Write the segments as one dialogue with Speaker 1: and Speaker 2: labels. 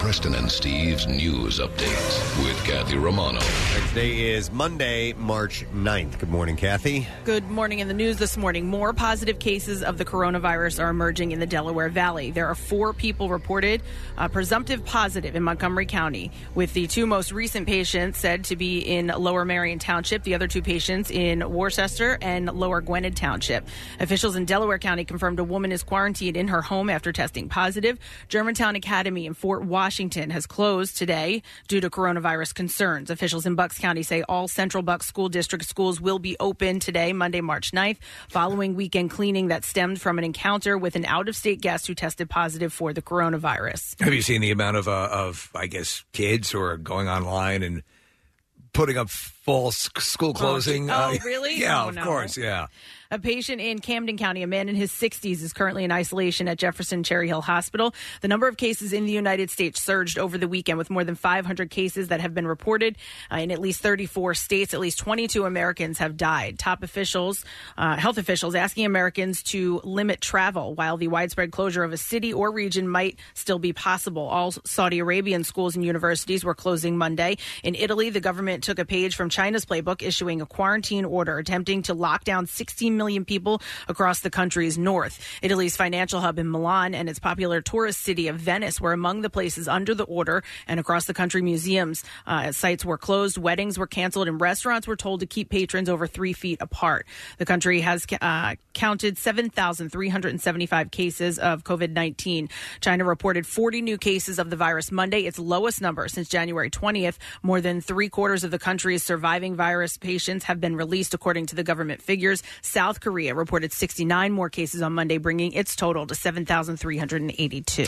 Speaker 1: Preston and Steve's news update with Kathy Romano.
Speaker 2: Next day is Monday, March 9th. Good morning, Kathy.
Speaker 3: Good morning. In the news this morning, more positive cases of the coronavirus are emerging in the Delaware Valley. There are four people reported uh, presumptive positive in Montgomery County, with the two most recent patients said to be in Lower Marion Township, the other two patients in Worcester and Lower Gwinnett Township. Officials in Delaware County confirmed a woman is quarantined in her home after testing positive. Germantown Academy in Fort Washington has closed today due to coronavirus concerns. Officials in Bucks County say all Central Bucks School District schools will be open today, Monday, March 9th, following weekend cleaning that stemmed from an encounter with an out of state guest who tested positive for the coronavirus.
Speaker 4: Have you seen the amount of uh, of I guess kids who are going online and putting up false school closing?
Speaker 3: oh, really?
Speaker 4: Yeah,
Speaker 3: Oh,
Speaker 4: of
Speaker 3: no.
Speaker 4: course. Yeah.
Speaker 3: A patient in Camden County, a man in his 60s, is currently in isolation at Jefferson Cherry Hill Hospital. The number of cases in the United States surged over the weekend with more than 500 cases that have been reported uh, in at least 34 states. At least 22 Americans have died. Top officials, uh, health officials, asking Americans to limit travel while the widespread closure of a city or region might still be possible. All Saudi Arabian schools and universities were closing Monday. In Italy, the government took a page from China's playbook, issuing a quarantine order attempting to lock down 16 million people across the country's north. Italy's financial hub in Milan and its popular tourist city of Venice were among the places under the order, and across the country, museums uh, sites were closed, weddings were canceled, and restaurants were told to keep patrons over three feet apart. The country has uh, counted 7,375 cases of COVID 19. China reported 40 new cases of the virus Monday, its lowest number since January 20th. More than three quarters of the country's surviving virus patients have been released, according to the government figures. South Korea reported 69 more cases on Monday, bringing its total to 7,382.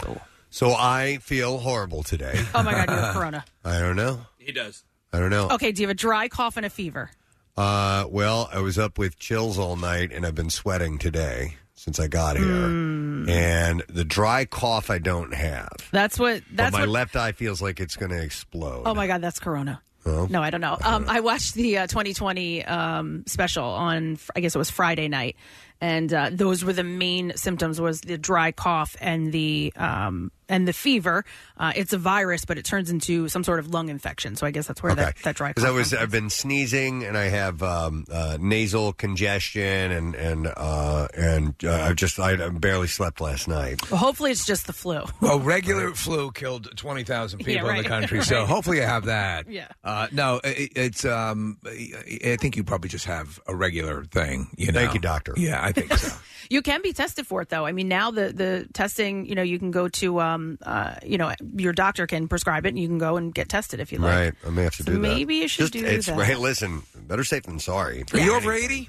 Speaker 2: So I feel horrible today.
Speaker 3: Oh my God, you have corona.
Speaker 2: I don't know.
Speaker 5: He does.
Speaker 2: I don't know.
Speaker 3: Okay, do you have a dry cough and a fever?
Speaker 2: Uh, well, I was up with chills all night, and I've been sweating today since I got here.
Speaker 3: Hmm. Mm.
Speaker 2: And the dry cough I don't have,
Speaker 3: That's what. That's
Speaker 2: but my
Speaker 3: what.
Speaker 2: left eye feels like it's going to explode.
Speaker 3: oh my God, that's corona.
Speaker 2: Oh.
Speaker 3: No, I don't know. Um, I watched the uh, 2020 um, special on, fr- I guess it was Friday night, and uh, those were the main symptoms: was the dry cough and the um, and the fever. Uh, it's a virus, but it turns into some sort of lung infection. So I guess that's where that, that dry cough.
Speaker 2: Because I was, I've been sneezing and I have um, uh, nasal congestion and and uh, and uh, I've just I, I barely slept last night.
Speaker 3: Well, hopefully, it's just the flu.
Speaker 4: Well, regular flu killed twenty thousand people
Speaker 3: Yeah,
Speaker 4: in
Speaker 3: right.
Speaker 4: the country, so
Speaker 3: Right.
Speaker 4: hopefully I have that.
Speaker 3: Yeah.
Speaker 4: Uh, no, it, it's um, I I think you probably just have a regular thing. You know.
Speaker 2: Thank you, doctor.
Speaker 4: Yeah, I think so.
Speaker 3: You can be tested for it, though. I mean, now the the testing, you know, you can go to, um, uh, you know, your doctor can prescribe it, and you can go and get tested if you like.
Speaker 2: Right, I may have to
Speaker 3: So
Speaker 2: do that.
Speaker 3: maybe you should
Speaker 2: Just-
Speaker 3: do
Speaker 2: it's,
Speaker 3: that.
Speaker 2: Right, listen, better safe than sorry.
Speaker 4: Are you over eighty?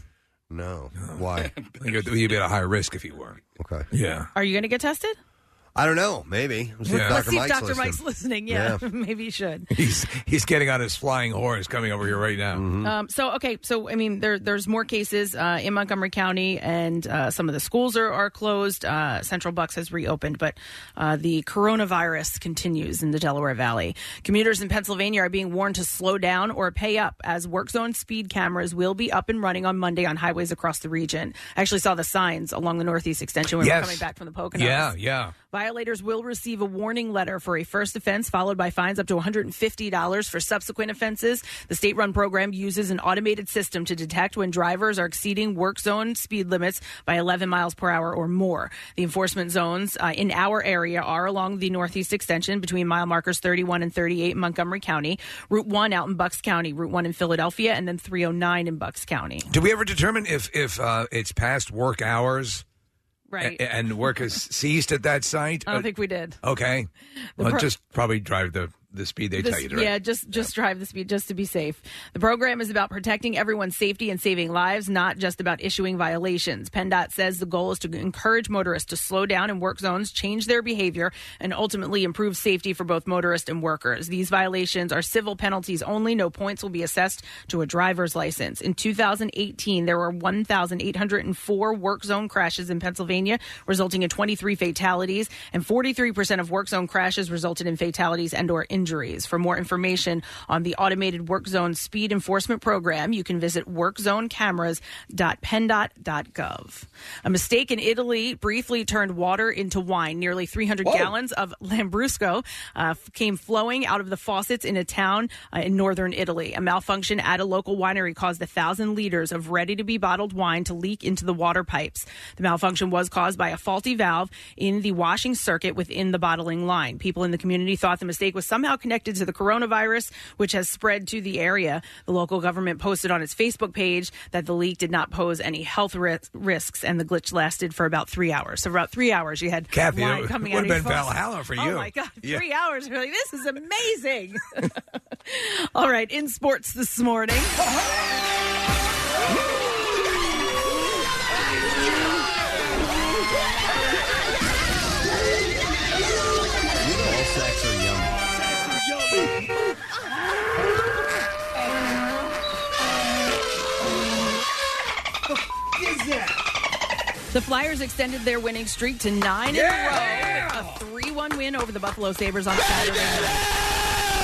Speaker 2: No, why?
Speaker 4: You'd you'd be at a higher risk if you were.
Speaker 2: Okay,
Speaker 4: Yeah.
Speaker 3: Are you going to get tested?
Speaker 2: I don't know. Maybe Let's see if
Speaker 4: Yeah.
Speaker 3: Let's
Speaker 2: Dr.
Speaker 3: see if
Speaker 2: Mike's
Speaker 3: Dr.
Speaker 2: listening.
Speaker 3: Mike's listening. Yeah,
Speaker 2: Yeah.
Speaker 3: maybe you should.
Speaker 4: He's he's getting on his flying horse, coming over here right now.
Speaker 2: Mm-hmm. Mm.
Speaker 3: Um, so okay, so I mean, there there's more cases uh, in Montgomery County, and uh, some of the schools are are closed. Uh, Central Bucks has reopened, but uh, the coronavirus continues in the Delaware Valley. Commuters in Pennsylvania are being warned to slow down or pay up, as work zone speed cameras will be up and running on Monday on highways across the region. I actually saw the signs along the Northeast Extension when we were
Speaker 4: Yes.
Speaker 3: coming back from the Poconos.
Speaker 4: Yeah, yeah.
Speaker 3: Violators will receive a warning letter for a first offense, followed by fines up to $150 for subsequent offenses. The state run program uses an automated system to detect when drivers are exceeding work zone speed limits by 11 miles per hour or more. The enforcement zones uh, in our area are along the Northeast Extension between mile markers 31 and 38 in Montgomery County, Route 1 out in Bucks County, Route 1 in Philadelphia, and then 309 in Bucks County.
Speaker 4: Do we ever determine if if uh, it's past work hours
Speaker 3: Right.
Speaker 4: a- and work has ceased at that site?
Speaker 3: I don't think we did.
Speaker 4: Okay. uh,
Speaker 3: The
Speaker 4: Well,
Speaker 3: pro-
Speaker 4: just probably drive the, the speed they tell you to drive.
Speaker 3: This- Yeah, just just drive the speed just to be safe. The program is about protecting everyone's safety and saving lives, not just about issuing violations. PennDOT says the goal is to encourage motorists to slow down in work zones, change their behavior, and ultimately improve safety for both motorists and workers. These violations are civil penalties only. No points will be assessed to a driver's license. In 2018, there were 1,804 work zone crashes in Pennsylvania, resulting in 23 fatalities, and 43% of work zone crashes resulted in fatalities and or injuries injuries. For more information on the automated work zone speed enforcement program, you can visit workzonecameras.pendot.gov. A mistake in Italy briefly turned water into wine. Nearly 300
Speaker 6: Whoa.
Speaker 3: gallons of Lambrusco uh, f- came flowing out of the faucets in a town uh, in northern Italy. A malfunction at a local winery caused a thousand liters of ready to be bottled wine to leak into the water pipes. The malfunction was caused by a faulty valve in the washing circuit within the bottling line. People in the community thought the mistake was somehow connected to the coronavirus, which has spread to the area. The local government posted on its Facebook page that the leak did not pose any health ris- risks, and the glitch lasted for about three hours. So, about three hours, you had
Speaker 7: Kathy,
Speaker 3: wine
Speaker 7: it
Speaker 3: coming
Speaker 7: would've
Speaker 3: out of
Speaker 7: been
Speaker 3: your faucet.
Speaker 7: Valhalla for
Speaker 3: Oh
Speaker 7: you.
Speaker 3: my god,
Speaker 7: Yeah.
Speaker 3: three hours! We're like, this is amazing. All right, in sports this morning.
Speaker 8: All sacks are yummy.
Speaker 3: The Flyers extended their winning streak to nine in a row. with A 3 1 win over the Buffalo Sabres on Saturday. night.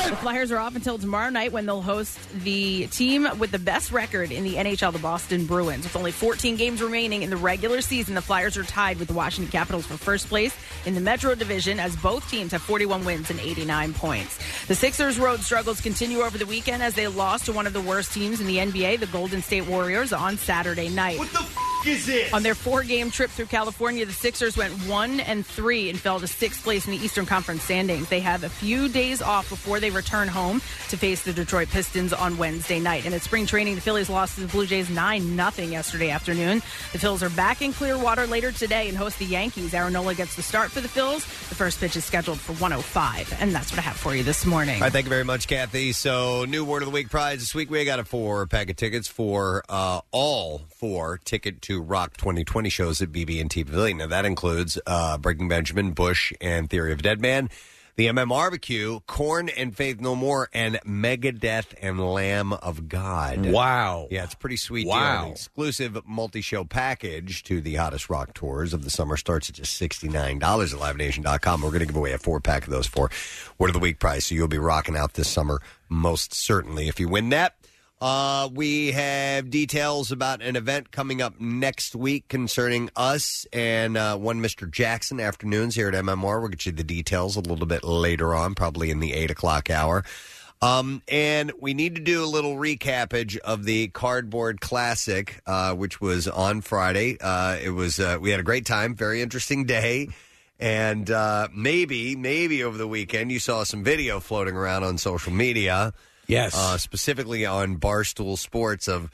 Speaker 3: The Flyers are off until tomorrow night when they'll host the team with the best record in the NHL, the Boston Bruins. With only 14 games remaining in the regular season, the Flyers are tied with the Washington Capitals for first place in the Metro Division as both teams have 41 wins and 89 points. The Sixers' road struggles continue over the weekend as they lost to one of the worst teams in the NBA, the Golden State Warriors, on Saturday night. On their four-game trip through California, the Sixers went one and three and fell to sixth place in the Eastern Conference standings. They have a few days off before they return home to face the Detroit Pistons on Wednesday night. And at spring training, the Phillies lost to the Blue Jays nine nothing yesterday afternoon. The Phils are back in Clearwater later today and host the Yankees. Aaronola gets the start for the Phils. The first pitch is scheduled for 105, and that's what I have for you this morning.
Speaker 2: All right, thank you very much, Kathy. So, new word of the week prize this week. We got a four pack of tickets for uh, all four Ticket to Rock 2020 shows at BB&T Pavilion. Now, that includes uh, Breaking Benjamin, Bush, and Theory of Dead Man, the MM Barbecue, Corn and Faith No More, and Megadeth and Lamb of God.
Speaker 7: Wow.
Speaker 2: Yeah, it's a pretty sweet deal.
Speaker 7: Wow.
Speaker 2: An exclusive multi-show package to the hottest rock tours of the summer starts at just $69 at LiveNation.com. We're going to give away a four-pack of those for Word of the Week prize, so you'll be rocking out this summer most certainly if you win that. Uh, we have details about an event coming up next week concerning us and uh, one Mr. Jackson afternoons here at MMR. We'll get you the details a little bit later on, probably in the 8 o'clock hour. Um, and we need to do a little recapage of the Cardboard Classic, uh, which was on Friday. Uh, it was uh, we had a great time, very interesting day, and uh, maybe maybe over the weekend you saw some video floating around on social media.
Speaker 7: Yes.
Speaker 2: uh, specifically on Barstool Sports of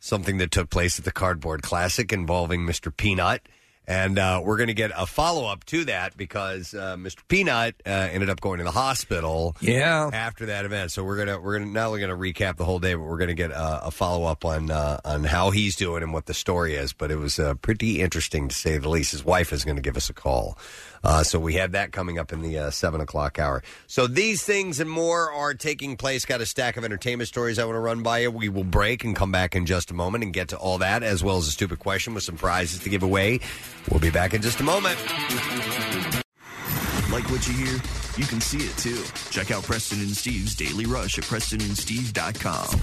Speaker 2: something that took place at the Cardboard Classic involving Mr. Peanut. And uh, we're going to get a follow up to that because uh, Mr. Peanut uh, ended up going to the hospital.
Speaker 7: Yeah.
Speaker 2: After that event, so we're gonna we're gonna not only gonna recap the whole day, but we're gonna get uh, a follow up on uh, on how he's doing and what the story is. But it was uh, pretty interesting to say the least. His wife is gonna give us a call, uh, so we have that coming up in the uh, seven o'clock hour. So these things and more are taking place. Got a stack of entertainment stories I want to run by you. We will break and come back in just a moment and get to all that as well as a stupid question with some prizes to give away. We'll be back in just a moment.
Speaker 9: Like what you hear? You can see it too. Check out Preston and Steve's Daily Rush at PrestonandSteve.com.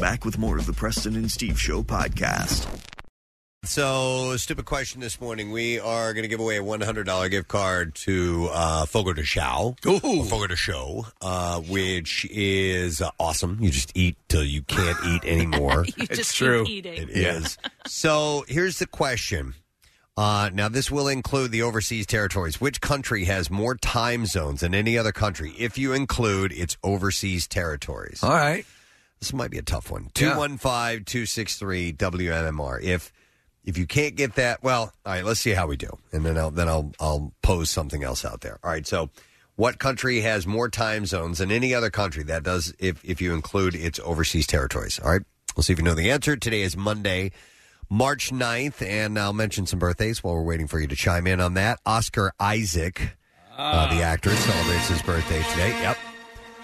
Speaker 9: Back with more of the Preston and Steve Show podcast.
Speaker 2: So, stupid question this morning. We are going to give away a $100 gift card to uh, Fogo de Chao. Ooh. Fogo de Show, uh, which is uh, awesome. You just eat till you can't eat anymore.
Speaker 3: You It's just keep true. eating.
Speaker 2: It
Speaker 3: Yeah.
Speaker 2: is. so, here's the question. Uh, now, this will include the overseas territories. Which country has more time zones than any other country if you include its overseas territories?
Speaker 7: All right.
Speaker 2: This might be a tough one.
Speaker 7: Yeah.
Speaker 2: 215 263 WMMR. If If you can't get that, well, all right, let's see how we do, and then I'll then I'll I'll pose something else out there. All right, so what country has more time zones than any other country? That does if if you include its overseas territories. All right, we'll see if you know the answer. Today is Monday. March 9th, and I'll mention some birthdays while we're waiting for you to chime in on that. Oscar Isaac, uh, the actor, celebrates his birthday today. Yep.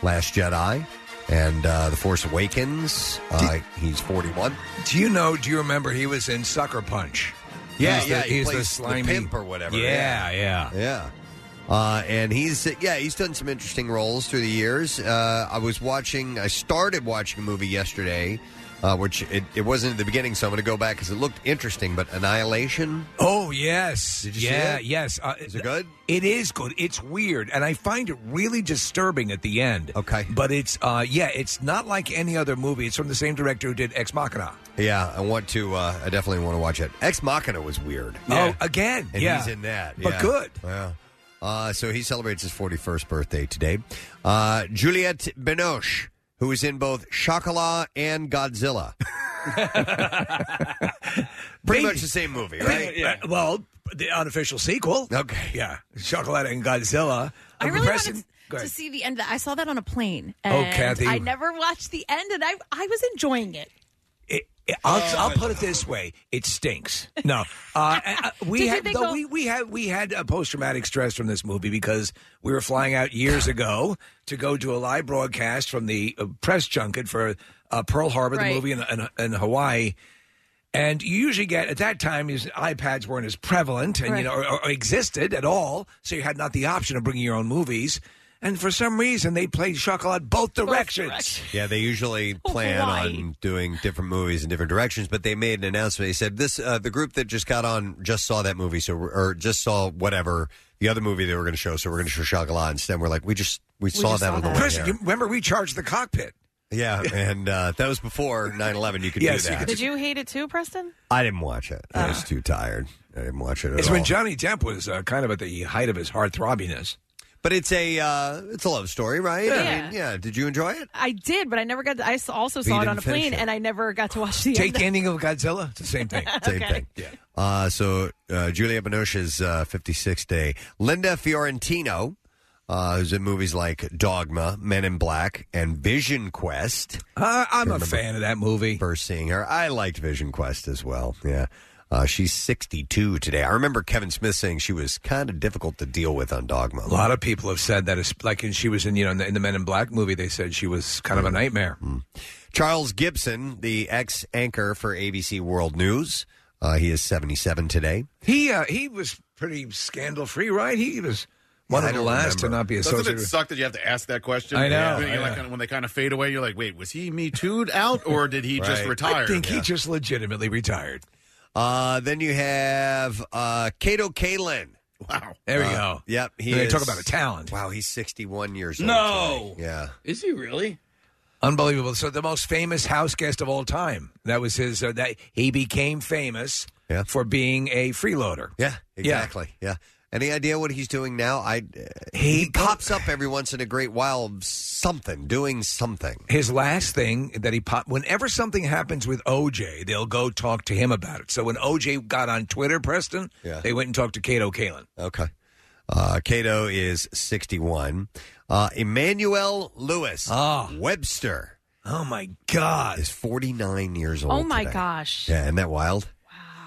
Speaker 2: Last Jedi and uh, The Force Awakens. Uh, he's 41.
Speaker 4: Do you know? Do you remember he was in Sucker Punch?
Speaker 2: Yeah,
Speaker 4: he's
Speaker 2: yeah,
Speaker 4: The,
Speaker 2: he
Speaker 4: he's the
Speaker 2: plays the
Speaker 4: slimy
Speaker 2: pimp or whatever.
Speaker 4: Yeah, yeah,
Speaker 2: yeah. Uh, and he's yeah he's done some interesting roles through the years. Uh, I was watching I started watching a movie yesterday, uh, which it, it wasn't at the beginning, so I'm going to go back because it looked interesting. But Annihilation,
Speaker 4: Oh yes,
Speaker 2: Did you see
Speaker 4: yeah,
Speaker 2: it?
Speaker 4: yes. Uh,
Speaker 2: Is it good?
Speaker 4: It is good. It's weird, and I find it really disturbing at the end.
Speaker 2: Okay.
Speaker 4: but it's uh, yeah, it's not like any other movie. It's from the same director who did Ex Machina.
Speaker 2: yeah, I want to uh, I definitely want to watch it. Ex Machina was weird.
Speaker 4: Oh, again,
Speaker 2: and
Speaker 4: yeah.
Speaker 2: he's in that.
Speaker 4: But
Speaker 2: yeah.
Speaker 4: good.
Speaker 2: Yeah. Uh, so he celebrates his 41st birthday today. Uh, Juliette Binoche, who is in both Shakala and Godzilla. Pretty much the same movie, right?
Speaker 4: Yeah. well, the unofficial sequel.
Speaker 2: Okay.
Speaker 4: Yeah, Chocolate and Godzilla.
Speaker 5: I really
Speaker 4: Preston-
Speaker 5: wanted
Speaker 4: Go
Speaker 5: to,
Speaker 4: ahead.
Speaker 5: to see the end. Of that. I saw that on a plane.
Speaker 4: Oh,
Speaker 5: and
Speaker 4: Kathy.
Speaker 5: I never watched the end, and I I was enjoying it.
Speaker 4: It- it- I'll, I'll
Speaker 2: Oh,
Speaker 4: put it this way: it stinks. No, uh, and, uh, we
Speaker 5: Did you
Speaker 4: had
Speaker 5: think
Speaker 4: though,
Speaker 5: of-
Speaker 4: we we had we had a post traumatic stress from this movie because we were flying out years ago to go to a live broadcast from the uh, press junket for uh, Pearl Harbor,
Speaker 5: Right.
Speaker 4: the movie in, in, in Hawaii. And you usually get at that time, is iPads weren't as prevalent and you
Speaker 5: Right.
Speaker 4: know or, or existed at all, so you had not the option of bringing your own movies. And for some reason, they played Chocolat both directions.
Speaker 2: Yeah, they usually plan on doing different movies in different directions, but they made an announcement. They said this: uh, the group that just got on just saw that movie, so we're- or just saw whatever the other movie they were going to show, so we're going to show Shakala instead. We're like, we just we, saw
Speaker 5: just
Speaker 2: that
Speaker 5: saw
Speaker 2: on the
Speaker 5: that.
Speaker 2: way
Speaker 4: Preston,
Speaker 2: here.
Speaker 4: you remember we charged the cockpit.
Speaker 2: Yeah, and uh, that was before 9-11. You could
Speaker 4: Yes,
Speaker 2: do that.
Speaker 4: you could
Speaker 3: Did you hate it too, Preston?
Speaker 2: I didn't watch it. I was too tired. I didn't watch it at
Speaker 4: It's
Speaker 2: all.
Speaker 4: when Johnny Depp was uh, kind of at the height of his heart throbbiness.
Speaker 2: but it's a uh, it's a love story, right? I
Speaker 3: Yeah.
Speaker 2: mean, yeah. Did you enjoy it?
Speaker 3: I did, but I never got. To, I s- also
Speaker 2: you
Speaker 3: saw it on
Speaker 2: didn't
Speaker 3: a plane,
Speaker 2: finish it.
Speaker 3: and I never got to watch the
Speaker 4: Take
Speaker 3: end.
Speaker 4: the ending of Godzilla. It's the same thing.
Speaker 2: Same thing. Yeah. Uh, so uh, Julia Binoche's uh, 56th day. Linda Fiorentino, uh, who's in movies like Dogma, Men in Black, and Vision Quest.
Speaker 4: Uh, I'm a fan of that movie.
Speaker 2: First seeing her, I liked Vision Quest as well. Yeah. Uh, she's 62 today. I remember Kevin Smith saying she was kind of difficult to deal with on Dogma.
Speaker 4: A lot of people have said that, it's- like, and she was in, you know, in the, in the Men in Black movie. They said she was kind
Speaker 2: Mm.
Speaker 4: of a nightmare.
Speaker 2: Hmm. Charles Gibson, the ex anchor for ABC World News. Uh, he is 77 today.
Speaker 4: He uh, he was pretty scandal free, right? He was one
Speaker 2: Yeah, I
Speaker 4: of the
Speaker 2: don't
Speaker 4: last to
Speaker 2: remember.
Speaker 4: not be
Speaker 10: Doesn't
Speaker 4: associated.
Speaker 10: it
Speaker 4: with-
Speaker 10: suck that you have to ask that question?
Speaker 4: I know,
Speaker 10: Yeah. You're
Speaker 4: I
Speaker 10: like,
Speaker 4: know.
Speaker 10: when they kind of fade away, you're like, wait, was he Me Too'd out or did he just
Speaker 2: Right.
Speaker 10: retire?
Speaker 4: I think he just legitimately retired.
Speaker 2: Uh, then you have uh, Cato Kalin.
Speaker 10: Wow.
Speaker 4: There we
Speaker 2: Uh,
Speaker 4: go.
Speaker 2: Yep. He
Speaker 4: And they
Speaker 2: is-
Speaker 4: talk about a talent.
Speaker 2: Wow, he's 61 years old.
Speaker 9: No.
Speaker 2: today. Yeah.
Speaker 9: Is he really?
Speaker 4: Unbelievable. So the most famous house guest of all time. That was his. Uh, that he became famous
Speaker 2: Yeah.
Speaker 4: for being a freeloader.
Speaker 2: Yeah, exactly. Yeah. Any idea what he's doing now? I uh,
Speaker 4: He-
Speaker 2: he pops up every once in a great while of something, doing something.
Speaker 4: his last thing that he pop whenever something happens with OJ, they'll go talk to him about it. So when OJ got on Twitter, Preston,
Speaker 2: Yeah.
Speaker 4: they went and talked to Cato Kalin.
Speaker 2: Okay. Uh, Cato is 61. Uh, Emmanuel Lewis
Speaker 4: Ah.
Speaker 2: Webster
Speaker 4: Oh my God.
Speaker 2: is 49 years old.
Speaker 3: Oh my
Speaker 2: today.
Speaker 3: gosh!
Speaker 2: Yeah, isn't that wild?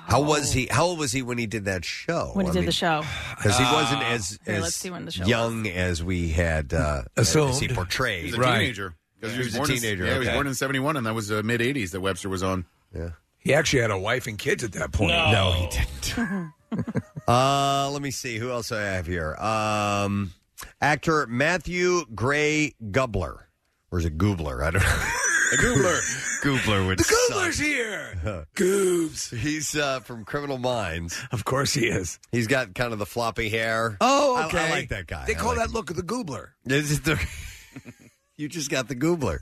Speaker 2: How was he? How old was he when he did that show?
Speaker 4: Oh,
Speaker 3: When he did the show,
Speaker 2: because he wasn't
Speaker 4: Ah.
Speaker 2: as,
Speaker 3: Here,
Speaker 2: as
Speaker 3: let's see when the show
Speaker 2: young as we had uh, as he
Speaker 4: Assumed.
Speaker 10: He
Speaker 2: portrayed.
Speaker 10: was a
Speaker 4: Right.
Speaker 10: teenager. 'Cause
Speaker 2: He was a
Speaker 10: born in-
Speaker 2: teenager,
Speaker 10: yeah, he was
Speaker 2: okay.
Speaker 10: born in 71, and that was uh, mid 80s that Webster was on.
Speaker 4: He actually had a wife and kids at that point.
Speaker 2: No,
Speaker 4: Oh.
Speaker 2: he didn't. uh, let me see who else I have here. Um, actor Matthew Gray Gubler, or is it Goobler? I don't know.
Speaker 10: Googler.
Speaker 2: Goobler would
Speaker 4: The
Speaker 2: suck.
Speaker 4: Goobler's here. Goobs.
Speaker 2: He's uh, from Criminal Minds.
Speaker 4: Of course he is.
Speaker 2: He's got kind of the floppy hair. I-
Speaker 4: Oh,
Speaker 2: I
Speaker 4: okay.
Speaker 2: like that guy.
Speaker 4: They
Speaker 2: I
Speaker 4: call
Speaker 2: like
Speaker 4: that
Speaker 2: him.
Speaker 4: look the Goobler.
Speaker 2: This is the- you just got the Goobler.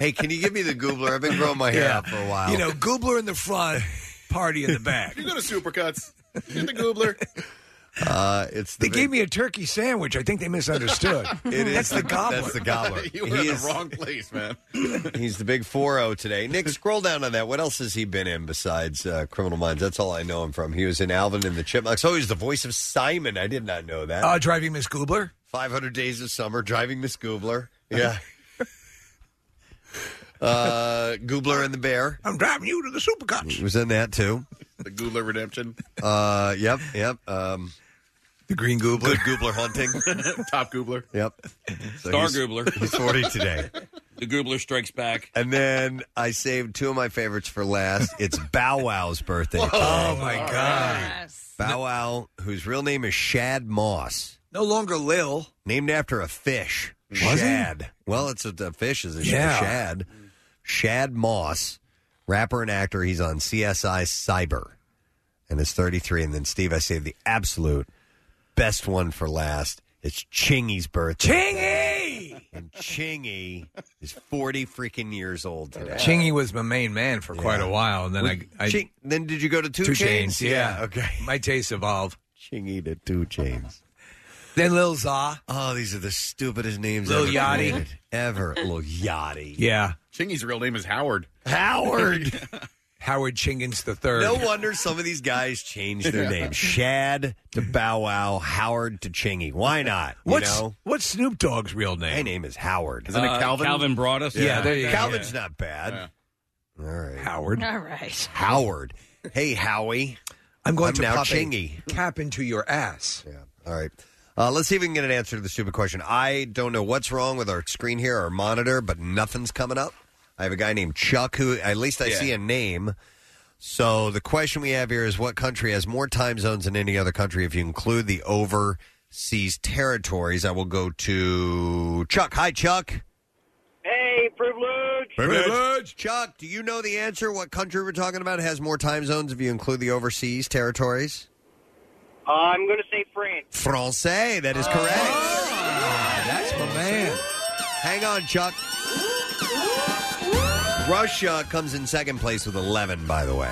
Speaker 2: hey, can you give me the Goobler? I've been growing my hair out for a while.
Speaker 4: You know, Goobler in the front, party in the back.
Speaker 10: you go to Supercuts. Get the Googler.
Speaker 2: Uh, it's
Speaker 4: They gave me a turkey sandwich. I think they misunderstood. That's the gobbler.
Speaker 2: That's the gobbler.
Speaker 10: you were in the wrong place, man.
Speaker 2: He's the big 4-0 today. Nick, scroll down on that. What else has he been in besides uh, Criminal Minds? That's all I know him from. He was in Alvin and the Chipmunks. Oh, he's the voice of Simon. I did not know that.
Speaker 4: Uh, driving Miss Goobler.
Speaker 2: 500 Days of Summer, Driving Miss Goobler. Yeah. uh, Goobler and the Bear.
Speaker 4: I'm driving you to the supercuts.
Speaker 2: He was in that, too.
Speaker 10: The Goobler Redemption,
Speaker 2: Uh, yep, yep. Um,
Speaker 4: the Green Goobler.
Speaker 2: Good Goobler hunting.
Speaker 10: Top Goobler.
Speaker 2: Yep. So
Speaker 11: Star
Speaker 2: he's-
Speaker 11: Goobler.
Speaker 2: He's 40 today.
Speaker 11: The Goobler strikes back.
Speaker 2: And then I saved two of my favorites for last. It's Bow Wow's birthday.
Speaker 4: Oh,
Speaker 2: today.
Speaker 4: my God.
Speaker 2: Bow Wow, whose real name is Shad Moss,
Speaker 4: No longer Lil.
Speaker 2: named after a fish.
Speaker 4: Was it?
Speaker 2: shad. Well, it's a, the fish is a sh-
Speaker 4: Yeah.
Speaker 2: shad. Shad Moss, rapper and actor. He's on CSI Cyber, and is 33. And then Steve, I saved the absolute best one for last. It's Chingy's birthday.
Speaker 4: Chingy!
Speaker 2: And Chingy is 40 freaking years old today.
Speaker 4: Chingy was my main man for quite a while, and then
Speaker 2: Well,
Speaker 4: I, I
Speaker 2: Ching- then did you go to two,
Speaker 4: two chains. yeah.
Speaker 2: Okay.
Speaker 4: My tastes evolve.
Speaker 2: Chingy to two chains.
Speaker 4: Then Lil Za.
Speaker 2: Oh, these are the stupidest names
Speaker 4: Lil
Speaker 2: ever
Speaker 4: Yachty.
Speaker 2: created. Ever. Lil Yachty.
Speaker 4: Yeah.
Speaker 10: Chingy's real name is Howard.
Speaker 2: Howard.
Speaker 4: Howard Chingins the third.
Speaker 2: no wonder some of these guys changed their names. Shad to Bow Wow, Howard to Chingy. Why not? You
Speaker 4: What's
Speaker 2: know?
Speaker 4: what's Snoop Dogg's real
Speaker 2: My
Speaker 4: name?
Speaker 2: name is Howard.
Speaker 10: Isn't
Speaker 11: Uh,
Speaker 10: it Calvin?
Speaker 11: Calvin brought us.
Speaker 4: Yeah, there you
Speaker 2: Calvin's not bad. All right.
Speaker 4: go. Howard.
Speaker 3: All right.
Speaker 2: Howard. Hey, Howie.
Speaker 4: I'm going
Speaker 2: I'm
Speaker 4: to
Speaker 2: now
Speaker 4: pop a
Speaker 2: Chingy.
Speaker 4: cap into your ass.
Speaker 2: Yeah. All right. Uh, let's see if we can get an answer to the stupid question. I don't know what's wrong with our screen here, our monitor, but nothing's coming up. I have a guy named Chuck who, at least I
Speaker 10: Yeah.
Speaker 2: see a name. So the question we have here is what country has more time zones than any other country? If you include the overseas territories, I will go to Chuck. Hi, Chuck.
Speaker 12: Hey, privilege.
Speaker 2: Chuck, do you know the answer? What country we're talking about has more time zones if you include the overseas territories?
Speaker 12: Uh, I'm going to say France.
Speaker 2: Francais, that is correct.
Speaker 7: Oh.
Speaker 2: Ah,
Speaker 4: That's my man.
Speaker 2: Hang on, Chuck. Russia comes in second place with 11, by the way.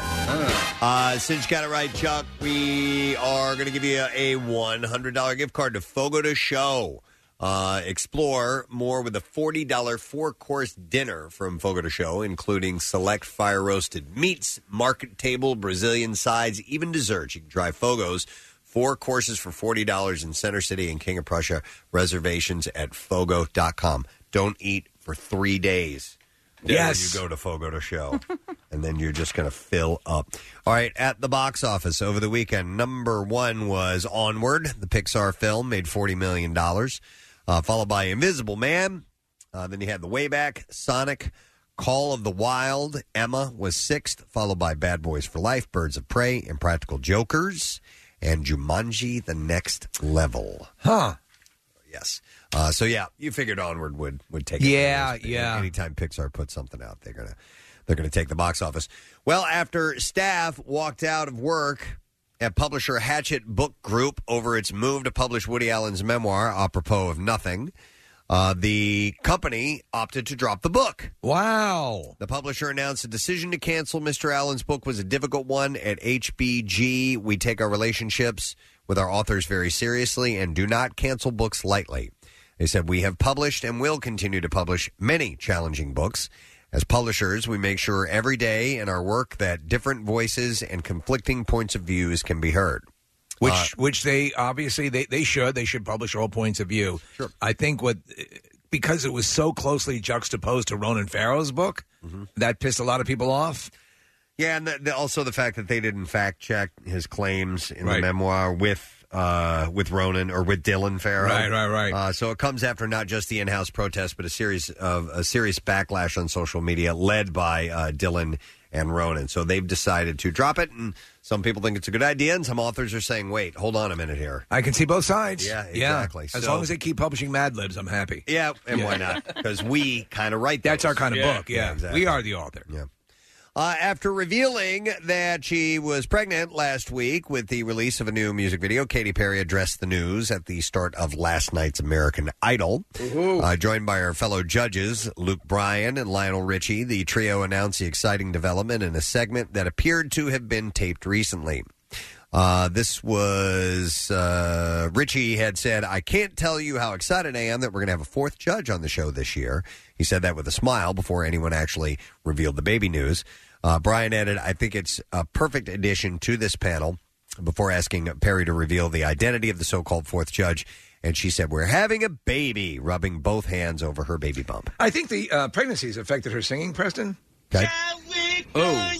Speaker 2: Uh, since you got it right, Chuck, we are going to give you a $100 gift card to Fogo to Show. Uh, explore more with a $40 four course dinner from Fogo to Show, including select fire roasted meats, market table, Brazilian sides, even desserts. You can try Fogo's four courses for $40 in Center City and King of Prussia. Reservations at Fogo.com. Don't eat for three days.
Speaker 4: Yes.
Speaker 2: You go to Fogo to show, and then you're just going to fill up. All right, at the box office over the weekend, number one was Onward, the Pixar film, made forty million dollars, uh, followed by Invisible Man. Uh, then you had The Way Back, Sonic, Call of the Wild. Emma was sixth, followed by Bad Boys for Life, Birds of Prey, Impractical Jokers, and Jumanji: The Next Level.
Speaker 4: Huh.
Speaker 2: Yes. Uh, so yeah, you figured Onward would would take.
Speaker 4: Yeah,
Speaker 2: it
Speaker 4: yeah.
Speaker 2: Anytime Pixar puts something out, they're gonna they're gonna take the box office. Well, after staff walked out of work at publisher Hatchet Book Group over its move to publish Woody Allen's memoir, apropos of nothing, uh, the company opted to drop the book.
Speaker 4: Wow.
Speaker 2: The publisher announced the decision to cancel Mr. Allen's book was a difficult one. At HBG, we take our relationships with our authors very seriously and do not cancel books lightly. They said, We have published and will continue to publish many challenging books. As publishers, we make sure every day in our work that different voices and conflicting points of views can be heard.
Speaker 4: Which which they obviously they, they should they should publish all points of view. Sure. I think what because it was so closely juxtaposed to Ronan Farrow's book, that pissed a lot of people off.
Speaker 2: Mm-hmm. Yeah, and the, the, also the fact that they didn't fact check his claims in the
Speaker 4: Right.
Speaker 2: memoir with uh, with Ronan or with Dylan Farrow.
Speaker 4: Right, right, right.
Speaker 2: Uh, so it comes after not just the in-house protest, but a series of a serious backlash on social media led by uh, Dylan and Ronan. So they've decided to drop it, and some people think it's a good idea, and some authors are saying, "Wait, hold on a minute here."
Speaker 4: I can see both sides.
Speaker 2: Yeah, exactly.
Speaker 4: As
Speaker 2: So-
Speaker 4: long as they keep publishing Mad Libs, I'm happy.
Speaker 2: Yeah, and why not? Because we kind of write.
Speaker 4: That's
Speaker 2: those.
Speaker 4: our kind of book. Yeah,
Speaker 2: Yeah, exactly.
Speaker 4: we are the author.
Speaker 2: Yeah. Uh, after revealing that she was pregnant last week with the release of a new music video, Katy Perry addressed the news at the start of last night's American Idol. Uh, joined by her fellow judges, Luke Bryan and Lionel Richie, the trio announced the exciting development in a segment that appeared to have been taped recently. Uh, this was uh, Richie had said, I can't tell you how excited I am that we're going to have a fourth judge on the show this year. He said that with a smile before anyone actually revealed the baby news. Uh, Brian added, I think it's a perfect addition to this panel before asking Perry to reveal the identity of the so called fourth judge. And she said, We're having a baby, rubbing both hands over her baby bump.
Speaker 4: I think the uh, pregnancies affected her singing, Preston.
Speaker 2: Okay.
Speaker 4: Oh.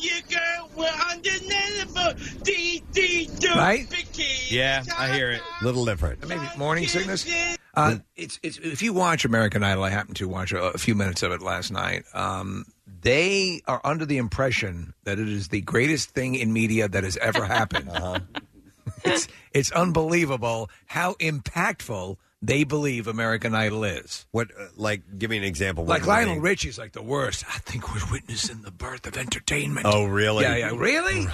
Speaker 4: Right?
Speaker 11: Yeah, I hear it.
Speaker 2: Little different.
Speaker 4: Maybe morning sickness. Uh, it's, it's if you watch American Idol, I happened to watch a, a few minutes of it last night. Um, they are under the impression that it is the greatest thing in media that has ever happened.
Speaker 2: Uh-huh.
Speaker 4: it's it's unbelievable how impactful they believe American Idol is.
Speaker 2: What uh, like? Give me an example. What
Speaker 4: Like
Speaker 2: do you
Speaker 4: Lionel
Speaker 2: mean?
Speaker 4: Richie's like the worst. I think we're witnessing the birth of entertainment.
Speaker 2: Oh, really?
Speaker 4: Yeah, yeah. Really?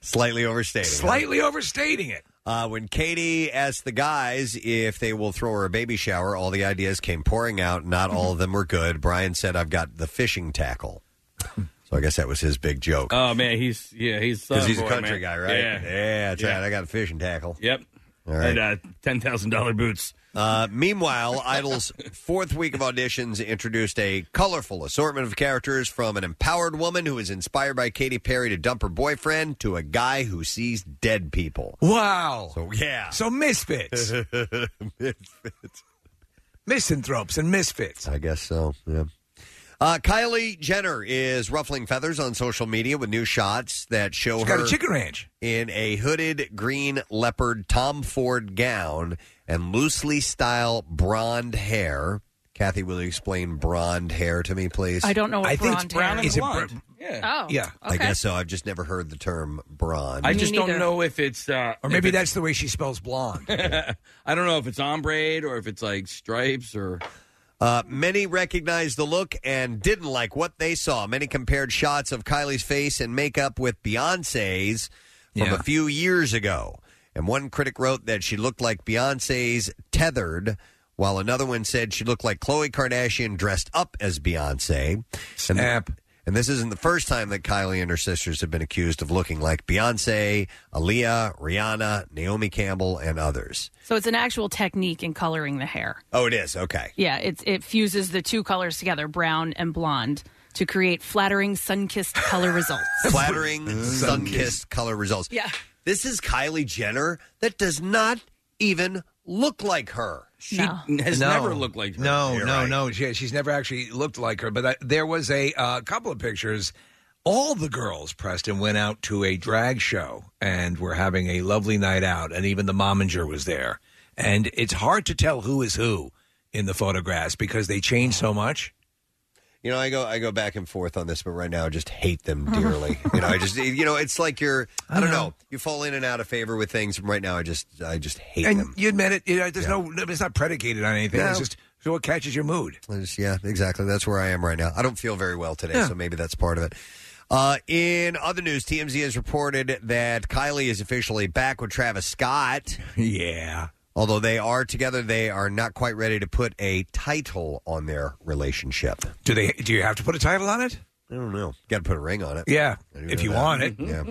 Speaker 2: Slightly overstating.
Speaker 4: Slightly overstating it.
Speaker 2: Uh, when Katie asked the guys if they will throw her a baby shower, all the ideas came pouring out. Not all of them were good. Brian said, I've got the fishing tackle. So I guess that was his big joke.
Speaker 11: Oh man, he's yeah, he's
Speaker 2: Because
Speaker 11: Southern
Speaker 2: he's a
Speaker 11: boy,
Speaker 2: country
Speaker 11: man.
Speaker 2: guy, right?
Speaker 11: Yeah,
Speaker 2: yeah that's
Speaker 11: Yeah.
Speaker 2: right. I got a fishing tackle.
Speaker 11: Yep.
Speaker 2: All right.
Speaker 11: And uh, ten thousand dollar boots.
Speaker 2: Uh, meanwhile, Idol's fourth week of auditions introduced a colorful assortment of characters from an empowered woman who is inspired by Katy Perry to dump her boyfriend to a guy who sees dead people.
Speaker 4: Wow.
Speaker 2: So, yeah.
Speaker 4: So misfits.
Speaker 2: misfits.
Speaker 4: Misanthropes and misfits.
Speaker 2: I guess so, yeah. Uh, Kylie Jenner is ruffling feathers on social media with new shots that show
Speaker 4: She's
Speaker 2: her
Speaker 4: got a chicken ranch.
Speaker 2: in a hooded green leopard Tom Ford gown and loosely style blonde hair. Kathy, will you explain blonde hair to me, please?
Speaker 3: I don't know what
Speaker 4: I think it's
Speaker 3: blonde
Speaker 4: brown
Speaker 3: hair
Speaker 4: and
Speaker 3: is.
Speaker 4: Is it blonde. br-
Speaker 3: Oh,
Speaker 4: Yeah.
Speaker 2: I
Speaker 3: okay.
Speaker 2: guess so. I've just never heard the term blonde.
Speaker 11: I
Speaker 3: Me
Speaker 11: just
Speaker 3: neither.
Speaker 11: don't know if it's uh,
Speaker 4: Or maybe that's the way she spells blonde.
Speaker 11: I don't know if it's on braid or if it's like stripes or
Speaker 2: Uh, many recognized the look and didn't like what they saw. Many compared shots of Kylie's face and makeup with Beyonce's from a few years ago. And one critic wrote that she looked like Beyonce's tethered, while another one said she looked like Khloe Kardashian dressed up as Beyonce. And,
Speaker 4: Snap.
Speaker 2: and this isn't the first time that Kylie and her sisters have been accused of looking like Beyonce, Aaliyah, Rihanna, Naomi Campbell, and others.
Speaker 3: So it's an actual technique in coloring the hair.
Speaker 2: Oh, it is. Okay.
Speaker 3: Yeah, it's it fuses the two colors together, brown and blonde, to create flattering sun-kissed color results.
Speaker 2: flattering sun-kissed color results.
Speaker 3: Yeah.
Speaker 2: This is Kylie Jenner that does not even look like her.
Speaker 11: she
Speaker 3: No.
Speaker 11: has
Speaker 4: No.
Speaker 11: never looked like her.
Speaker 4: No,
Speaker 2: You're
Speaker 4: no,
Speaker 2: right.
Speaker 4: no. She, she's never actually looked like her. But I, there was a uh, couple of pictures. All the girls, Preston, went out to a drag show and were having a lovely night out. And even the momager was there. And it's hard to tell who is who in the photographs because they change so much.
Speaker 2: You know, I go I go back and forth on this, but right now I just hate them dearly. you know, I just you know, it's like you're I don't know. you fall in and out of favor with things. Right now I just I just hate
Speaker 4: and
Speaker 2: them.
Speaker 4: you admit it. You know, there's no. It's not predicated on anything.
Speaker 2: No.
Speaker 4: It's just so it catches your mood.
Speaker 2: I just- yeah, exactly. That's where I am right now. I don't feel very well today,
Speaker 4: Yeah.
Speaker 2: so maybe that's part of it. Uh, in other news, TMZ has reported that Kylie is officially back with Travis Scott.
Speaker 4: Yeah.
Speaker 2: Although they are together, they are not quite ready to put a title on their relationship.
Speaker 4: Do they? Do you have to put a title on it?
Speaker 2: I don't know. Got to put a ring on it.
Speaker 4: Yeah,
Speaker 2: I do
Speaker 4: if
Speaker 2: know
Speaker 4: you
Speaker 2: that.
Speaker 4: want it.
Speaker 2: Yeah.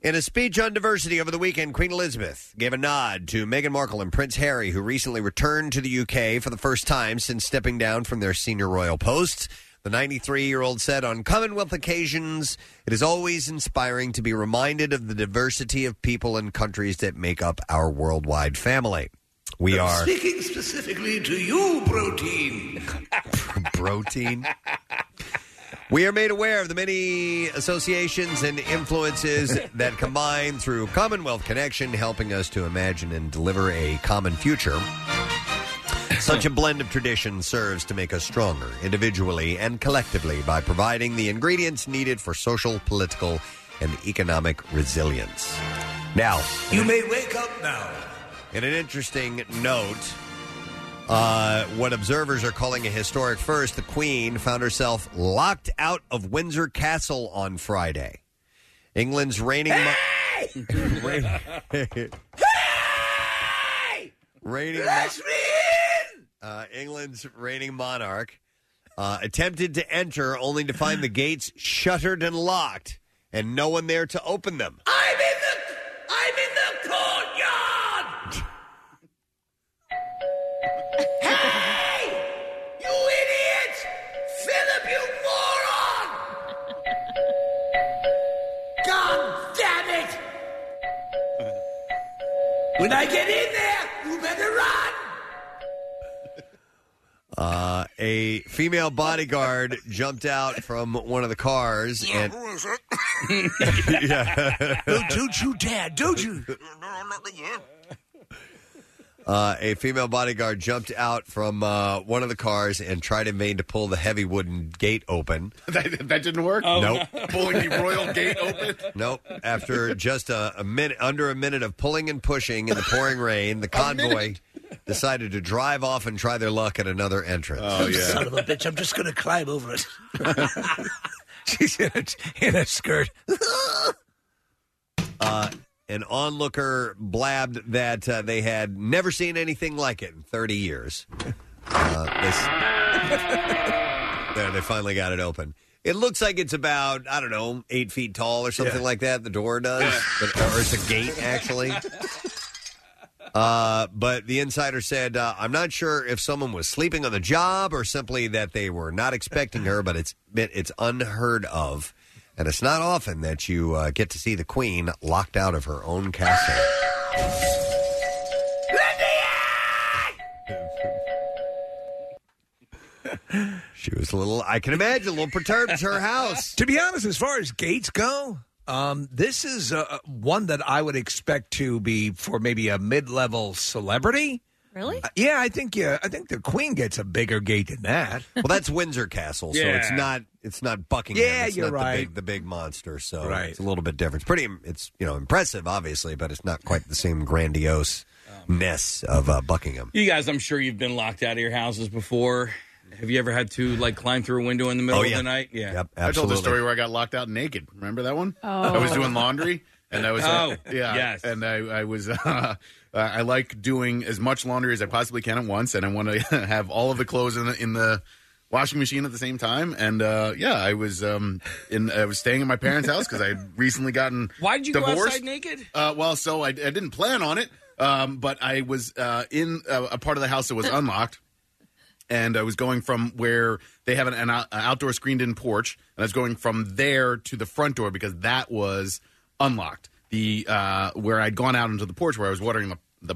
Speaker 2: In a speech on diversity over the weekend, Queen Elizabeth gave a nod to Meghan Markle and Prince Harry, who recently returned to the UK for the first time since stepping down from their senior royal posts. The 93 year old said, On Commonwealth occasions, it is always inspiring to be reminded of the diversity of people and countries that make up our worldwide family. We are
Speaker 9: Speaking specifically to you, protein.
Speaker 2: protein. We are made aware of the many associations and influences that combine through Commonwealth Connection, helping us to imagine and deliver a common future. Such a blend of traditions serves to make us stronger, individually and collectively, by providing the ingredients needed for social, political, and economic resilience. Now,
Speaker 4: You may wake up now.
Speaker 2: in an interesting note, uh, what observers are calling a historic first, the Queen found herself locked out of Windsor Castle on Friday. England's reigning. mo- Reign- reigning. mo- Uh, England's reigning monarch uh, attempted to enter only to find the gates shuttered and locked and no one there to open them.
Speaker 9: I'm in the
Speaker 13: When I get in there, you better run.
Speaker 2: Uh, a female bodyguard jumped out from one of the cars and
Speaker 13: Who is it?
Speaker 2: yeah.
Speaker 13: don't you dare, don't you?
Speaker 2: Uh, a female bodyguard jumped out from uh, one of the cars and tried in vain to pull the heavy wooden gate open.
Speaker 10: that, that didn't work.
Speaker 2: Nope.
Speaker 10: Pulling the royal gate open.
Speaker 2: Nope. After just a, a minute, under a minute of pulling and pushing in the pouring rain, the convoy decided to drive off and try their luck at another entrance.
Speaker 4: Oh,
Speaker 10: Oh,
Speaker 13: Son of a bitch, I'm just going to climb over it.
Speaker 2: she's in a, in a skirt. uh, an onlooker blabbed that uh, they had never seen anything like it in 30 years. Uh, they s- there, they finally got it open. It looks like it's about I don't know eight feet tall or something like that. The door does, But- or it's a gate actually. Uh, but the insider said, uh, "I'm not sure if someone was sleeping on the job or simply that they were not expecting her, but it's it's unheard of, and it's not often that you uh, get to see the queen locked out of her own castle." She was a little, I can imagine, a little perturbed at her house.
Speaker 4: to be honest, as far as gates go, um, this is uh, one that I would expect to be for maybe a mid-level celebrity.
Speaker 5: Really?
Speaker 4: Uh, yeah, I think yeah, I think the Queen gets a bigger gate than that.
Speaker 2: Well, that's Windsor Castle, so it's not it's not Buckingham.
Speaker 4: Yeah,
Speaker 2: it's
Speaker 4: you're
Speaker 2: not
Speaker 4: right.
Speaker 2: The big, the big monster, so
Speaker 4: Right.
Speaker 2: it's a little bit different. It's pretty, it's you know impressive, obviously, but it's not quite the same grandiose ness of uh, Buckingham.
Speaker 11: You guys, I'm sure you've been locked out of your houses before. Have you ever had to like climb through a window in the middle
Speaker 2: Oh, yeah.
Speaker 11: of the night? Yeah.
Speaker 2: Yep,
Speaker 10: I told the story where I got locked out naked. Remember that one?
Speaker 11: Oh.
Speaker 10: I was doing laundry, and I was uh,
Speaker 11: Oh,
Speaker 10: yeah,
Speaker 11: yes.
Speaker 10: and I, I was uh, I like doing as much laundry as I possibly can at once, and I want to have all of the clothes in the in the washing machine at the same time. And uh, yeah, I was um in I was staying at my parents' house because I had recently gotten
Speaker 11: Why did you
Speaker 10: divorced.
Speaker 11: go outside naked?
Speaker 10: Uh, well, so I, I didn't plan on it, um, but I was uh, in a, a part of the house that was unlocked, and I was going from where they have an, an out- an outdoor screened-in porch, and I was going from there to the front door because that was unlocked. The uh, where I'd gone out into the porch where I was watering the, the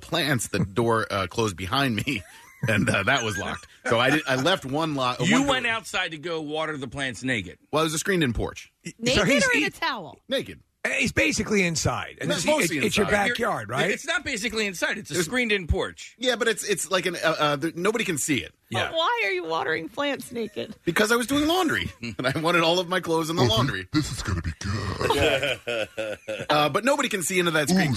Speaker 10: plants, the door uh, closed behind me, and uh, that was locked. So I did, I left one lock.
Speaker 11: You
Speaker 10: one door-
Speaker 11: went outside to go water the plants naked.
Speaker 10: Well, it was a screened-in porch.
Speaker 5: Naked
Speaker 11: he's-
Speaker 5: or in
Speaker 11: he-
Speaker 5: a towel?
Speaker 10: Naked.
Speaker 4: He's Uh, basically inside, and
Speaker 10: No,
Speaker 4: it's,
Speaker 10: it's mostly
Speaker 4: it's- it's your
Speaker 10: inside.
Speaker 4: backyard, right?
Speaker 11: It's not basically inside. It's a screened-in porch.
Speaker 10: Yeah, but it's it's like an uh, uh, there, nobody can see it.
Speaker 3: But why are you watering plants naked?
Speaker 10: Because I was doing laundry and I wanted all of my clothes in the laundry. Oh, This is going to be good. uh, but nobody can see into that screen.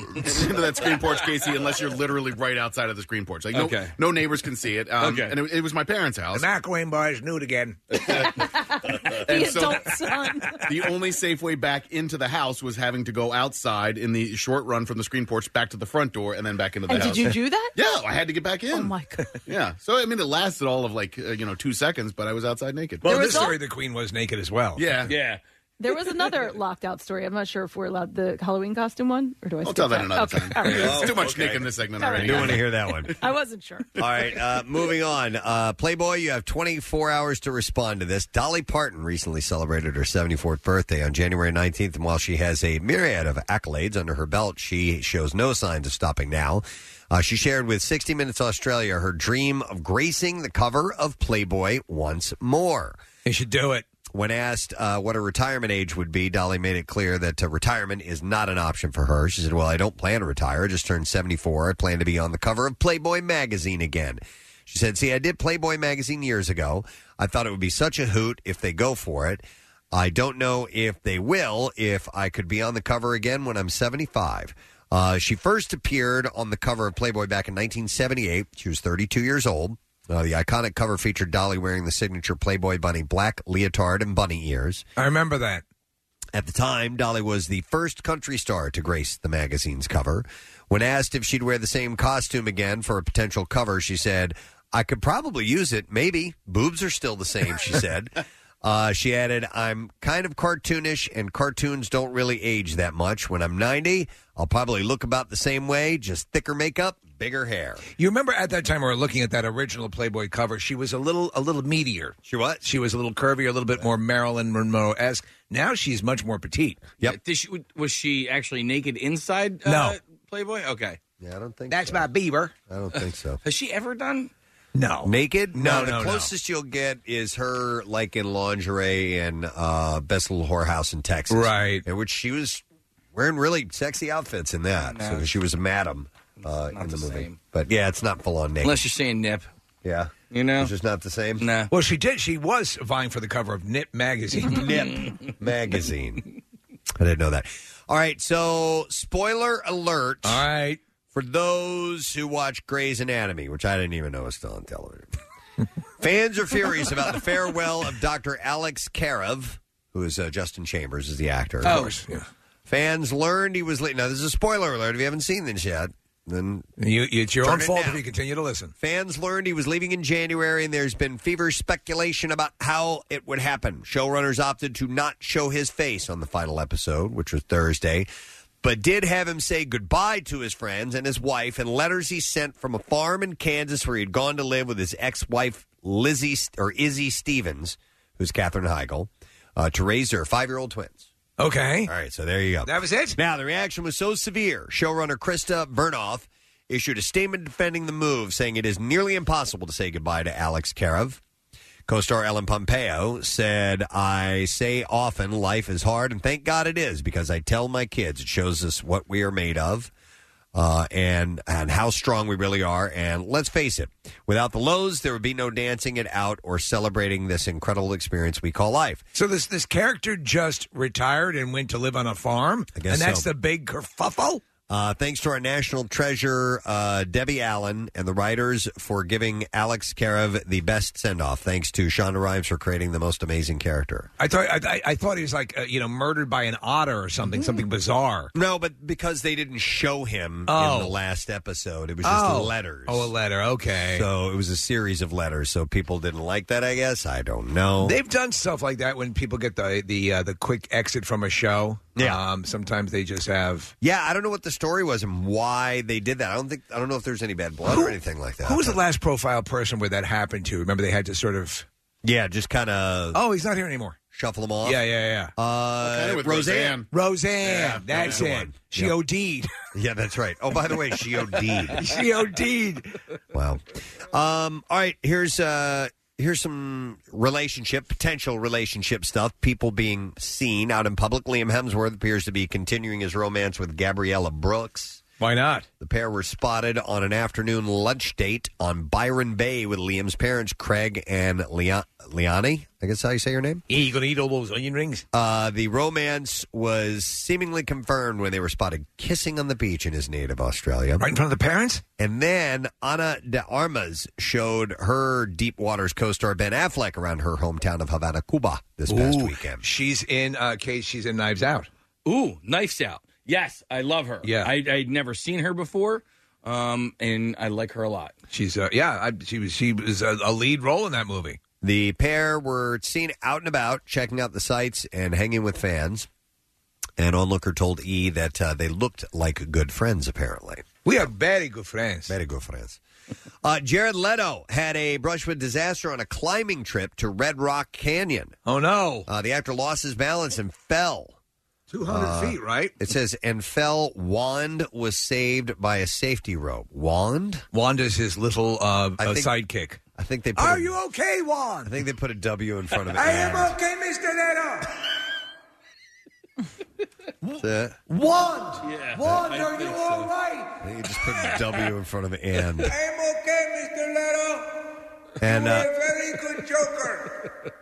Speaker 10: into that screen porch, Casey, unless you're literally right outside of the screen porch. Like no,
Speaker 4: Okay.
Speaker 10: no neighbors can see it. Um, And it, it was my parents' house.
Speaker 4: The McElwain bar is nude again.
Speaker 10: And
Speaker 13: The
Speaker 10: so-
Speaker 13: adult son.
Speaker 10: the only safe way back into the house was having to go outside in the short run from the screen porch back to the front door and then back into the
Speaker 13: And did
Speaker 10: house.
Speaker 13: you do that?
Speaker 10: Yeah, I had to get back in. Oh my
Speaker 3: god.
Speaker 10: Yeah. So I mean, it lasted all of like uh, you know two seconds, but I was outside naked.
Speaker 4: Well, in this story, the Queen was naked as well.
Speaker 10: Yeah.
Speaker 11: Yeah.
Speaker 3: There was another locked out story. I'm not sure if we're allowed the Halloween costume one, or do I?
Speaker 10: I'll
Speaker 3: skip
Speaker 10: tell that another
Speaker 3: Okay,
Speaker 10: time.
Speaker 3: all right.
Speaker 10: It's too much Nick in this segment
Speaker 2: I
Speaker 10: already.
Speaker 2: do want to hear that one.
Speaker 3: I wasn't sure.
Speaker 2: All right, uh, moving on. Uh, Playboy, you have 24 hours to respond to this. Dolly Parton recently celebrated her 74th birthday on January 19th, and while she has a myriad of accolades under her belt, she shows no signs of stopping now. Uh, she shared with 60 Minutes Australia her dream of gracing the cover of Playboy once more.
Speaker 4: You should do it.
Speaker 2: When asked uh, what her retirement age would be, Dolly made it clear that uh, retirement is not an option for her. She said, Well, I don't plan to retire. I just turned 74. I plan to be on the cover of Playboy magazine again. She said, See, I did Playboy magazine years ago. I thought it would be such a hoot if they go for it. I don't know if they will, if I could be on the cover again when I'm 75. Uh, she first appeared on the cover of Playboy back in 1978. She was 32 years old. Uh, the iconic cover featured Dolly wearing the signature Playboy bunny black leotard and bunny ears.
Speaker 4: I remember that.
Speaker 2: At the time, Dolly was the first country star to grace the magazine's cover. When asked if she'd wear the same costume again for a potential cover, she said, I could probably use it, maybe. Boobs are still the same, she said. uh, she added, I'm kind of cartoonish, and cartoons don't really age that much. When I'm 90, I'll probably look about the same way, just thicker makeup, bigger hair.
Speaker 4: You remember at that time we were looking at that original Playboy cover. She was a little a little meatier.
Speaker 2: She what?
Speaker 4: She was a little curvier, a little bit more Marilyn Monroe esque. Now she's much more petite.
Speaker 2: Yep.
Speaker 11: Did she, was she actually naked inside? uh,
Speaker 4: No.
Speaker 11: Playboy? Okay.
Speaker 2: Yeah, I don't think
Speaker 4: That's my beaver.
Speaker 2: I don't think so.
Speaker 11: Has she ever done?
Speaker 4: No.
Speaker 2: Naked?
Speaker 4: No,
Speaker 2: the
Speaker 4: no, no.
Speaker 2: closest you'll get is her like in lingerie in uh, Best Little Whorehouse in Texas.
Speaker 4: Right.
Speaker 2: In which she was wearing really sexy outfits in that.
Speaker 11: No.
Speaker 2: So she was a madam uh, in the,
Speaker 11: the
Speaker 2: movie.
Speaker 11: same.
Speaker 2: But yeah, it's not full on naked.
Speaker 11: Unless you're saying nip.
Speaker 2: Yeah.
Speaker 11: You know? It's
Speaker 2: just not the same?
Speaker 11: Nah.
Speaker 4: Well, she did. She was vying for the cover of Nip magazine.
Speaker 2: Nip magazine. I didn't know that. All right, so spoiler alert. All
Speaker 4: right.
Speaker 2: For those who watch Grey's Anatomy, which I didn't even know was still on television. Fans are furious about the farewell of Dr. Alex Karev, who is uh, Justin Chambers, is the actor.
Speaker 4: Of course, yeah.
Speaker 2: Fans learned he was late. Now, this is a spoiler alert. If you haven't seen this yet, then
Speaker 4: You, it's your
Speaker 2: Turn
Speaker 4: own
Speaker 2: it
Speaker 4: fault
Speaker 2: down.
Speaker 4: if you continue to listen.
Speaker 2: Fans learned he was leaving in January, and there's been feverish speculation about how it would happen. Showrunners opted to not show his face on the final episode, which was Thursday, but did have him say goodbye to his friends and his wife in letters he sent from a farm in Kansas where he'd gone to live with his ex wife, Lizzie or Izzy Stevens, who's Katherine Heigl, uh, to raise their five year old twins.
Speaker 4: Okay.
Speaker 2: All right, so there you go.
Speaker 4: That was it?
Speaker 2: Now, the reaction was so severe. Showrunner Krista Burnoff issued a statement defending the move, saying it is nearly impossible to say goodbye to Alex Karev. Co star Ellen Pompeo said, I say often life is hard, and thank God it is, because I tell my kids it shows us what we are made of uh, and and how strong we really are. And let's face it, without the lows, there would be no dancing it out or celebrating this incredible experience we call life.
Speaker 4: So this this character just retired and went to live on a farm,
Speaker 2: guess
Speaker 4: and that's
Speaker 2: so.
Speaker 4: the big kerfuffle.
Speaker 2: Uh, thanks to our national treasure, uh, Debbie Allen, and the writers for giving Alex Karev the best send off. Thanks to Shonda Rhimes for creating the most amazing character.
Speaker 4: I thought I, I- I thought he was like uh, you know murdered by an otter or something, something bizarre.
Speaker 2: No, but because they didn't show him in the last episode, it was just
Speaker 4: Oh.
Speaker 2: letters.
Speaker 4: Oh, a letter. Okay.
Speaker 2: So it was a series of letters. So people didn't like that, I guess. I don't know.
Speaker 4: They've done stuff like that when people get the the uh, the quick exit from a show. Yeah. Um, sometimes they just have.
Speaker 2: yeah, I don't know what the story was and why they did that. I don't think I don't know if there's any bad blood or anything like that.
Speaker 4: Who was the last profile person where that happened to? Remember, they had to sort of.
Speaker 2: Yeah, just kind of.
Speaker 4: Oh, he's not here anymore.
Speaker 2: Shuffle them off.
Speaker 4: Yeah, yeah, yeah.
Speaker 2: Uh,
Speaker 4: with
Speaker 2: Roseanne.
Speaker 4: Roseanne. Roseanne.
Speaker 2: Yeah,
Speaker 4: that's
Speaker 2: that's the
Speaker 4: it.
Speaker 2: one.
Speaker 4: She
Speaker 2: Yep.
Speaker 4: OD'd.
Speaker 2: Yeah, that's right. Oh, by the way, she OD'd.
Speaker 4: she OD'd.
Speaker 2: Wow. Um, all right, here's uh here's some relationship potential relationship stuff. People being seen out in public. Liam Hemsworth appears to be continuing his romance with Gabriella Brooks.
Speaker 4: Why not?
Speaker 2: The pair were spotted on an afternoon lunch date on Byron Bay with Liam's parents, Craig and Leon- Leonie. I guess how you say your name.
Speaker 4: Yeah, you gonna eat all those onion rings?
Speaker 2: Uh, the romance was seemingly confirmed when they were spotted kissing on the beach in his native Australia.
Speaker 4: Right in front of the parents?
Speaker 2: And then Ana de Armas showed her Deep Waters co star Ben Affleck around her hometown of Havana, Cuba this past
Speaker 4: Ooh,
Speaker 2: weekend.
Speaker 4: She's in uh, case she's in Knives Out.
Speaker 11: Ooh, Knifes Out. Yes, I love her.
Speaker 4: Yeah.
Speaker 11: I, I'd never seen her before, um, and I like her a lot.
Speaker 4: She's uh, yeah, I, she was she was a, a lead role in that movie.
Speaker 2: The pair were seen out and about, checking out the sights and hanging with fans. An onlooker told E that uh, they looked like good friends, apparently.
Speaker 4: We are very good friends.
Speaker 2: Very good friends. Uh, Jared Leto had a brush with disaster on a climbing trip to Red Rock Canyon.
Speaker 4: Oh no!
Speaker 2: Uh, the actor lost his balance and fell.
Speaker 4: Two hundred
Speaker 2: Uh,
Speaker 4: feet, right?
Speaker 2: It says and fell. Wand was saved by a safety rope. Wand.
Speaker 4: Wanda's his little uh,
Speaker 2: I
Speaker 4: uh,
Speaker 2: think-
Speaker 4: sidekick.
Speaker 2: I think they. Put
Speaker 4: Are
Speaker 2: a-
Speaker 4: you okay,
Speaker 2: I
Speaker 4: Juan?
Speaker 2: think they put a W in front of it.
Speaker 4: I am okay, Mister Leto.
Speaker 2: That's it.
Speaker 4: Wand,
Speaker 11: Yeah,
Speaker 4: Wand,
Speaker 11: I
Speaker 4: are you
Speaker 11: think so.
Speaker 4: all right?
Speaker 2: I think you just put a W in front of and.
Speaker 4: I am okay, Mister Leto.
Speaker 2: And uh,
Speaker 4: You're a very good Joker.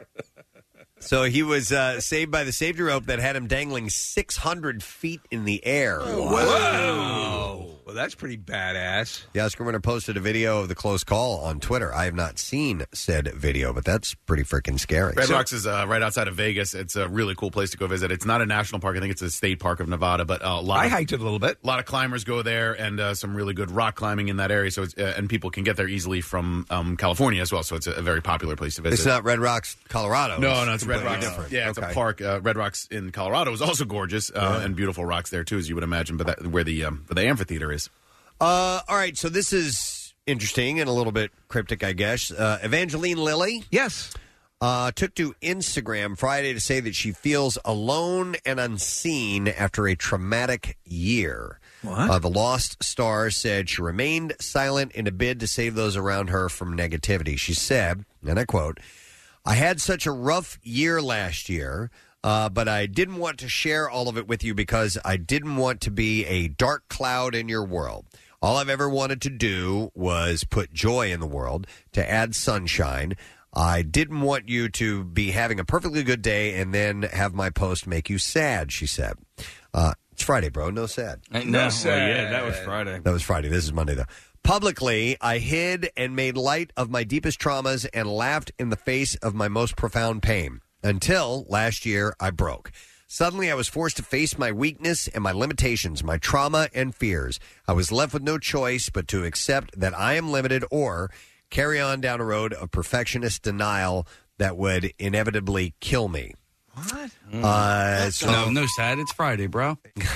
Speaker 2: so he was uh, saved by the safety rope that had him dangling 600 feet in the air.
Speaker 10: Oh,
Speaker 4: Whoa! Well, that's pretty badass.
Speaker 2: The Oscar winner posted a video of the close call on Twitter. I have not seen said video, but that's pretty freaking scary.
Speaker 10: Red Rocks is uh, right outside of Vegas. It's a really cool place to go visit. It's not a national park. I think it's a state park of Nevada, but uh, a lot.
Speaker 4: I
Speaker 10: of,
Speaker 4: hiked it a little bit.
Speaker 10: a lot of climbers go there, and uh, some really good rock climbing in that area. So, it's, uh, and people can get there easily from um, California as well. So, it's a, a very popular place to visit.
Speaker 2: It's not Red Rocks, Colorado.
Speaker 10: No, no, it's Red
Speaker 2: completely
Speaker 10: Rocks.
Speaker 2: different.
Speaker 10: Yeah, it's
Speaker 2: Okay.
Speaker 10: a park. Uh, Red Rocks in Colorado is also gorgeous uh, and beautiful rocks there too, as you would imagine. But that, where the um, where the amphitheater is.
Speaker 2: Uh, all right, so this is interesting and a little bit cryptic, I guess. Uh, Evangeline Lilly
Speaker 4: Yes.
Speaker 2: uh, took to Instagram Friday to say that she feels alone and unseen after a traumatic year. Uh, the Lost Star said she remained silent in a bid to save those around her from negativity. She said, and I quote, I had such a rough year last year, uh, but I didn't want to share all of it with you because I didn't want to be a dark cloud in your world. All I've ever wanted to do was put joy in the world, to add sunshine. I didn't want you to be having a perfectly good day and then have my post make you sad, she said. Uh, it's Friday, bro. No sad.
Speaker 11: No, well, yeah, that was Friday.
Speaker 2: That was Friday. This is Monday, though. Publicly, I hid and made light of my deepest traumas and laughed in the face of my most profound pain until last year I broke. Suddenly, I was forced to face my weakness and my limitations, my trauma and fears. I was left with no choice but to accept that I am limited or carry on down a road of perfectionist denial that would inevitably kill me.
Speaker 11: What?
Speaker 2: Uh, so-
Speaker 11: no, no sad. It's Friday, bro.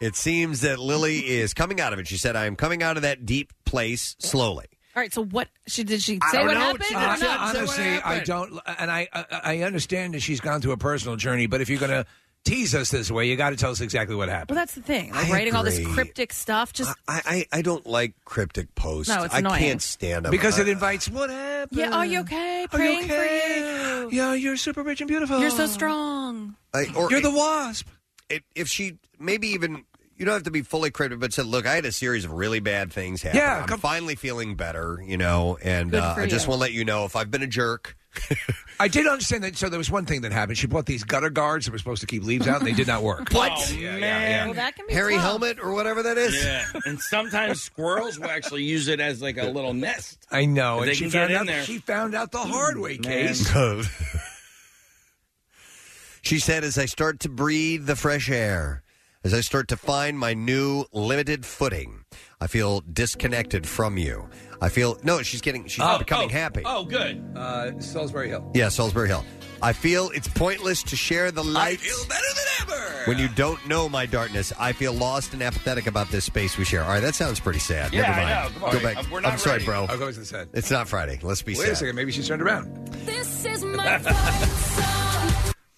Speaker 2: It seems that Lily is coming out of it. She said, I am coming out of that deep place slowly.
Speaker 3: All right, so what she did she
Speaker 2: I
Speaker 3: say
Speaker 2: don't
Speaker 3: what
Speaker 2: know.
Speaker 3: happened?
Speaker 2: She
Speaker 3: or
Speaker 2: didn't
Speaker 3: not?
Speaker 4: honestly, I don't, and I, I I understand that she's gone through a personal journey, but if you're going to tease us this way, you got to tell us exactly what happened.
Speaker 3: Well, that's the thing. Like
Speaker 2: I
Speaker 3: writing all this
Speaker 2: agree.
Speaker 3: cryptic stuff. Just
Speaker 2: I, I, I don't like cryptic posts.
Speaker 3: No, it's
Speaker 2: I
Speaker 3: annoying.
Speaker 2: can't stand them.
Speaker 4: Because it
Speaker 2: I-
Speaker 4: invites what happened.
Speaker 3: yeah. Are you okay?
Speaker 4: Are you
Speaker 3: Praying
Speaker 4: okay?
Speaker 3: for you.
Speaker 4: Yeah, you're super rich and beautiful.
Speaker 3: You're so strong.
Speaker 2: I- or
Speaker 4: You're the wasp.
Speaker 2: it, if she maybe even you don't have to be fully cryptic, but said, "Look, I had a series of really bad things happen.
Speaker 4: Yeah,
Speaker 2: I'm finally feeling better, you know, and
Speaker 4: Good
Speaker 2: uh,
Speaker 4: for
Speaker 2: I just
Speaker 4: you.
Speaker 2: want to let you know if I've been a jerk."
Speaker 4: I did understand that. So there was one thing that happened. She bought these gutter guards that were supposed to keep leaves out, and they did not work. Oh,
Speaker 2: What?
Speaker 4: yeah, yeah.
Speaker 3: Well, that can be
Speaker 2: Harry
Speaker 3: tough.
Speaker 2: helmet or whatever that is.
Speaker 11: Yeah, and sometimes squirrels will actually use it as like a little nest.
Speaker 4: I know.
Speaker 11: They
Speaker 4: Oh, and she
Speaker 11: can get
Speaker 4: found
Speaker 11: in
Speaker 4: out.
Speaker 11: there. Mm,
Speaker 4: She found out the hard way,
Speaker 11: Man.
Speaker 4: Case.
Speaker 2: she said, as I start to breathe the fresh air, as I start to find my new limited footing, I feel disconnected from you. I feel, no, she's getting, she's becoming happy.
Speaker 11: Oh, good.
Speaker 4: Uh, Salisbury Hill.
Speaker 2: Yeah, Salisbury Hill. I feel it's pointless to share the light. When you don't know my darkness, I feel lost and apathetic about this space we share. All right, that sounds pretty sad.
Speaker 11: Yeah,
Speaker 2: Never
Speaker 11: I
Speaker 2: mind.
Speaker 11: know. Come on.
Speaker 2: Go back.
Speaker 11: I'm- we're not
Speaker 2: I'm sorry,
Speaker 11: ready.
Speaker 2: bro.
Speaker 4: I'll go with the sad.
Speaker 2: It's not Friday. Let's be
Speaker 4: Wait
Speaker 2: sad.
Speaker 4: a second. Maybe she's turned around.
Speaker 5: This is my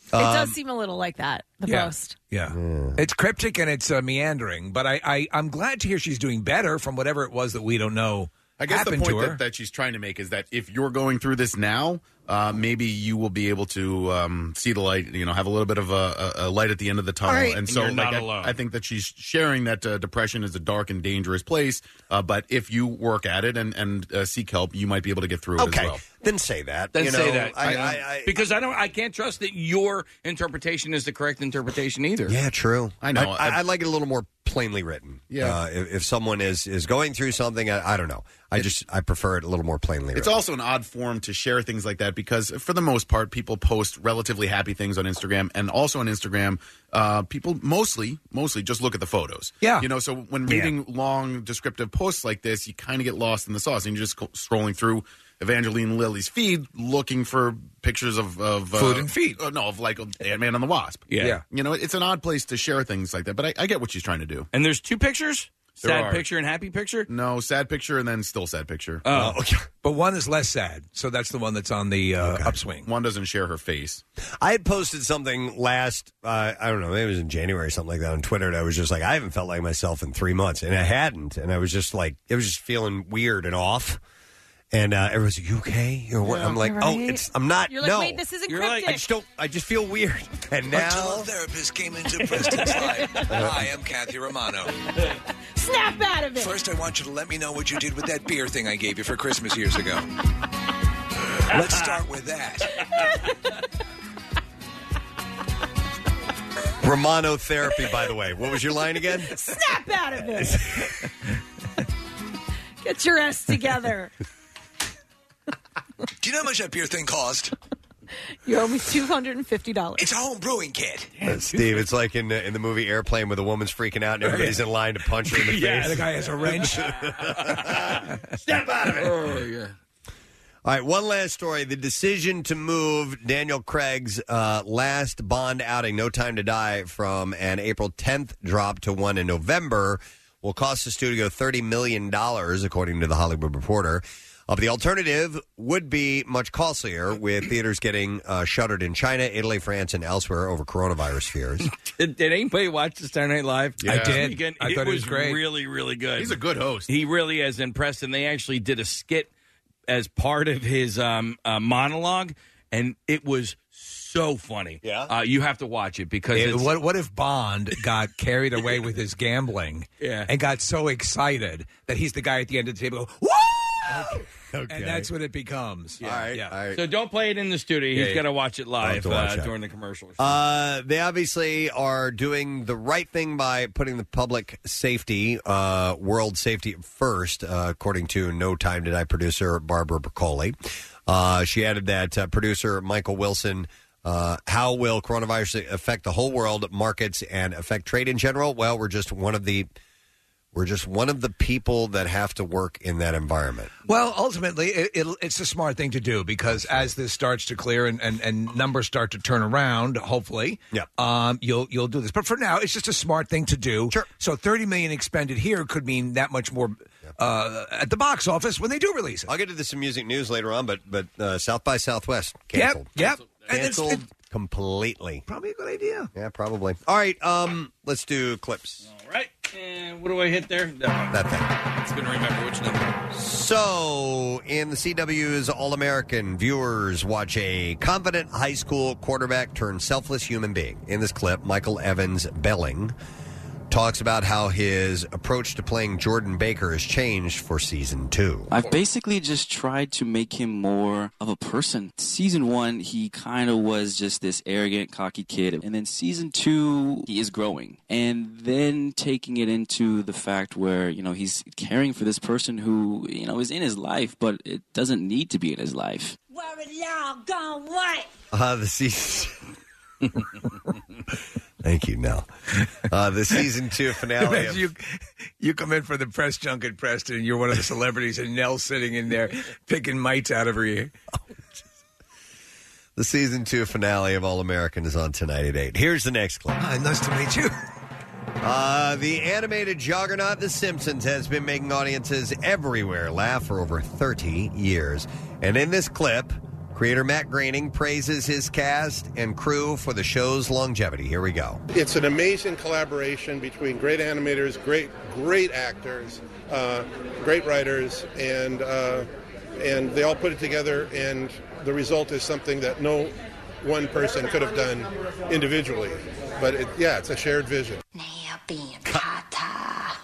Speaker 3: it
Speaker 2: Um,
Speaker 3: does seem a little like that. The
Speaker 4: yeah.
Speaker 3: ghost.
Speaker 4: Yeah. It's cryptic and it's uh, meandering, but I, I, I'm glad to hear she's doing better from whatever it was that we don't know
Speaker 10: I guess the
Speaker 4: happened
Speaker 10: point
Speaker 4: to her.
Speaker 10: that, that she's trying to make is that if you're going through this now, uh, maybe you will be able to um, see the light. You know, have a little bit of a, a, a light at the end of the tunnel.
Speaker 11: All right.
Speaker 10: And
Speaker 11: And
Speaker 10: so,
Speaker 11: you're
Speaker 10: like,
Speaker 11: not
Speaker 10: I,
Speaker 11: alone.
Speaker 10: I think that she's sharing that uh, depression is a dark and dangerous place. Uh, but if you work at it and and uh, seek help, you might be able to get through it
Speaker 2: Okay.
Speaker 10: as well.
Speaker 2: Then say that.
Speaker 11: Then
Speaker 2: you
Speaker 11: say
Speaker 2: know,
Speaker 11: that
Speaker 2: I,
Speaker 11: you know?
Speaker 2: I, I,
Speaker 11: because I don't. I can't trust that your interpretation is the correct interpretation either.
Speaker 2: Yeah, true.
Speaker 10: I know.
Speaker 2: I,
Speaker 10: I-
Speaker 2: I, like it a little more plainly written.
Speaker 10: Yeah.
Speaker 2: Uh, if, if someone is is going through something, I, I don't know. I just I prefer it a little more plainly
Speaker 10: It's
Speaker 2: written.
Speaker 10: also an odd form to share things like that because, for the most part, people post relatively happy things on Instagram, and also on Instagram, uh, people mostly mostly just look at the photos.
Speaker 4: Yeah.
Speaker 10: you know. So when reading long descriptive posts like this, you kind of get lost in the sauce, and you're just co- scrolling through Evangeline Lilly's feed looking for pictures of, of uh,
Speaker 4: Food and feet.
Speaker 10: Oh, no, of like Ant Man and the Wasp.
Speaker 11: Yeah.
Speaker 4: Yeah.
Speaker 10: You know, it's an odd place to share things like that, but I, I get what she's trying to do.
Speaker 11: And there's two pictures:
Speaker 10: There
Speaker 11: sad
Speaker 10: are.
Speaker 11: picture and happy picture.
Speaker 10: No, sad picture and then still sad picture.
Speaker 11: Oh,
Speaker 4: But one is less sad, so that's the one that's on the uh, upswing.
Speaker 10: One doesn't share her face.
Speaker 2: I had posted something last uh, I don't know maybe it was in January or something like that on Twitter. And I was just like I haven't felt like myself in three months, and I hadn't, and I was just like it was just feeling weird and off. And uh, everyone's like, "You okay?" You're what? I'm like, "Oh,
Speaker 3: right.
Speaker 2: it's I'm not."
Speaker 3: You're like,
Speaker 2: no,
Speaker 3: wait, this isn't
Speaker 11: You're like-
Speaker 3: cryptic.
Speaker 2: I just don't. I just feel weird. And now,
Speaker 4: therapist came into Preston's life. I am Kathy Romano.
Speaker 3: Snap out of it.
Speaker 4: First, I want you to let me know what you did with that beer thing I gave you for Christmas years ago. Let's start with that.
Speaker 2: Romano therapy. By the way, what was your line again?
Speaker 3: Snap out of it. Get your ass together.
Speaker 4: Do you know how much that beer thing cost?
Speaker 3: You owe me two hundred and fifty dollars.
Speaker 4: It's a home brewing kit.
Speaker 2: Uh, Steve, it's like in the, in the movie Airplane where the woman's freaking out and everybody's in line to punch her in the
Speaker 4: Yeah,
Speaker 2: face.
Speaker 4: the guy has a wrench.
Speaker 11: oh yeah.
Speaker 2: All right, one last story. The decision to move Daniel Craig's uh, last Bond outing, No Time to Die, from an April 10th drop to one in November will cost the studio $30 million, according to the Hollywood Reporter. Uh, but the alternative would be much costlier, with theaters getting uh, shuttered in China, Italy, France, and elsewhere over coronavirus fears.
Speaker 11: Did, did anybody watch the Saturday Night Live?
Speaker 2: I
Speaker 11: this
Speaker 2: did.
Speaker 11: weekend?
Speaker 2: I
Speaker 11: it
Speaker 2: thought it
Speaker 11: was
Speaker 2: was great.
Speaker 11: really, really good.
Speaker 2: He's a good host.
Speaker 11: He really is impressed. And they actually did a skit as part of his um, uh, monologue, and it was so funny. Yeah, uh, you have to watch it because
Speaker 4: Yeah,
Speaker 11: it's,
Speaker 4: what what if Bond got carried away with his gambling
Speaker 11: Yeah.
Speaker 4: and got so excited that he's the guy at the end of the table? Woo! And that's what it becomes. Yeah. yeah.
Speaker 11: So don't play it in the studio.
Speaker 4: Yeah,
Speaker 11: He's
Speaker 4: yeah.
Speaker 11: got to watch it
Speaker 2: I'll have
Speaker 11: live
Speaker 2: to watch
Speaker 11: uh,
Speaker 2: that.
Speaker 11: during the commercial.
Speaker 2: Uh, they obviously are doing the right thing by putting the public safety, uh, world safety first, uh, according to No Time Did I producer Barbara Broccoli. Uh, she added that uh, producer Michael Wilson. Uh, how will coronavirus affect the whole world, markets, and affect trade in general? Well, we're just one of the we're just one of the people that have to work in that environment.
Speaker 4: Well, ultimately, it, it, it's a smart thing to do because as this starts to clear and, and, and numbers start to turn around, hopefully, yeah. um, you'll you'll do this. But for now, it's just a smart thing to do. Sure. So thirty million expended here could mean that much more uh, at the box office when they do release it.
Speaker 2: I'll get to this music news later on, but but uh, South by Southwest canceled.
Speaker 4: Yep, yep. And it's-
Speaker 2: canceled completely.
Speaker 4: Probably a good idea.
Speaker 2: Yeah, probably. All right, um, let's do clips.
Speaker 11: All right. And what do I hit there? That
Speaker 2: thing.
Speaker 11: It's going to remember which number.
Speaker 2: So, in the CW's All American, viewers watch a confident high school quarterback turn selfless human being. In this clip, Michael Evans Belling talks about how his approach to playing Jordan Baker has changed for season two.
Speaker 14: I've basically just tried to make him more of a person. Season one, he kind of was just this arrogant, cocky kid. And then season two, he is growing. And then taking it into the fact where, you know, he's caring for this person who, you know, is in his life, but it doesn't need to be in his life.
Speaker 15: Worried y'all gone what?
Speaker 2: Uh, the season. Thank you, Nell. Uh, the season two finale. Of,
Speaker 4: you you come in for the press junket, Preston, and you're one of the celebrities, and Nell's sitting in there picking mites out of her ear.
Speaker 2: the season two finale of All American is on tonight at eight. Here's the next clip.
Speaker 4: Hi, nice to meet you.
Speaker 2: Uh, the animated juggernaut The Simpsons has been making audiences everywhere laugh for over 30 years. And in this clip, creator Matt Groening praises his cast and crew for the show's longevity. Here we go.
Speaker 16: It's an amazing collaboration between great animators, great great actors, uh, great writers, and uh, and they all put it together, and the result is something that no one person could have done individually. But it, yeah, it's a shared vision.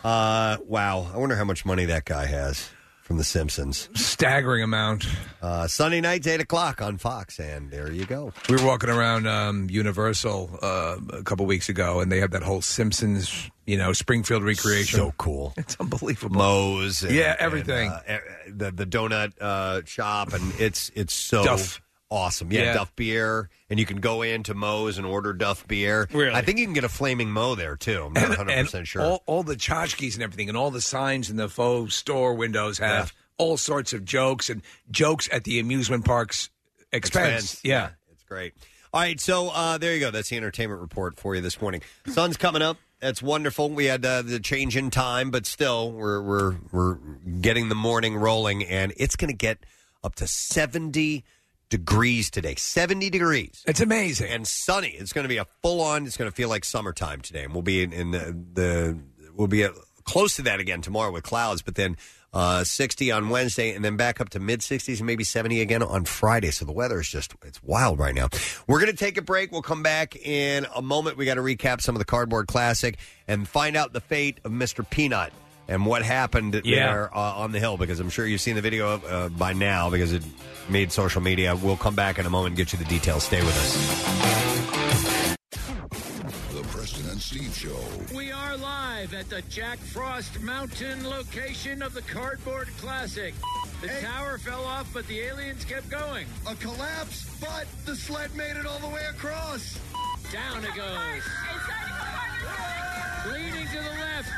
Speaker 2: Uh, wow. I wonder how much money that guy has from The Simpsons.
Speaker 4: Staggering amount.
Speaker 2: Uh, Sunday nights, 8 o'clock on Fox, and there you go.
Speaker 4: We were walking around um, Universal uh, a couple weeks ago, and they have that whole Simpsons, you know, Springfield recreation.
Speaker 2: So cool!
Speaker 4: It's unbelievable.
Speaker 2: Moe's. and-
Speaker 4: yeah,
Speaker 2: and,
Speaker 4: everything.
Speaker 2: uh, e- the the donut uh, shop, and it's it's so
Speaker 4: Duff.
Speaker 2: awesome. Yeah,
Speaker 4: Yeah.
Speaker 2: Duff beer, and you can go into Moe's and order Duff beer.
Speaker 4: Really?
Speaker 2: I think you can get a flaming Moe there too. I'm not 100 percent sure.
Speaker 4: All, all the tchotchkes and everything, and all the signs in the faux store windows have all sorts of jokes and jokes at the amusement park's expense.
Speaker 2: Expense.
Speaker 4: Yeah.
Speaker 2: it's great. All right, so uh, there you go. That's the entertainment report for you this morning. Sun's coming up. That's wonderful. We had uh, the change in time, but still, we're we're we're getting the morning rolling, and it's going to get up to seventy degrees today. Seventy degrees.
Speaker 4: It's amazing
Speaker 2: and sunny. It's going to be a full on. It's going to feel like summertime today, and we'll be in, in the, the we'll be at, close to that again tomorrow with clouds, but then. Uh, 60 on Wednesday, and then back up to mid 60s and maybe 70 again on Friday. So the weather is just, it's wild right now. We're going to take a break. We'll come back in a moment. We got to recap some of the Cardboard Classic and find out the fate of Mr. Peanut and what happened
Speaker 17: Yeah.
Speaker 2: there uh, on the hill because I'm sure you've seen the video uh, by now because it made social media. We'll come back in a moment and get you the details. Stay with us.
Speaker 1: The Preston and Steve Show.
Speaker 18: We are live at the Jack Frost Mountain location of the Cardboard Classic. The tower fell off, but the aliens kept going. A collapse, but the sled made it all the way across. Down it goes. Leaning to the left,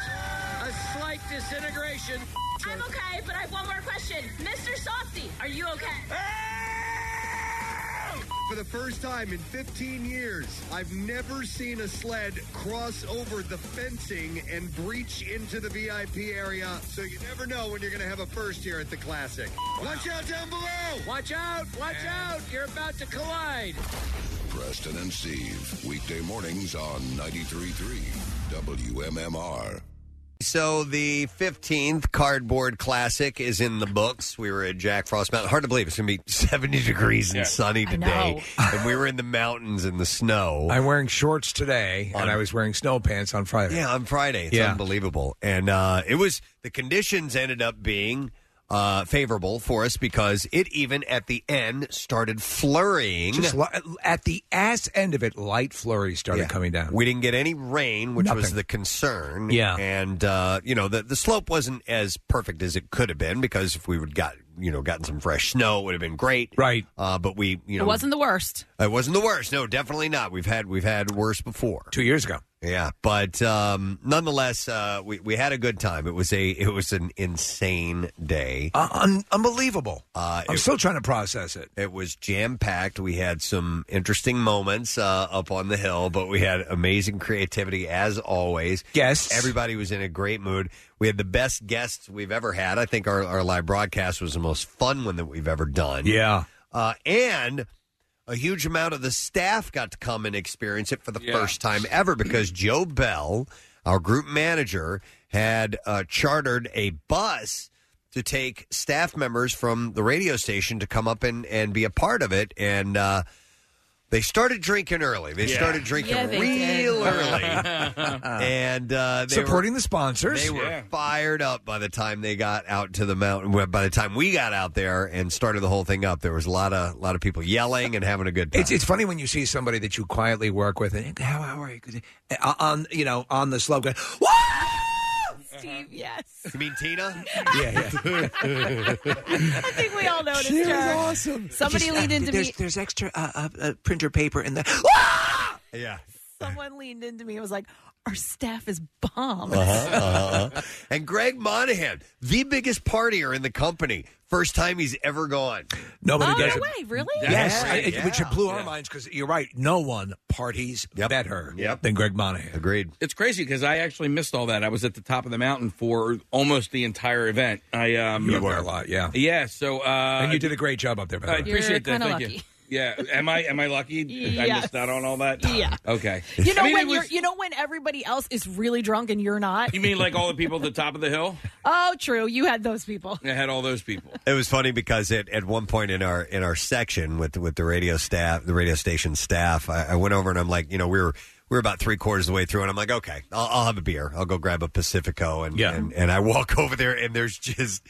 Speaker 18: a slight disintegration.
Speaker 15: I'm okay, but I have one more question. Mr. Softy, are you okay?
Speaker 19: for the first time in 15 years. I've never seen a sled cross over the fencing and breach into the VIP area, so you never know when you're going to have a first here at the Classic. Watch out down below!
Speaker 18: Watch out! Watch out! You're about to collide.
Speaker 1: Preston and Steve, weekday mornings on 93.3 WMMR.
Speaker 2: So the 15th Cardboard Classic is in the books. We were at Jack Frost Mountain. Hard to believe it's going to be 70 degrees and
Speaker 4: Yeah.
Speaker 2: sunny today. And we were in the mountains in the snow.
Speaker 4: I'm wearing shorts today, and I was wearing snow pants on Friday.
Speaker 2: Yeah, on Friday. It's
Speaker 4: Yeah.
Speaker 2: unbelievable. And uh, it was the conditions ended up being uh, favorable for us because it even at the end started flurrying.
Speaker 4: Just li- at the ass end of it, light flurries started
Speaker 2: Yeah.
Speaker 4: coming down.
Speaker 2: We didn't get any rain, which was
Speaker 4: Nothing.
Speaker 2: the concern.
Speaker 4: Yeah.
Speaker 2: and uh, you know the the slope wasn't as perfect as it could have been because if we would got you know gotten some fresh snow, it would have been great. Right. Uh, but we you know
Speaker 3: it wasn't the worst.
Speaker 2: it wasn't the worst. No, definitely not. We've had we've had worse before.
Speaker 4: Two years ago.
Speaker 2: Yeah, but um, nonetheless, uh, we we had a good time. It was a it was an insane day.
Speaker 4: Uh, un- unbelievable.
Speaker 2: Uh,
Speaker 4: I'm still trying to process it.
Speaker 2: It was jam packed. We had some interesting moments uh, up on the hill, but we had amazing creativity as always.
Speaker 4: Guests.
Speaker 2: Everybody was in a great mood. We had the best guests we've ever had. I think our, our live broadcast was the most fun one that we've ever done.
Speaker 4: Yeah.
Speaker 2: Uh, and a huge amount of the staff got to come and experience it for the first time ever because Joe Bell, our group manager, had uh, chartered a bus to take staff members from the radio station to come up and, and be a part of it. And uh, they started drinking early. They
Speaker 4: Yeah.
Speaker 2: started drinking
Speaker 4: Yeah, they
Speaker 2: real
Speaker 4: did.
Speaker 2: early. and uh, they
Speaker 4: Supporting
Speaker 2: were,
Speaker 4: the sponsors.
Speaker 2: They were
Speaker 4: Yeah.
Speaker 2: fired up by the time they got out to the mountain. well, By the time we got out there and started the whole thing up, there was a lot of lot of people yelling and having a good time.
Speaker 4: It's, it's funny when you see somebody that you quietly work with, and how, how are you? Good- uh, On you know on the slope, going, "Woo!"
Speaker 3: Oh, Steve, yes.
Speaker 2: You mean Tina?
Speaker 4: yeah, yeah.
Speaker 3: I think we all noticed
Speaker 4: She was
Speaker 3: her.
Speaker 4: awesome.
Speaker 3: Somebody
Speaker 4: Just, uh,
Speaker 3: leaned into
Speaker 4: there's,
Speaker 3: me.
Speaker 4: There's extra uh, uh, uh, printer paper in there. Ah!
Speaker 2: yeah.
Speaker 3: Someone leaned into me and was like, our staff is bombs.
Speaker 2: Uh-huh, uh-huh, uh-huh. and Greg Monahan, the biggest partier in the company, first time he's ever gone.
Speaker 4: Nobody
Speaker 3: oh,
Speaker 4: does it.
Speaker 3: no way, really?
Speaker 4: Yes,
Speaker 2: Yeah.
Speaker 4: I- it-
Speaker 2: Yeah.
Speaker 4: which it blew our minds because you're right. No one parties better than Greg Monahan.
Speaker 2: Agreed.
Speaker 11: It's crazy because I actually missed all that. I was at the top of the mountain for almost the entire event. I um,
Speaker 4: You were a lot, yeah.
Speaker 11: yeah. So uh,
Speaker 4: and you did a great job up there. By the
Speaker 11: I
Speaker 4: way.
Speaker 11: appreciate that.
Speaker 3: kinda
Speaker 11: Thank you.
Speaker 3: lucky.
Speaker 11: Yeah. Am I am I lucky? I
Speaker 3: Yes.
Speaker 11: missed out on all that.
Speaker 3: Yeah.
Speaker 11: Okay.
Speaker 3: You know
Speaker 11: I mean,
Speaker 3: when
Speaker 11: it was-
Speaker 3: you're, you know when everybody else is really drunk and you're not.
Speaker 11: You mean like all the people at the top of the hill?
Speaker 3: Oh, true. You had those people.
Speaker 11: I had all those people.
Speaker 2: It was funny because at, at one point in our in our section with with the radio staff, the radio station staff, I, I went over and I'm like, you know, we were we were about three quarters of the way through, and I'm like, okay, I'll, I'll have a beer, I'll go grab a Pacifico, and and, and I walk over there, and there's just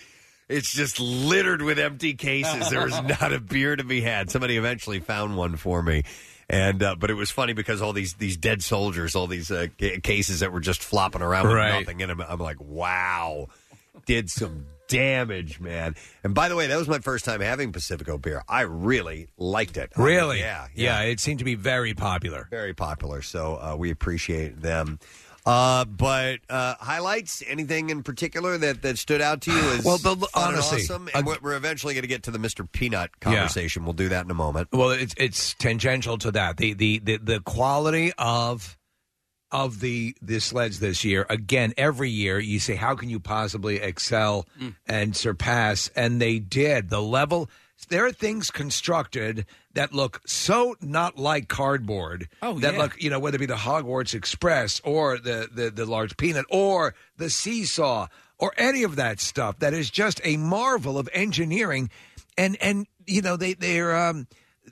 Speaker 2: it's just littered with empty cases. There was not a beer to be had. Somebody eventually found one for me. And uh, but it was funny because all these these dead soldiers, all these uh, ca- cases that were just flopping around with
Speaker 4: Right.
Speaker 2: nothing in them. I'm like, wow, did some damage, man. And by the way, that was my first time having Pacifico beer. I really liked it.
Speaker 4: Really?
Speaker 2: yeah,
Speaker 4: yeah. It seemed to be very popular.
Speaker 2: very popular. So uh, we appreciate them. Uh, but uh, highlights? Anything in particular that, that stood out to you? As
Speaker 4: Well, the-
Speaker 2: fun
Speaker 4: honestly,
Speaker 2: and awesome. And we're- we're eventually going to get to the Mr. Peanut conversation. We'll do that in a moment.
Speaker 4: Well, it's it's tangential to that. The the the, the quality of of the the sleds this year. Again, every year you say, how can you possibly excel and surpass? And they did. The level. There are things constructed that look so not like cardboard.
Speaker 11: Oh,
Speaker 4: that
Speaker 11: yeah.
Speaker 4: look, you know, whether it be the Hogwarts Express or the, the the large peanut or the seesaw or any of that stuff. That is just a marvel of engineering, and and you know they they're. Um,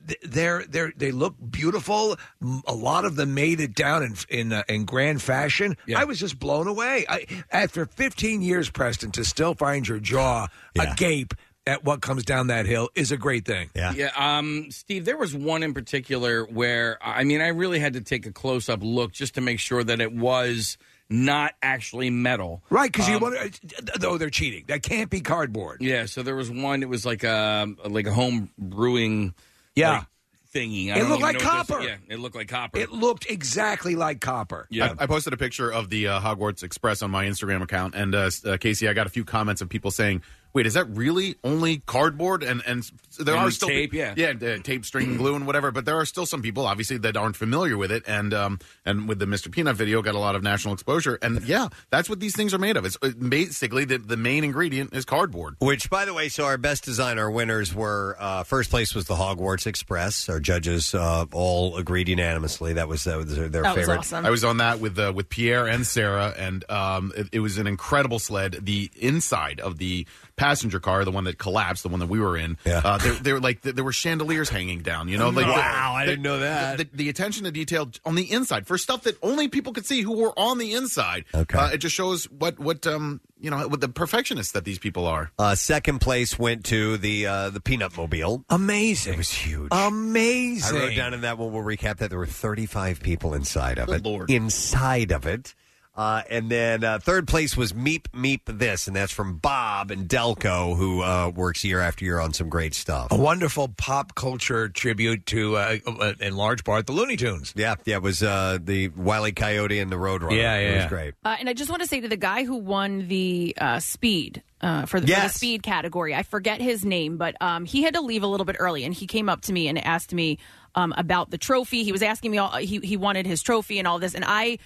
Speaker 4: th- they're they are they look beautiful. M- A lot of them made it down in in uh, in grand fashion. I was just blown away. I, after 15 years, Preston, to still find your jaw agape at what comes down that hill is a great thing.
Speaker 11: Yeah. Um, Steve, there was one in particular where, I mean, I really had to take a close up look just to make sure that it was not actually metal. Um,
Speaker 4: Right, because you uh, want to, though oh, they're cheating. That can't be cardboard.
Speaker 11: Yeah. So there was one, it was like a, like a home brewing
Speaker 4: Yeah.
Speaker 11: like, thingy. I
Speaker 4: It
Speaker 11: don't
Speaker 4: looked like
Speaker 11: even know what those-
Speaker 4: copper.
Speaker 11: Yeah. It looked like copper.
Speaker 4: It looked exactly like copper.
Speaker 11: Yeah.
Speaker 10: I, I posted a picture of the uh, Hogwarts Express on my Instagram account, and uh, s- uh, Casey, I got a few comments of people saying, wait, is that really only cardboard? And and there
Speaker 11: And
Speaker 10: are
Speaker 11: the
Speaker 10: still
Speaker 11: tape, yeah.
Speaker 10: yeah, the tape, string, and glue, and whatever. But there are still some people, obviously, that aren't familiar with it. And um, and with the Mr. Peanut video, got a lot of national exposure. And yeah, that's what these things are made of. It's uh, basically the the main ingredient is cardboard.
Speaker 2: Which, by the way, so our best designer winners were uh, first place was the Hogwarts Express. Our judges uh, all agreed unanimously that was, that was their their favorite.
Speaker 10: I was on that with uh, with Pierre and Sarah, and um, it, it was an incredible sled. The inside of the passenger car, the one that collapsed, the one that we were in, uh, there, there were like there were chandeliers hanging down. You know, like the-
Speaker 2: Wow, I
Speaker 10: the-
Speaker 2: didn't know that.
Speaker 10: The, the attention to detail on the inside for stuff that only people could see who were on the inside. Okay, uh, it just shows what what um you know what the perfectionists that these people are.
Speaker 2: Uh, second place went to the uh, the Peanut Mobile.
Speaker 4: Amazing.
Speaker 2: It was huge.
Speaker 4: Amazing.
Speaker 2: I wrote down in that one. We'll recap that there were 35 people inside of
Speaker 4: Good
Speaker 2: it.
Speaker 4: Lord.
Speaker 2: Inside of it. Uh, and then uh, third place was Meep Meep This, and that's from Bob and Delco, who uh, works year after year on some great stuff.
Speaker 4: A wonderful pop culture tribute to, uh, uh, in large part, the Looney Tunes.
Speaker 2: Yeah, yeah, it was uh, the Wiley Coyote and the Roadrunner.
Speaker 4: Yeah, yeah,
Speaker 2: it was
Speaker 4: yeah.
Speaker 2: great.
Speaker 3: Uh, and I just want to say to the guy who won the uh, speed uh, for, the, for the
Speaker 2: Yes.
Speaker 3: speed category, I forget his name, but um, he had to leave a little bit early, and he came up to me and asked me um, about the trophy. He was asking me all he he wanted his trophy and all this, and I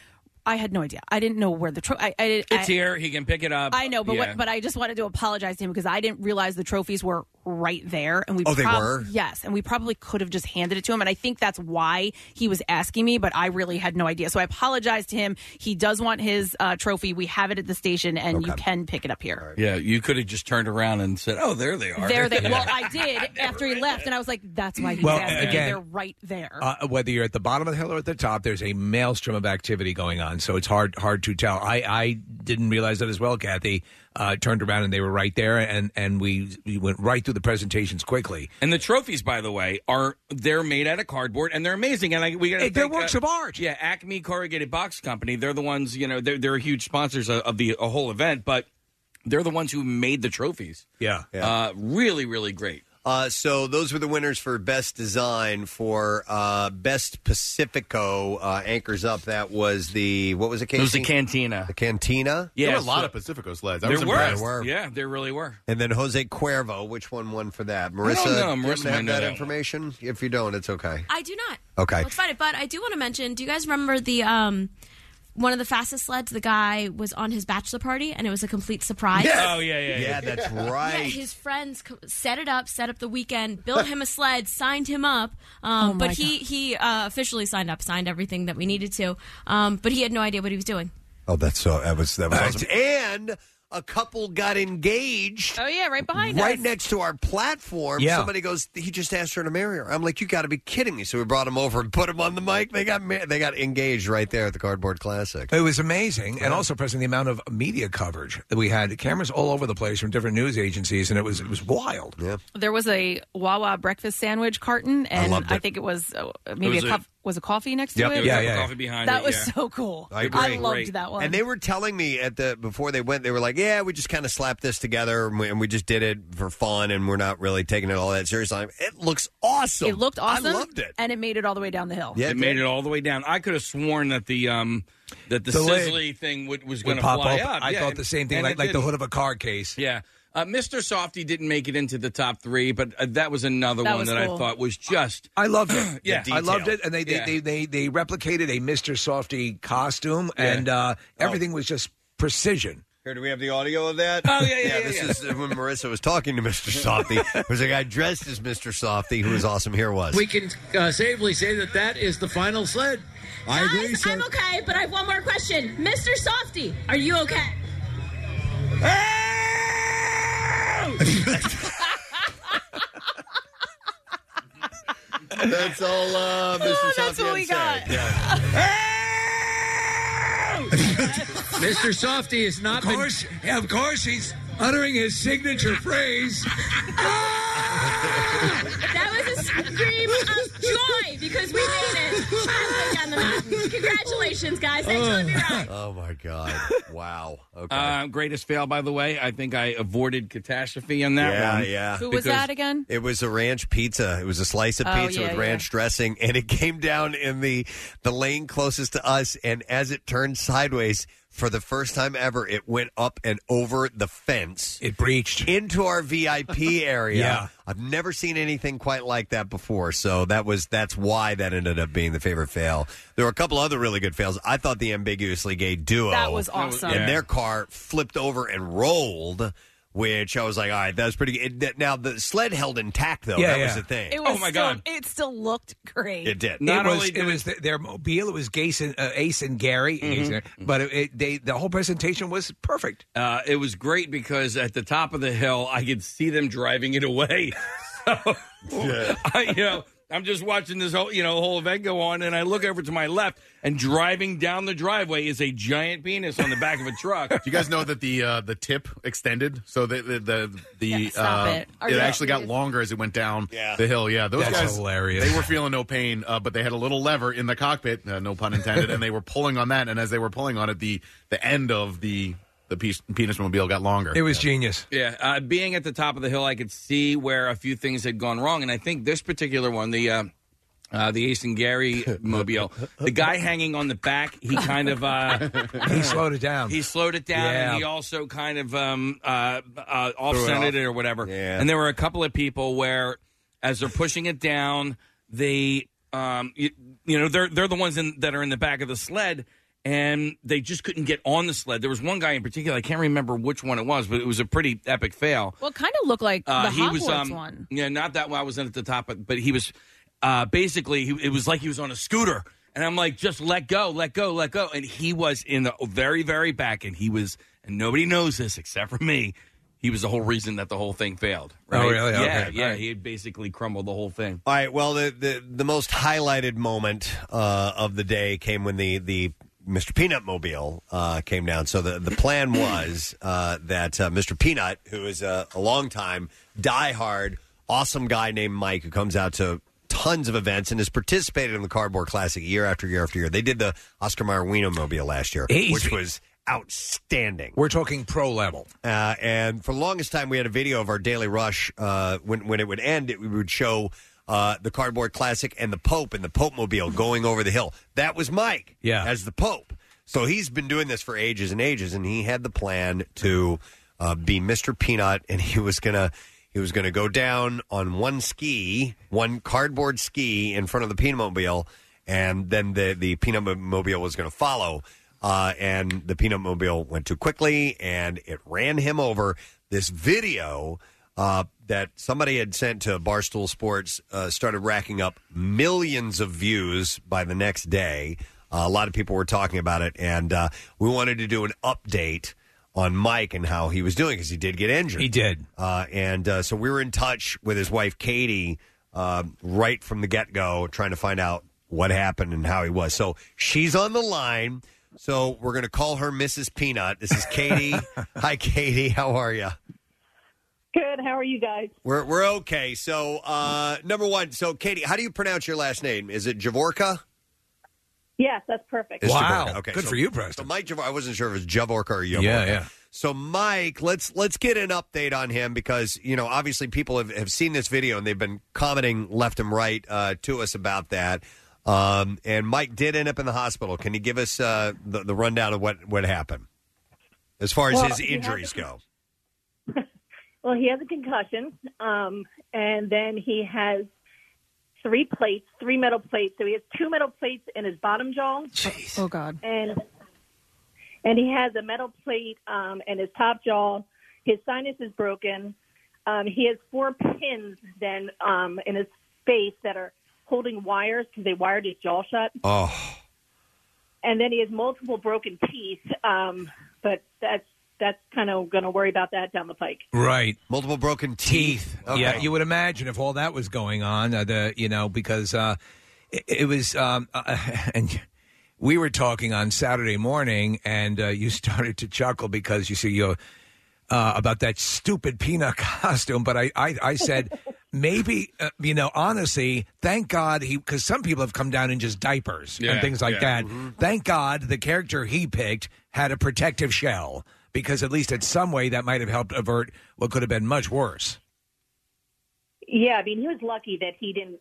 Speaker 3: I had no idea. I didn't know where the trophy. I, I, didn't- I,
Speaker 11: It's here. He can pick it up.
Speaker 3: I know, but
Speaker 11: Yeah.
Speaker 3: what, but I just wanted to apologize to him because I didn't realize the trophies were right there, and we
Speaker 11: Oh, they
Speaker 3: prob-
Speaker 11: were?
Speaker 3: yes, and we probably could have just handed it to him, and I think that's why he was asking me, but I really had no idea, so I apologize to him. He does want his uh, trophy. We have it at the station, and you can pick it up here.
Speaker 11: yeah, you could have just turned around and said, "Oh, there they are."
Speaker 3: There they
Speaker 11: Yeah.
Speaker 3: well, I did after he left, and I was like, that's why he
Speaker 4: Well,
Speaker 3: was asking
Speaker 4: again-
Speaker 3: me. They're right there.
Speaker 4: Uh, whether you're at the bottom of the hill or at the top, there's a maelstrom of activity going on, so it's hard hard to tell. I, I didn't realize that as well, Kathy. Uh, turned around and they were right there, and and we, we went right through the presentations quickly.
Speaker 11: And the trophies, by the way, are they're made out of cardboard and they're amazing. And I, we got
Speaker 4: Hey, they're works of art.
Speaker 11: Yeah, Acme Corrugated Box Company. They're the ones you know. They're they're huge sponsors of, of the a whole event, but they're the ones who made the trophies.
Speaker 4: Yeah.
Speaker 11: Uh, really, really great.
Speaker 2: Uh, so those were the winners for best design. For uh, best Pacifico uh, anchors up, that was the what was it? Casey?
Speaker 11: It was the Cantina.
Speaker 2: The Cantina.
Speaker 10: there were a lot of Pacifico sleds. I
Speaker 2: There
Speaker 10: was
Speaker 2: were.
Speaker 10: impressed.
Speaker 2: There were.
Speaker 11: Yeah, there really were.
Speaker 2: And then Jose Cuervo. Which one won for that?
Speaker 11: don't
Speaker 2: Marissa.
Speaker 11: know.
Speaker 2: do you
Speaker 11: Marissa
Speaker 2: have
Speaker 11: might know
Speaker 2: that
Speaker 11: that.
Speaker 2: information. If you don't, it's okay.
Speaker 15: I do not.
Speaker 2: Okay.
Speaker 15: Let's find it. But I do want to mention. Do you guys remember the um? One of the fastest sleds, the guy was on his bachelor party, and it was a complete surprise.
Speaker 11: Oh yeah, yeah,
Speaker 2: Yeah, that's right.
Speaker 15: Yeah, his friends co- set it up, set up the weekend, built him a sled, signed him up. Um,
Speaker 5: Oh, my
Speaker 15: but he he uh, officially signed up, signed everything that we needed to. Um, but he had no idea what he was doing.
Speaker 2: Oh, that's so. That was that was
Speaker 15: Uh,
Speaker 2: awesome. And a couple got engaged.
Speaker 3: Oh yeah, right behind
Speaker 2: Right
Speaker 3: us.
Speaker 2: next to our platform,
Speaker 3: Yeah.
Speaker 2: somebody goes, "He just asked her to marry her." I'm like, "You got to be kidding me!" So we brought him over and put him on the mic. They got ma- they got engaged right there at the Cardboard Classic.
Speaker 4: It was amazing, and also present the amount of media coverage that we had. Cameras all over the place from different news agencies, and it was it was wild.
Speaker 2: Yeah,
Speaker 3: There was a Wawa breakfast sandwich carton, and I,
Speaker 4: loved it.
Speaker 3: think it was uh, maybe
Speaker 4: was
Speaker 3: a
Speaker 4: a-
Speaker 3: cup. Was a coffee next
Speaker 2: Yep.
Speaker 3: to it?
Speaker 2: Yeah, yeah, yeah. Coffee behind
Speaker 3: That
Speaker 2: it,
Speaker 3: was
Speaker 2: yeah.
Speaker 3: so cool.
Speaker 2: I agree.
Speaker 3: loved that one.
Speaker 2: And they were telling me at the before they went, they were like, "Yeah, we just kind of slapped this together and we, and we just did it for fun, and we're not really taking it all that seriously." I'm, It looks awesome.
Speaker 3: It looked awesome.
Speaker 2: I loved it.
Speaker 3: and it made it all the way down the hill.
Speaker 11: it made it all the way down. I could have sworn that the um that the,
Speaker 4: The lid
Speaker 11: sizzly thing would,
Speaker 4: would
Speaker 11: was going to
Speaker 4: pop
Speaker 11: fly
Speaker 4: up.
Speaker 11: up.
Speaker 4: I
Speaker 11: Yeah,
Speaker 4: thought
Speaker 11: and-
Speaker 4: the same thing,
Speaker 11: and
Speaker 4: like
Speaker 11: it
Speaker 4: like the
Speaker 11: didn't.
Speaker 4: hood of a car case.
Speaker 11: Yeah. Uh, Mr. Softy didn't make it into the top three, but uh, that was another
Speaker 4: That
Speaker 11: one
Speaker 4: was
Speaker 11: that
Speaker 4: cool.
Speaker 11: I thought was just.
Speaker 4: I loved it.
Speaker 11: yeah,
Speaker 4: I loved it, and they they,
Speaker 11: Yeah.
Speaker 4: they they they replicated a Mr. Softy costume,
Speaker 2: Yeah.
Speaker 4: and uh,
Speaker 11: Oh.
Speaker 4: everything was just precision.
Speaker 2: Here, do we have the audio of that?
Speaker 11: Oh, yeah, yeah, yeah,
Speaker 2: this
Speaker 11: yeah.
Speaker 2: is uh, when Marissa was talking to Mr. Softy. there was a guy dressed as Mr. Softy who was awesome. Here was.
Speaker 18: We can uh, safely say that that is the final sled. I agree, sir.
Speaker 15: I'm okay, but I have one more question. Mr. Softy, are you okay?
Speaker 2: That's all, uh, Mr.
Speaker 18: Oh,
Speaker 2: Softy.
Speaker 18: that's what
Speaker 2: had
Speaker 18: we
Speaker 2: to say.
Speaker 18: got.
Speaker 2: Yeah.
Speaker 18: Mr. Softy has not of course, Of course, he's uttering his signature phrase.
Speaker 15: That was a scream of joy because we made it halfway down the mountain. Congratulations, guys. Thanks for letting me ride.
Speaker 2: Oh my god! Wow. Okay.
Speaker 11: Uh, greatest fail, by the way. I think I avoided catastrophe on that
Speaker 2: yeah,
Speaker 11: one.
Speaker 2: yeah.
Speaker 3: Who was that again?
Speaker 2: It was a ranch pizza. It was a slice of
Speaker 3: Oh,
Speaker 2: pizza
Speaker 3: yeah,
Speaker 2: with
Speaker 3: yeah.
Speaker 2: ranch dressing, and it came down in the the lane closest to us. And as it turned sideways, for the first time ever, it went up and over the fence.
Speaker 4: It breached
Speaker 2: into our VIP area.
Speaker 4: Yeah.
Speaker 2: I've never seen anything quite like that before. So that was that's why that ended up being the favorite fail. There were a couple other really good fails. I thought the ambiguously gay duo
Speaker 3: That was awesome.
Speaker 2: and their car flipped over and rolled. Which I was like, all right, that was pretty good. That- Now, the sled held intact, though.
Speaker 4: Yeah,
Speaker 2: that was
Speaker 4: yeah. Oh
Speaker 2: the thing.
Speaker 3: It was still- It still looked great.
Speaker 2: It did.
Speaker 4: Not it was, it was th- their mobile. It was Gace and, uh, Ace and Gary,
Speaker 11: Mm-hmm.
Speaker 4: Ace and- but it, it- they the whole presentation was perfect.
Speaker 11: Uh, it was great because at the top of the hill, I could see them driving it away. So, I, you know, I'm just watching this whole, you know, whole event go on, and I look over to my left, and driving down the driveway is a giant penis on the back of a truck.
Speaker 10: Do you guys know that the uh, the tip extended? So the the the, the
Speaker 11: stop
Speaker 10: uh,
Speaker 11: it. Are
Speaker 10: it
Speaker 11: you
Speaker 10: actually got
Speaker 11: serious?
Speaker 10: longer as it went down
Speaker 11: Yeah.
Speaker 10: the hill. Yeah, those
Speaker 4: That's
Speaker 10: guys
Speaker 4: hilarious.
Speaker 10: They were feeling no pain, uh, but they had a little lever in the cockpit, uh, no pun intended, and they were pulling on that. And as they were pulling on it, the the end of the the piece, penis mobile got longer.
Speaker 4: It was genius.
Speaker 11: Yeah, uh, being at the top of the hill, I could see where a few things had gone wrong, and I think this particular one, the uh, uh, the Ace and Gary mobile, the guy hanging on the back, he kind of uh,
Speaker 4: He slowed it down.
Speaker 11: He slowed it down,
Speaker 4: Yeah.
Speaker 11: and he also kind of um, uh, uh, off-centered
Speaker 4: Threw it
Speaker 11: it,
Speaker 4: off.
Speaker 11: or whatever.
Speaker 4: Yeah.
Speaker 11: And there were a couple of people where, as they're pushing it down, they, um, you, you know, they're they're the ones in, that are in the back of the sled, and they just couldn't get on the sled. There was one guy in particular, I can't remember which one it was, but it was a pretty epic fail.
Speaker 3: Well, it kind of looked like
Speaker 11: Uh,
Speaker 3: the
Speaker 11: he
Speaker 3: Hogwarts
Speaker 11: was um,
Speaker 3: one.
Speaker 11: yeah, not that one. I wasn't at the top, but, but he was uh, basically. He, it was like he was on a scooter, and I'm like, just let go, let go, let go. And he was in the very, very back, and he was, and nobody knows this except for me. He was the whole reason that the whole thing failed.
Speaker 2: Oh,
Speaker 11: Right?
Speaker 2: really?
Speaker 11: Yeah,
Speaker 2: Okay.
Speaker 11: yeah. He had basically crumbled the whole thing.
Speaker 2: All right. Well, the the, the most highlighted moment uh, of the day came when the the Mr. Peanut mobile uh, came down. So the the plan was uh, that uh, Mr. Peanut, who is a, a longtime diehard awesome guy named Mike, who comes out to tons of events and has participated in the Cardboard Classic year after year after year. They did the Oscar Mayer Wiener mobile last year,
Speaker 4: He's-
Speaker 2: which was outstanding.
Speaker 4: We're talking pro level.
Speaker 2: Uh, and for the longest time, we had a video of our daily rush. Uh, when when it would end, it, we would show uh, the cardboard classic and the Pope and the Pope mobile going over the hill. That was Mike, yeah, as the Pope. So he's been doing this for ages and ages, and he had the plan to uh, be Mr. Peanut, and he was gonna he was gonna go down on one ski, one cardboard ski in front of the Peanut mobile, and then the the Peanut mobile was gonna follow uh, and the peanut mobile went too quickly and it ran him over. This video uh, that somebody had sent to Barstool Sports uh, started racking up millions of views by the next day. Uh, a lot of people were talking about it, and uh, we wanted to do an update on Mike and how he was doing because he did get injured.
Speaker 4: He did.
Speaker 2: Uh, and uh, so we were in touch with his wife, Katie, uh, right from the get go, trying to find out what happened and how he was. So she's on the line. So we're going to call her Mrs. Peanut. This is Katie. Hi, Katie. How are you?
Speaker 20: Good. How are you guys?
Speaker 2: We're, we're okay. So, uh, number one, so Katie, how do you pronounce your last name? Is it Javorka?
Speaker 20: Yes, that's perfect.
Speaker 2: It's Javorka. Okay, so- So Mike Javor, I wasn't sure if it's Javorka or Javorka.
Speaker 4: Yeah, yeah.
Speaker 2: So Mike, let's let's get an update on him because you know obviously people have, have seen this video and they've been commenting left and right uh, to us about that. Um, and Mike did end up in the hospital. Can you give us uh, the, the rundown of what what happened as far as
Speaker 20: Well,
Speaker 2: his
Speaker 20: he had
Speaker 2: injuries go?
Speaker 20: Well, he has a concussion, um, and then he has three plates, three metal plates. So he has two metal plates in his bottom jaw.
Speaker 3: Oh God.
Speaker 20: And and he has a metal plate um, in his top jaw. His sinus is broken. Um, he has four pins then um, in his face that are holding wires because they wired his jaw shut.
Speaker 2: Oh,
Speaker 20: and then he has multiple broken teeth. Um, but that's that's kind of going to worry about that down the pike.
Speaker 4: Right.
Speaker 2: Multiple broken teeth.
Speaker 4: Yeah,
Speaker 2: Okay.
Speaker 4: you would imagine if all that was going on, uh, the you know because uh, it, it was um, uh, and we were talking on Saturday morning, and uh, you started to chuckle because you see you uh, about that stupid peanut costume, but I I, I said. Maybe uh, you know, honestly, thank God he because some people have come down in just diapers
Speaker 13: Yeah,
Speaker 4: and things like
Speaker 13: yeah.
Speaker 4: that.
Speaker 13: Mhm.
Speaker 4: Thank God the character he picked had a protective shell because at least in some way that might have helped avert what could have been much worse.
Speaker 20: Yeah, I mean he was lucky that he didn't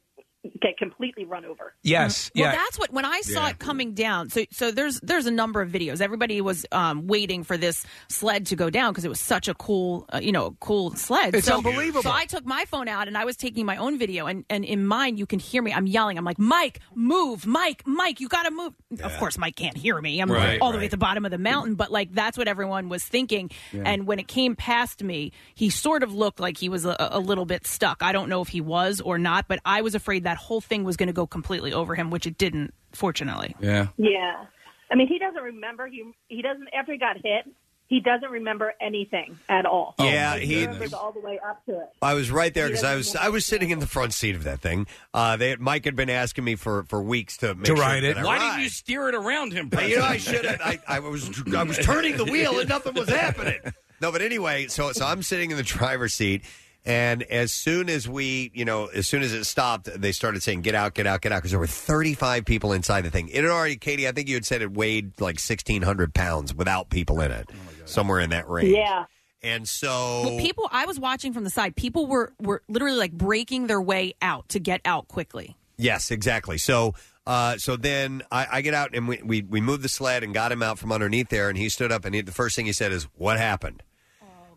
Speaker 20: get completely run over.
Speaker 4: Yes.
Speaker 3: Mm-hmm. Well,
Speaker 4: yeah.
Speaker 3: that's what when I saw
Speaker 4: Yeah.
Speaker 3: it coming down. So, so there's there's a number of videos. Everybody was um, waiting for this sled to go down because it was such a cool, uh, you know, cool sled.
Speaker 4: It's
Speaker 3: so,
Speaker 4: unbelievable.
Speaker 3: So I took my phone out and I was taking my own video, and and in mine you can hear me. I'm yelling. I'm like, Mike, move, Mike, Mike, you got to move. Of course, Mike can't hear me. I'm
Speaker 21: Right,
Speaker 3: all the way
Speaker 21: right.
Speaker 3: at the bottom of the mountain, but like that's what everyone was thinking.
Speaker 21: Yeah.
Speaker 3: And when it came past me, he sort of looked like he was a, a little bit stuck. I don't know if he was or not, but I was afraid that whole thing was going to go completely over him, which it didn't, fortunately.
Speaker 11: Yeah.
Speaker 20: Yeah, I mean, he doesn't remember. He he doesn't after he got hit. He doesn't remember anything at all.
Speaker 2: Yeah,
Speaker 20: Like,
Speaker 2: he-
Speaker 20: remembers all the way up to it.
Speaker 2: I was right there because I was I was sitting in the front seat of that thing. Uh, they, Mike had been asking me for, for weeks to make sure that I
Speaker 11: Why
Speaker 2: ride.
Speaker 11: didn't you steer it around him?
Speaker 2: You know, I should have. I, I was I was turning the wheel and nothing was happening. No, but anyway, so so I'm sitting in the driver's seat, and as soon as we, you know, as soon as it stopped, they started saying, "Get out, get out, get out," because there were 35 people inside the thing. It had already, Katie, I think you had said it weighed like 1,600 pounds without people in it, somewhere in that range.
Speaker 3: Yeah.
Speaker 2: And so,
Speaker 3: Well, people, I was watching from the side. People were were literally like breaking their way out to get out quickly.
Speaker 2: Yes, exactly. So, uh, so then I, I get out and we, we we moved the sled and got him out from underneath there, and he stood up and he, the first thing he said is, "What happened?"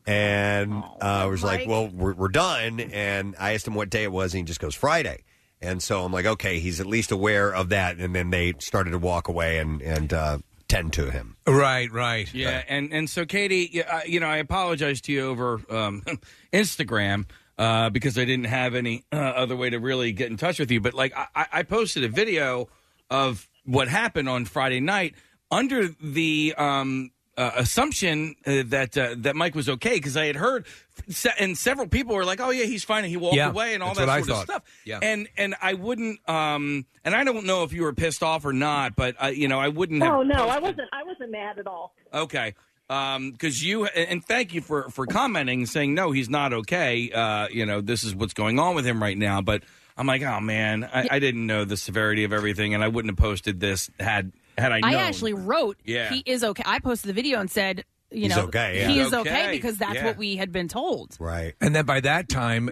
Speaker 2: and uh, I was Oh, like,
Speaker 17: Mike.
Speaker 2: "Well, we're, we're done." And I asked him what day it was, and he just goes, "Friday." And so I'm like, "Okay, he's at least aware of that." And then they started to walk away and and uh, tend to him.
Speaker 4: Right, right.
Speaker 11: Yeah, and and so Katie, yeah, I- you know, I apologize to you over um, Instagram uh, because I didn't have any uh, other way to really get in touch with you. But like, I- I, I posted a video of what happened on Friday night under the um, uh, assumption uh, that uh, that Mike was okay because I had heard. se- And several people were like, "Oh yeah, he's fine," and he walked
Speaker 4: Yeah,
Speaker 11: away, and all
Speaker 4: that's
Speaker 11: that
Speaker 4: what I
Speaker 11: sort of
Speaker 4: thought.
Speaker 11: stuff.
Speaker 4: Yeah.
Speaker 11: and and I wouldn't, um, and I don't know if you were pissed off or not, but I, you know, I wouldn't. have
Speaker 20: Oh no, I
Speaker 11: posted-
Speaker 20: wasn't. I wasn't mad at all.
Speaker 11: Okay. Um, because you and thank you for for commenting, saying no, he's not okay. Uh, you know, this is what's going on with him right now. But I'm like, oh man, I, I didn't know the severity of everything, and I wouldn't have posted this had had I known.
Speaker 3: actually wrote,
Speaker 11: Yeah.
Speaker 3: he is okay. I posted the video and said, you
Speaker 11: He's
Speaker 3: know,
Speaker 11: okay, yeah.
Speaker 3: he
Speaker 11: He's
Speaker 3: is okay,
Speaker 11: okay,
Speaker 3: because that's
Speaker 4: yeah.
Speaker 3: what we had been told.
Speaker 2: Right.
Speaker 4: And then by that time,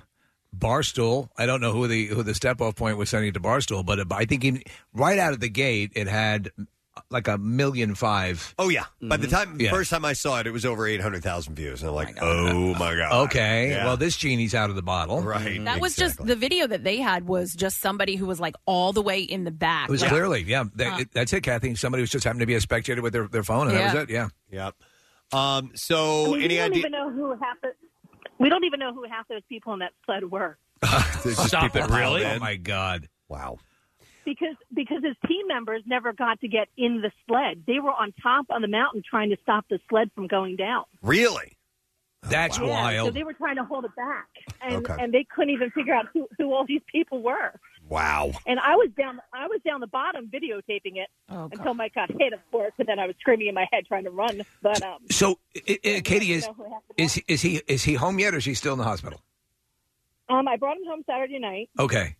Speaker 4: Barstool. I don't know who the who the step off point was sending to Barstool, but I think even, right out of the gate, it had uh, like a million five. Mm-hmm.
Speaker 2: Oh yeah. By the time
Speaker 4: Yeah.
Speaker 2: first time I saw it, it was over 800,000 views, and I'm like, "Oh my god."
Speaker 4: Okay.
Speaker 2: Yeah.
Speaker 4: Well, this genie's out of the bottle.
Speaker 2: Right.
Speaker 3: That was just the video that they had was just somebody who was like all the way in the back.
Speaker 4: It was
Speaker 3: Like,
Speaker 4: clearly, yeah. that-
Speaker 3: Uh.
Speaker 4: it- that's it, Kathy. Somebody was just happened to be a spectator with their, their phone, and that
Speaker 20: Yeah.
Speaker 4: was it. Yeah.
Speaker 2: Yep. Um, so,
Speaker 20: I mean, we don't even know who half the, We don't even know who half those people in that sled were
Speaker 2: Stop it!
Speaker 4: Really? Oh my god!
Speaker 2: Wow.
Speaker 20: because because his team members never got to get in the sled. They were on top of the mountain trying to stop the sled from going down.
Speaker 2: Really?
Speaker 4: Oh, That's
Speaker 20: Yeah, so
Speaker 4: wild.
Speaker 20: they were trying to hold it back, and
Speaker 4: Okay.
Speaker 20: and they couldn't even figure out who, who all these people were.
Speaker 2: Wow.
Speaker 20: And I was down I was down the bottom videotaping it until Mike got hit, of course, and then I was screaming in my head trying to run. But um,
Speaker 4: So, i i Katie is
Speaker 20: know who happened.
Speaker 4: is he- is he is he home yet, or is he still in the hospital?
Speaker 20: um, I brought him home Saturday night,
Speaker 4: Okay.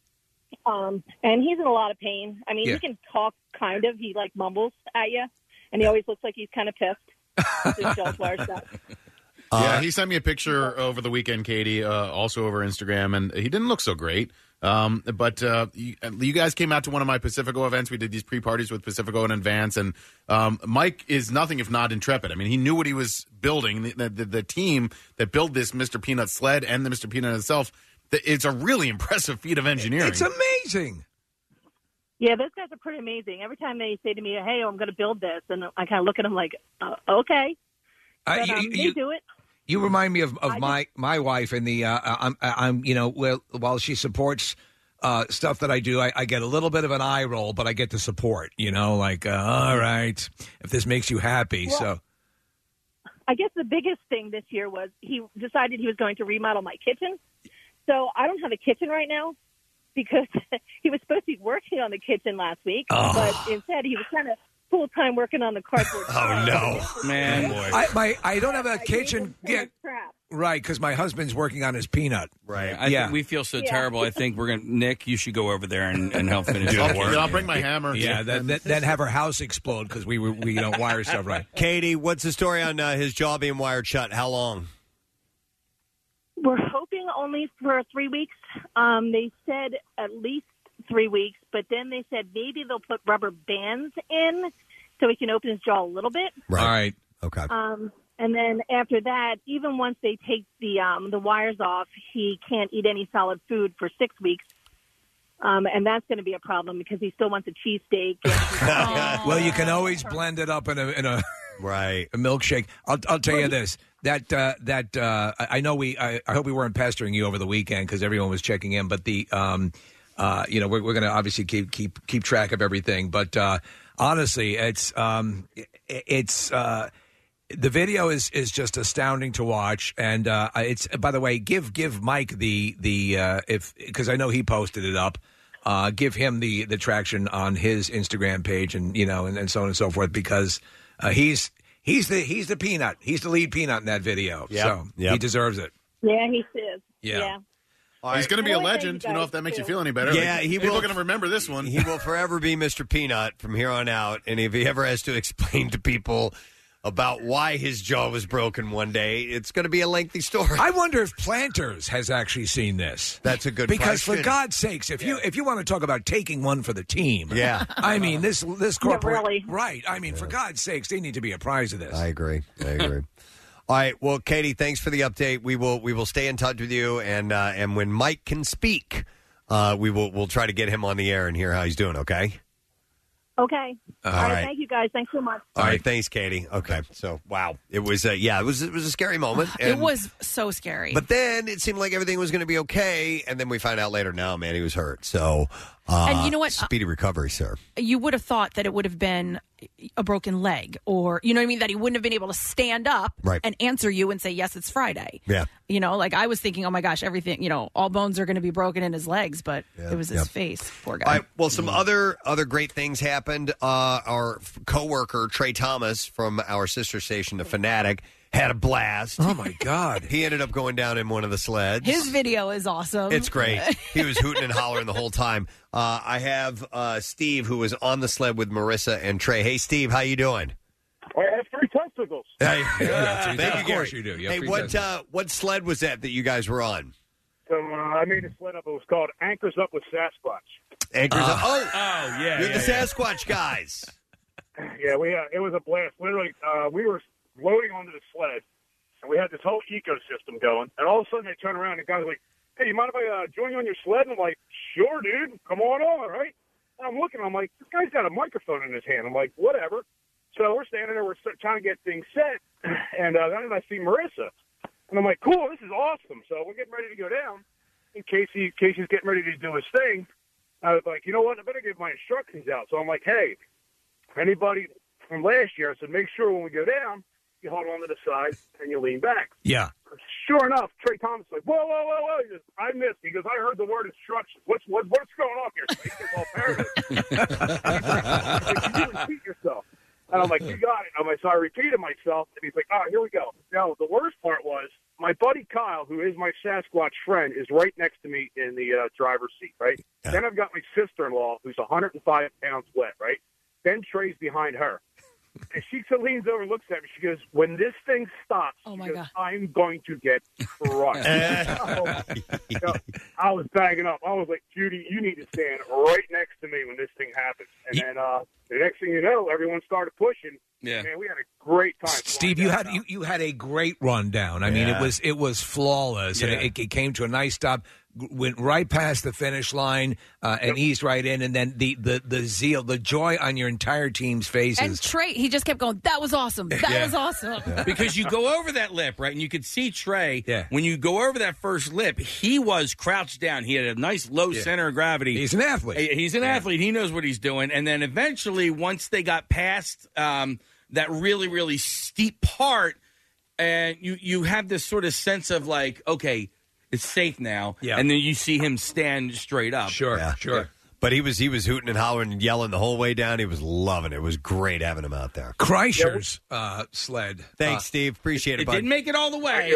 Speaker 20: um, and he's in a lot of pain. I mean,
Speaker 4: Yeah.
Speaker 20: he can talk kind of. He like mumbles at you, and he always looks like he's kind of pissed. Just Joel Flores stuff.
Speaker 10: yeah,
Speaker 4: Uh,
Speaker 10: he sent me a picture over the weekend, Katie, uh, also over Instagram, and he didn't look so great. Um, but uh, you, you guys came out to one of my Pacifico events. We did these pre parties with Pacifico in advance, and um, Mike is nothing if not intrepid. I mean, he knew what he was building. The, the, the team that built this Mr. Peanut sled and the Mr. Peanut itself, th- it's a really impressive feat of engineering.
Speaker 4: It's amazing.
Speaker 20: Yeah, those guys are pretty amazing. Every time they say to me, "Hey, I'm going to build this," and I kind of look at them like, uh, "Okay,"
Speaker 4: I-
Speaker 20: but,
Speaker 4: you-
Speaker 20: um,
Speaker 4: you-
Speaker 20: they do it.
Speaker 4: You remind me of, of my my wife and the uh, I'm I'm you know well, while she supports uh, stuff that I do, I, I get a little bit of an eye roll, but I get the support. You know, like uh, all right, if this makes you happy, so
Speaker 20: I guess the biggest thing this year was he decided he was going to remodel my kitchen. So I don't have a kitchen right now because he was supposed to be working on the kitchen last week, but instead he was kind of full time working on the cardboard.
Speaker 2: Oh
Speaker 4: no,
Speaker 11: man!
Speaker 4: I, my I don't have a kitchen. Yeah,
Speaker 20: crap.
Speaker 4: right, because my husband's working on his peanut.
Speaker 2: Right.
Speaker 11: I
Speaker 4: yeah.
Speaker 11: think we feel so
Speaker 4: Yeah.
Speaker 11: terrible. I think we're gonna Nick. You should go over there and, and help finish.
Speaker 4: Do the
Speaker 11: it.
Speaker 4: work. Yeah, I'll
Speaker 10: bring my hammer.
Speaker 4: yeah, then, then- then have her house explode because we were we don't wire stuff right.
Speaker 2: Katie, what's the story on uh, his jaw being wired shut? How long?
Speaker 20: We're hoping only for three weeks. Um, they said at least three weeks, but then they said maybe they'll put rubber bands in so he can open his jaw a little bit.
Speaker 4: Right. All right.
Speaker 2: Okay.
Speaker 20: Um, and then after that, even once they take the um, the wires off, he can't eat any solid food for six weeks. Um, and that's going to be a problem because he still wants a cheesesteak.
Speaker 4: well, you can always blend it up in a in a
Speaker 2: right
Speaker 4: a milkshake. I'll I'll tell you this that uh, that uh, I I know we I, I hope we weren't pestering you over the weekend because everyone was checking in, but the um uh you know we're we're going to obviously keep keep keep track of everything, but uh, honestly, it's um i- it's uh. The video is, is just astounding to watch, and uh, it's by the way, give give Mike the the uh, if because I know he posted it up. Uh, give him the the traction on his Instagram page, and you know, and, and so on and so forth, because uh, he's he's the he's the peanut, he's the lead peanut in that video.
Speaker 2: Yep.
Speaker 4: So
Speaker 2: Yep.
Speaker 4: he deserves it.
Speaker 20: Yeah, he says.
Speaker 4: Yeah.
Speaker 10: He's going to be
Speaker 20: I
Speaker 10: a
Speaker 20: wanna thank
Speaker 10: legend.
Speaker 20: you
Speaker 10: You, know,
Speaker 20: guys,
Speaker 10: if that makes you
Speaker 20: too.
Speaker 10: feel any better.
Speaker 2: Yeah,
Speaker 10: Like,
Speaker 2: he
Speaker 10: people
Speaker 2: will-
Speaker 10: are going to remember this one.
Speaker 2: He will forever be Mr. Peanut from here on out. And if he ever has to explain to people about why his jaw was broken one day, it's going to be a lengthy story.
Speaker 4: I wonder if Planters has actually seen this.
Speaker 2: That's a good
Speaker 4: because for
Speaker 2: question.
Speaker 4: God's sakes, if you if you want to talk about taking one for the team,
Speaker 2: Yeah.
Speaker 4: I mean this this
Speaker 2: Yeah,
Speaker 4: corporate
Speaker 2: really.
Speaker 4: right. I mean for God's sakes, they need to be apprised of this.
Speaker 2: I agree. I agree. All right. Well, Katie, thanks for the update. We will we will stay in touch with you, and uh, and when Mike can speak, uh, we will we'll try to get him on the air and hear how he's doing. Okay.
Speaker 20: Okay.
Speaker 2: All
Speaker 20: All
Speaker 2: right.
Speaker 20: right. Thank you guys. Thanks so much.
Speaker 2: All right. Thanks, Katie. Okay. So wow, it was uh, yeah, it was it was a scary moment.
Speaker 3: it
Speaker 2: and-
Speaker 3: was so scary.
Speaker 2: But then it seemed like everything was going to be okay, and then we find out later. Now, man, he was hurt. So, uh,
Speaker 3: And you know what?
Speaker 2: Speedy recovery, sir.
Speaker 3: you would have thought that it would have been a broken leg or you know what I mean that he wouldn't have been able to stand up
Speaker 2: Right.
Speaker 3: and answer you and say yes it's Friday.
Speaker 2: Yeah.
Speaker 3: You know, like I was thinking oh my gosh everything, you know, all bones are going to be broken in his legs, but it was his
Speaker 2: yeah.
Speaker 3: face. Poor guy.
Speaker 2: All right, well, some other other great things happened. Uh, our f- coworker Trey Thomas from our sister station, The Fanatic, had a blast. Oh
Speaker 4: my god!
Speaker 2: he ended up going down in one of the sleds.
Speaker 3: His video is awesome.
Speaker 2: It's great. He was hooting and hollering the whole time. Uh, I have uh, Steve who was on the sled with Marissa and Trey. Hey, Steve, how you doing?
Speaker 21: I have three testicles.
Speaker 2: Hey,
Speaker 4: yeah,
Speaker 2: thank
Speaker 4: of
Speaker 2: you,
Speaker 4: course
Speaker 2: Gary.
Speaker 4: you do. You have
Speaker 2: hey,
Speaker 4: free
Speaker 2: what
Speaker 4: testicles.
Speaker 2: uh, what sled was that that you guys were on?
Speaker 21: So uh, I made a sled up. It was called Anchors Up with Sasquatch.
Speaker 2: Anchors.
Speaker 21: Uh,
Speaker 2: up- oh,
Speaker 21: oh, yeah,
Speaker 2: you're
Speaker 21: yeah,
Speaker 2: the
Speaker 21: yeah.
Speaker 2: Sasquatch guys.
Speaker 21: Yeah, we uh, it was a blast. Literally, uh, we were loading onto the sled, and we had this whole ecosystem going. And all of a sudden, they turn around and the guys like, "Hey, you mind if I uh, join you on your sled?" And I'm like, "Sure, dude. Come on on, right?" And I'm looking. I'm like, "This guy's got a microphone in his hand." I'm like, "Whatever." So we're standing there. We're st- trying to get things set, and uh, then I see Marissa, and I'm like, "Cool, this is awesome." So we're getting ready to go down. And Casey, Casey's getting ready to do his thing. I was like, you know what? I better give my instructions out. So I'm like, hey, anybody from last year, I said, make sure when we go down, you hold on to the side and you lean back.
Speaker 4: Yeah.
Speaker 21: Sure enough, Trey Thomas like, whoa, whoa, whoa, whoa. He goes, I missed. He goes, I heard the word instructions. What's what, what's going on here? He goes, all paranoid. you repeat yourself. And I'm like, you got it. I'm like, so I repeated myself, and he's like, oh, here we go. Now the worst part was my buddy Kyle, who is my Sasquatch friend, is right next to me in the uh, driver's seat, right? Then I've got my sister-in-law, who's 105 pounds wet, right? Then Trey's behind her. And she leans over and looks at me. She goes, "When this thing stops, she goes, I'm going to get crushed."
Speaker 4: Uh.
Speaker 21: So, I was bagging up. I was like, "Judy, you need to stand right next to me when this thing happens." And then uh, the next thing you know, everyone started pushing.
Speaker 4: Yeah.
Speaker 21: man, we had a great time.
Speaker 4: Steve, you had you, you had a great rundown. I mean, it
Speaker 21: Yeah.
Speaker 4: was it was flawless,
Speaker 21: Yeah.
Speaker 4: and it, it came to a nice stop. g- Went right past the finish line uh, and eased right in, and then the, the the zeal, the joy on your entire team's faces.
Speaker 3: and Trey, he just kept going, that was awesome. That
Speaker 4: Yeah.
Speaker 3: was awesome.
Speaker 11: because you go over that lip, right? And you could see Trey. When you go over that first lip, he was crouched down. He had a nice low center of gravity.
Speaker 4: He's an athlete.
Speaker 11: He- He's an athlete. He knows what he's doing. And then eventually, once they got past um, that really, really steep part, and you you have this sort of sense of like, okay, it's safe now. Yeah. And then you see him stand straight up.
Speaker 4: Sure. Sure.
Speaker 2: But he was he was hooting and hollering and yelling the whole way down. He was loving it. It was great having him out there.
Speaker 4: Kreischer's uh, sled.
Speaker 2: Thanks,
Speaker 4: Uh,
Speaker 2: Steve. Appreciate it.
Speaker 4: it
Speaker 2: bud.
Speaker 4: didn't
Speaker 11: make it all the way.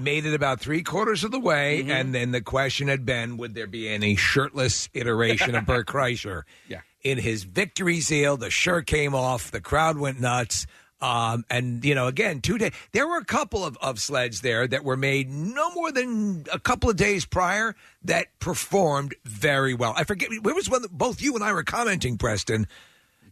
Speaker 4: made it about three quarters of the way, and then the question had been, would there be any shirtless iteration of Bert Kreischer?
Speaker 11: Yeah.
Speaker 4: In his victory zeal, the shirt came off, the crowd went nuts. Um, and you know, again, two days. There were a couple of, of sleds there that were made no more than a couple of days prior that performed very well. I forget where was one. that Both you and I were commenting, Preston,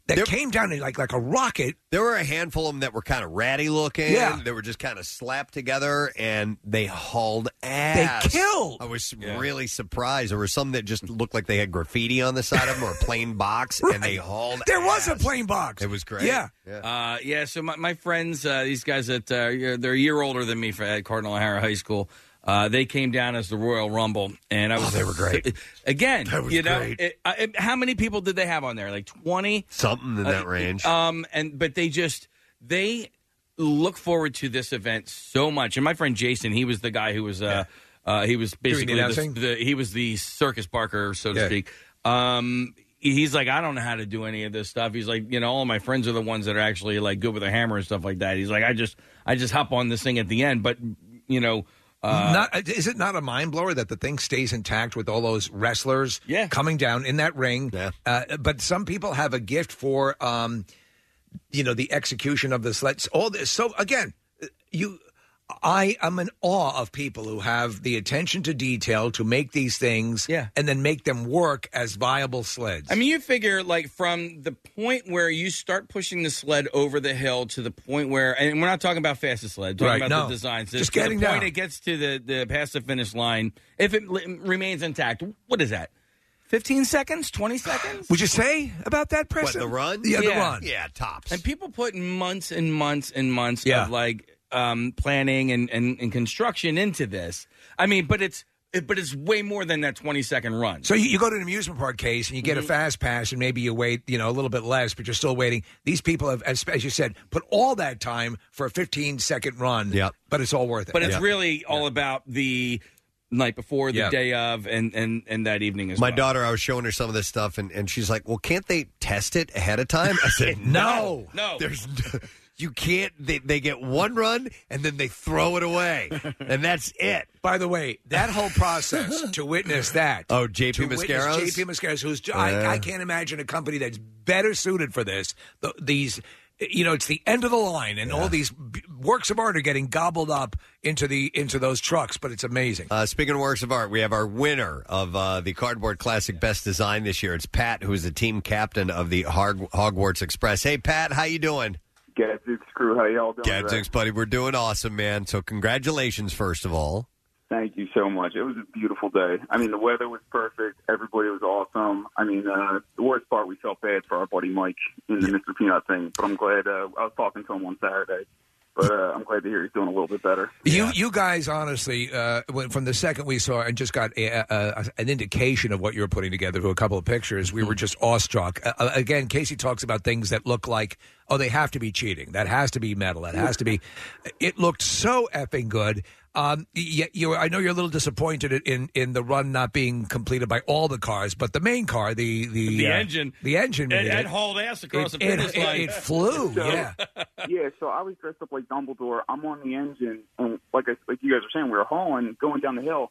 Speaker 4: that came down in like like a rocket.
Speaker 2: There were a handful of them that were kind of ratty looking.
Speaker 4: Yeah.
Speaker 2: They were just kind of slapped together and they hauled ass.
Speaker 4: killed.
Speaker 2: I was really surprised. There were some that just looked like they had graffiti on the side of them or a plain box and they hauled
Speaker 4: There was a plane box.
Speaker 2: It was great.
Speaker 11: Yeah. Uh, yeah. So my, my friends, uh, these guys that uh, yeah, they're a year older than me for at Cardinal O'Hara High School. Uh, they came down as the Royal Rumble, and I was. Oh, they were great. Again,
Speaker 2: was
Speaker 11: you know,
Speaker 2: great.
Speaker 11: it- I- it- how many people did they have on there? Like twenty,
Speaker 2: Something in that range.
Speaker 11: Um, and but they just they look forward to this event so much. And my friend Jason, he was the guy who was uh, uh he was
Speaker 4: the
Speaker 11: basically
Speaker 4: announcing?
Speaker 11: the, the he was the circus barker, so to
Speaker 4: Yeah.
Speaker 11: speak. Um, he's like, I don't know how to do any of this stuff. He's like, you know, all my friends are the ones that are actually like good with a hammer and stuff like that. He's like, I just I just hop on this thing at the end, but you know. Uh,
Speaker 4: not, is it not a mind blower that the thing stays intact with all those wrestlers coming down in that ring? Yeah. Uh, but some people have a gift for, um, you know, the execution of the sleds. All this. So again, you, I am in awe of people who have the attention to detail to make these things, yeah. and then make them work as viable sleds.
Speaker 11: I mean, you figure like from the point where you start pushing the sled over the hill to the point where, and we're not talking about fastest sled, talking
Speaker 4: Right,
Speaker 11: about
Speaker 4: no.
Speaker 11: the designs.
Speaker 4: Just
Speaker 11: to
Speaker 4: getting
Speaker 11: the point
Speaker 4: down.
Speaker 11: it gets to the the past the finish line, if it li- remains intact, what is that? Fifteen seconds, twenty seconds?
Speaker 4: Would you say about that, Preston? Yeah, the run.
Speaker 2: tops.
Speaker 11: And people put months and months and months
Speaker 4: Yeah.
Speaker 11: of like um, planning and, and and construction into this. I mean, but it's it, but it's way more than that twenty second run.
Speaker 4: So you, you go to an amusement park case and you get
Speaker 11: Mm-hmm.
Speaker 4: a fast pass, and maybe you wait, you know, a little bit less, but you're still waiting. These people have, as, as you said, put all that time for a 15 second run. Yeah, but it's all worth it.
Speaker 11: But it's really all about the night before, the
Speaker 2: Yeah.
Speaker 11: day of, and and and that evening as
Speaker 2: My
Speaker 11: well.
Speaker 2: daughter, I was showing her some of this stuff, and, and she's like, "Well, can't they test it ahead of time?" I said, "No,
Speaker 11: no,
Speaker 2: there's no, you can't. They, they get one run, and then they throw it away, and that's it."
Speaker 4: By the way, that whole process to witness that.
Speaker 2: Oh, JP
Speaker 4: to witness
Speaker 2: Mascaros?
Speaker 4: JP Mascaros, who's I,
Speaker 2: Yeah.
Speaker 4: I can't imagine a company that's better suited for this. Th these, you know, it's the end of the line, and all these b- works of art are getting gobbled up into the into those trucks. But it's amazing.
Speaker 2: Uh, speaking of works of art, we have our winner of uh, the Cardboard Classic Best Design this year. It's Pat, who is the team captain of the Hog- Hogwarts Express. Hey, Pat, how you doing?
Speaker 22: Gadzooks crew, how y'all doing? today?
Speaker 2: Gadzooks, buddy, we're doing awesome, man. So congratulations, first of all.
Speaker 22: Thank you so much. It was a beautiful day. I mean, the weather was perfect. Everybody was awesome. I mean, uh, the worst part, we felt bad for our buddy Mike in the Mr. Peanut thing, but I'm glad uh, I was talking to him on Saturday. But uh, I'm glad to hear he's doing a little bit better.
Speaker 4: You you guys honestly uh, when, from the second we saw and just got a, a, a- an indication of what you were putting together to a couple of pictures, we were
Speaker 11: Mm-hmm.
Speaker 4: just awestruck. Uh, Uh, again, Casey talks about things that look like oh they have to be cheating, that has to be metal, that has to be. It looked so effing good. Um, yet you, I know you're a little disappointed in in the run not being completed by all the cars, but the main car, the the,
Speaker 11: The
Speaker 4: uh,
Speaker 11: engine.
Speaker 4: the engine,
Speaker 11: It,
Speaker 4: made
Speaker 11: it
Speaker 4: it.
Speaker 11: hauled ass across
Speaker 4: It-
Speaker 11: the
Speaker 4: it-
Speaker 11: finish
Speaker 4: it-
Speaker 11: line.
Speaker 4: it flew,
Speaker 22: So- yeah, so I was dressed up like Dumbledore. I'm on the engine, and like I, like you guys were saying, we were hauling, going down the hill.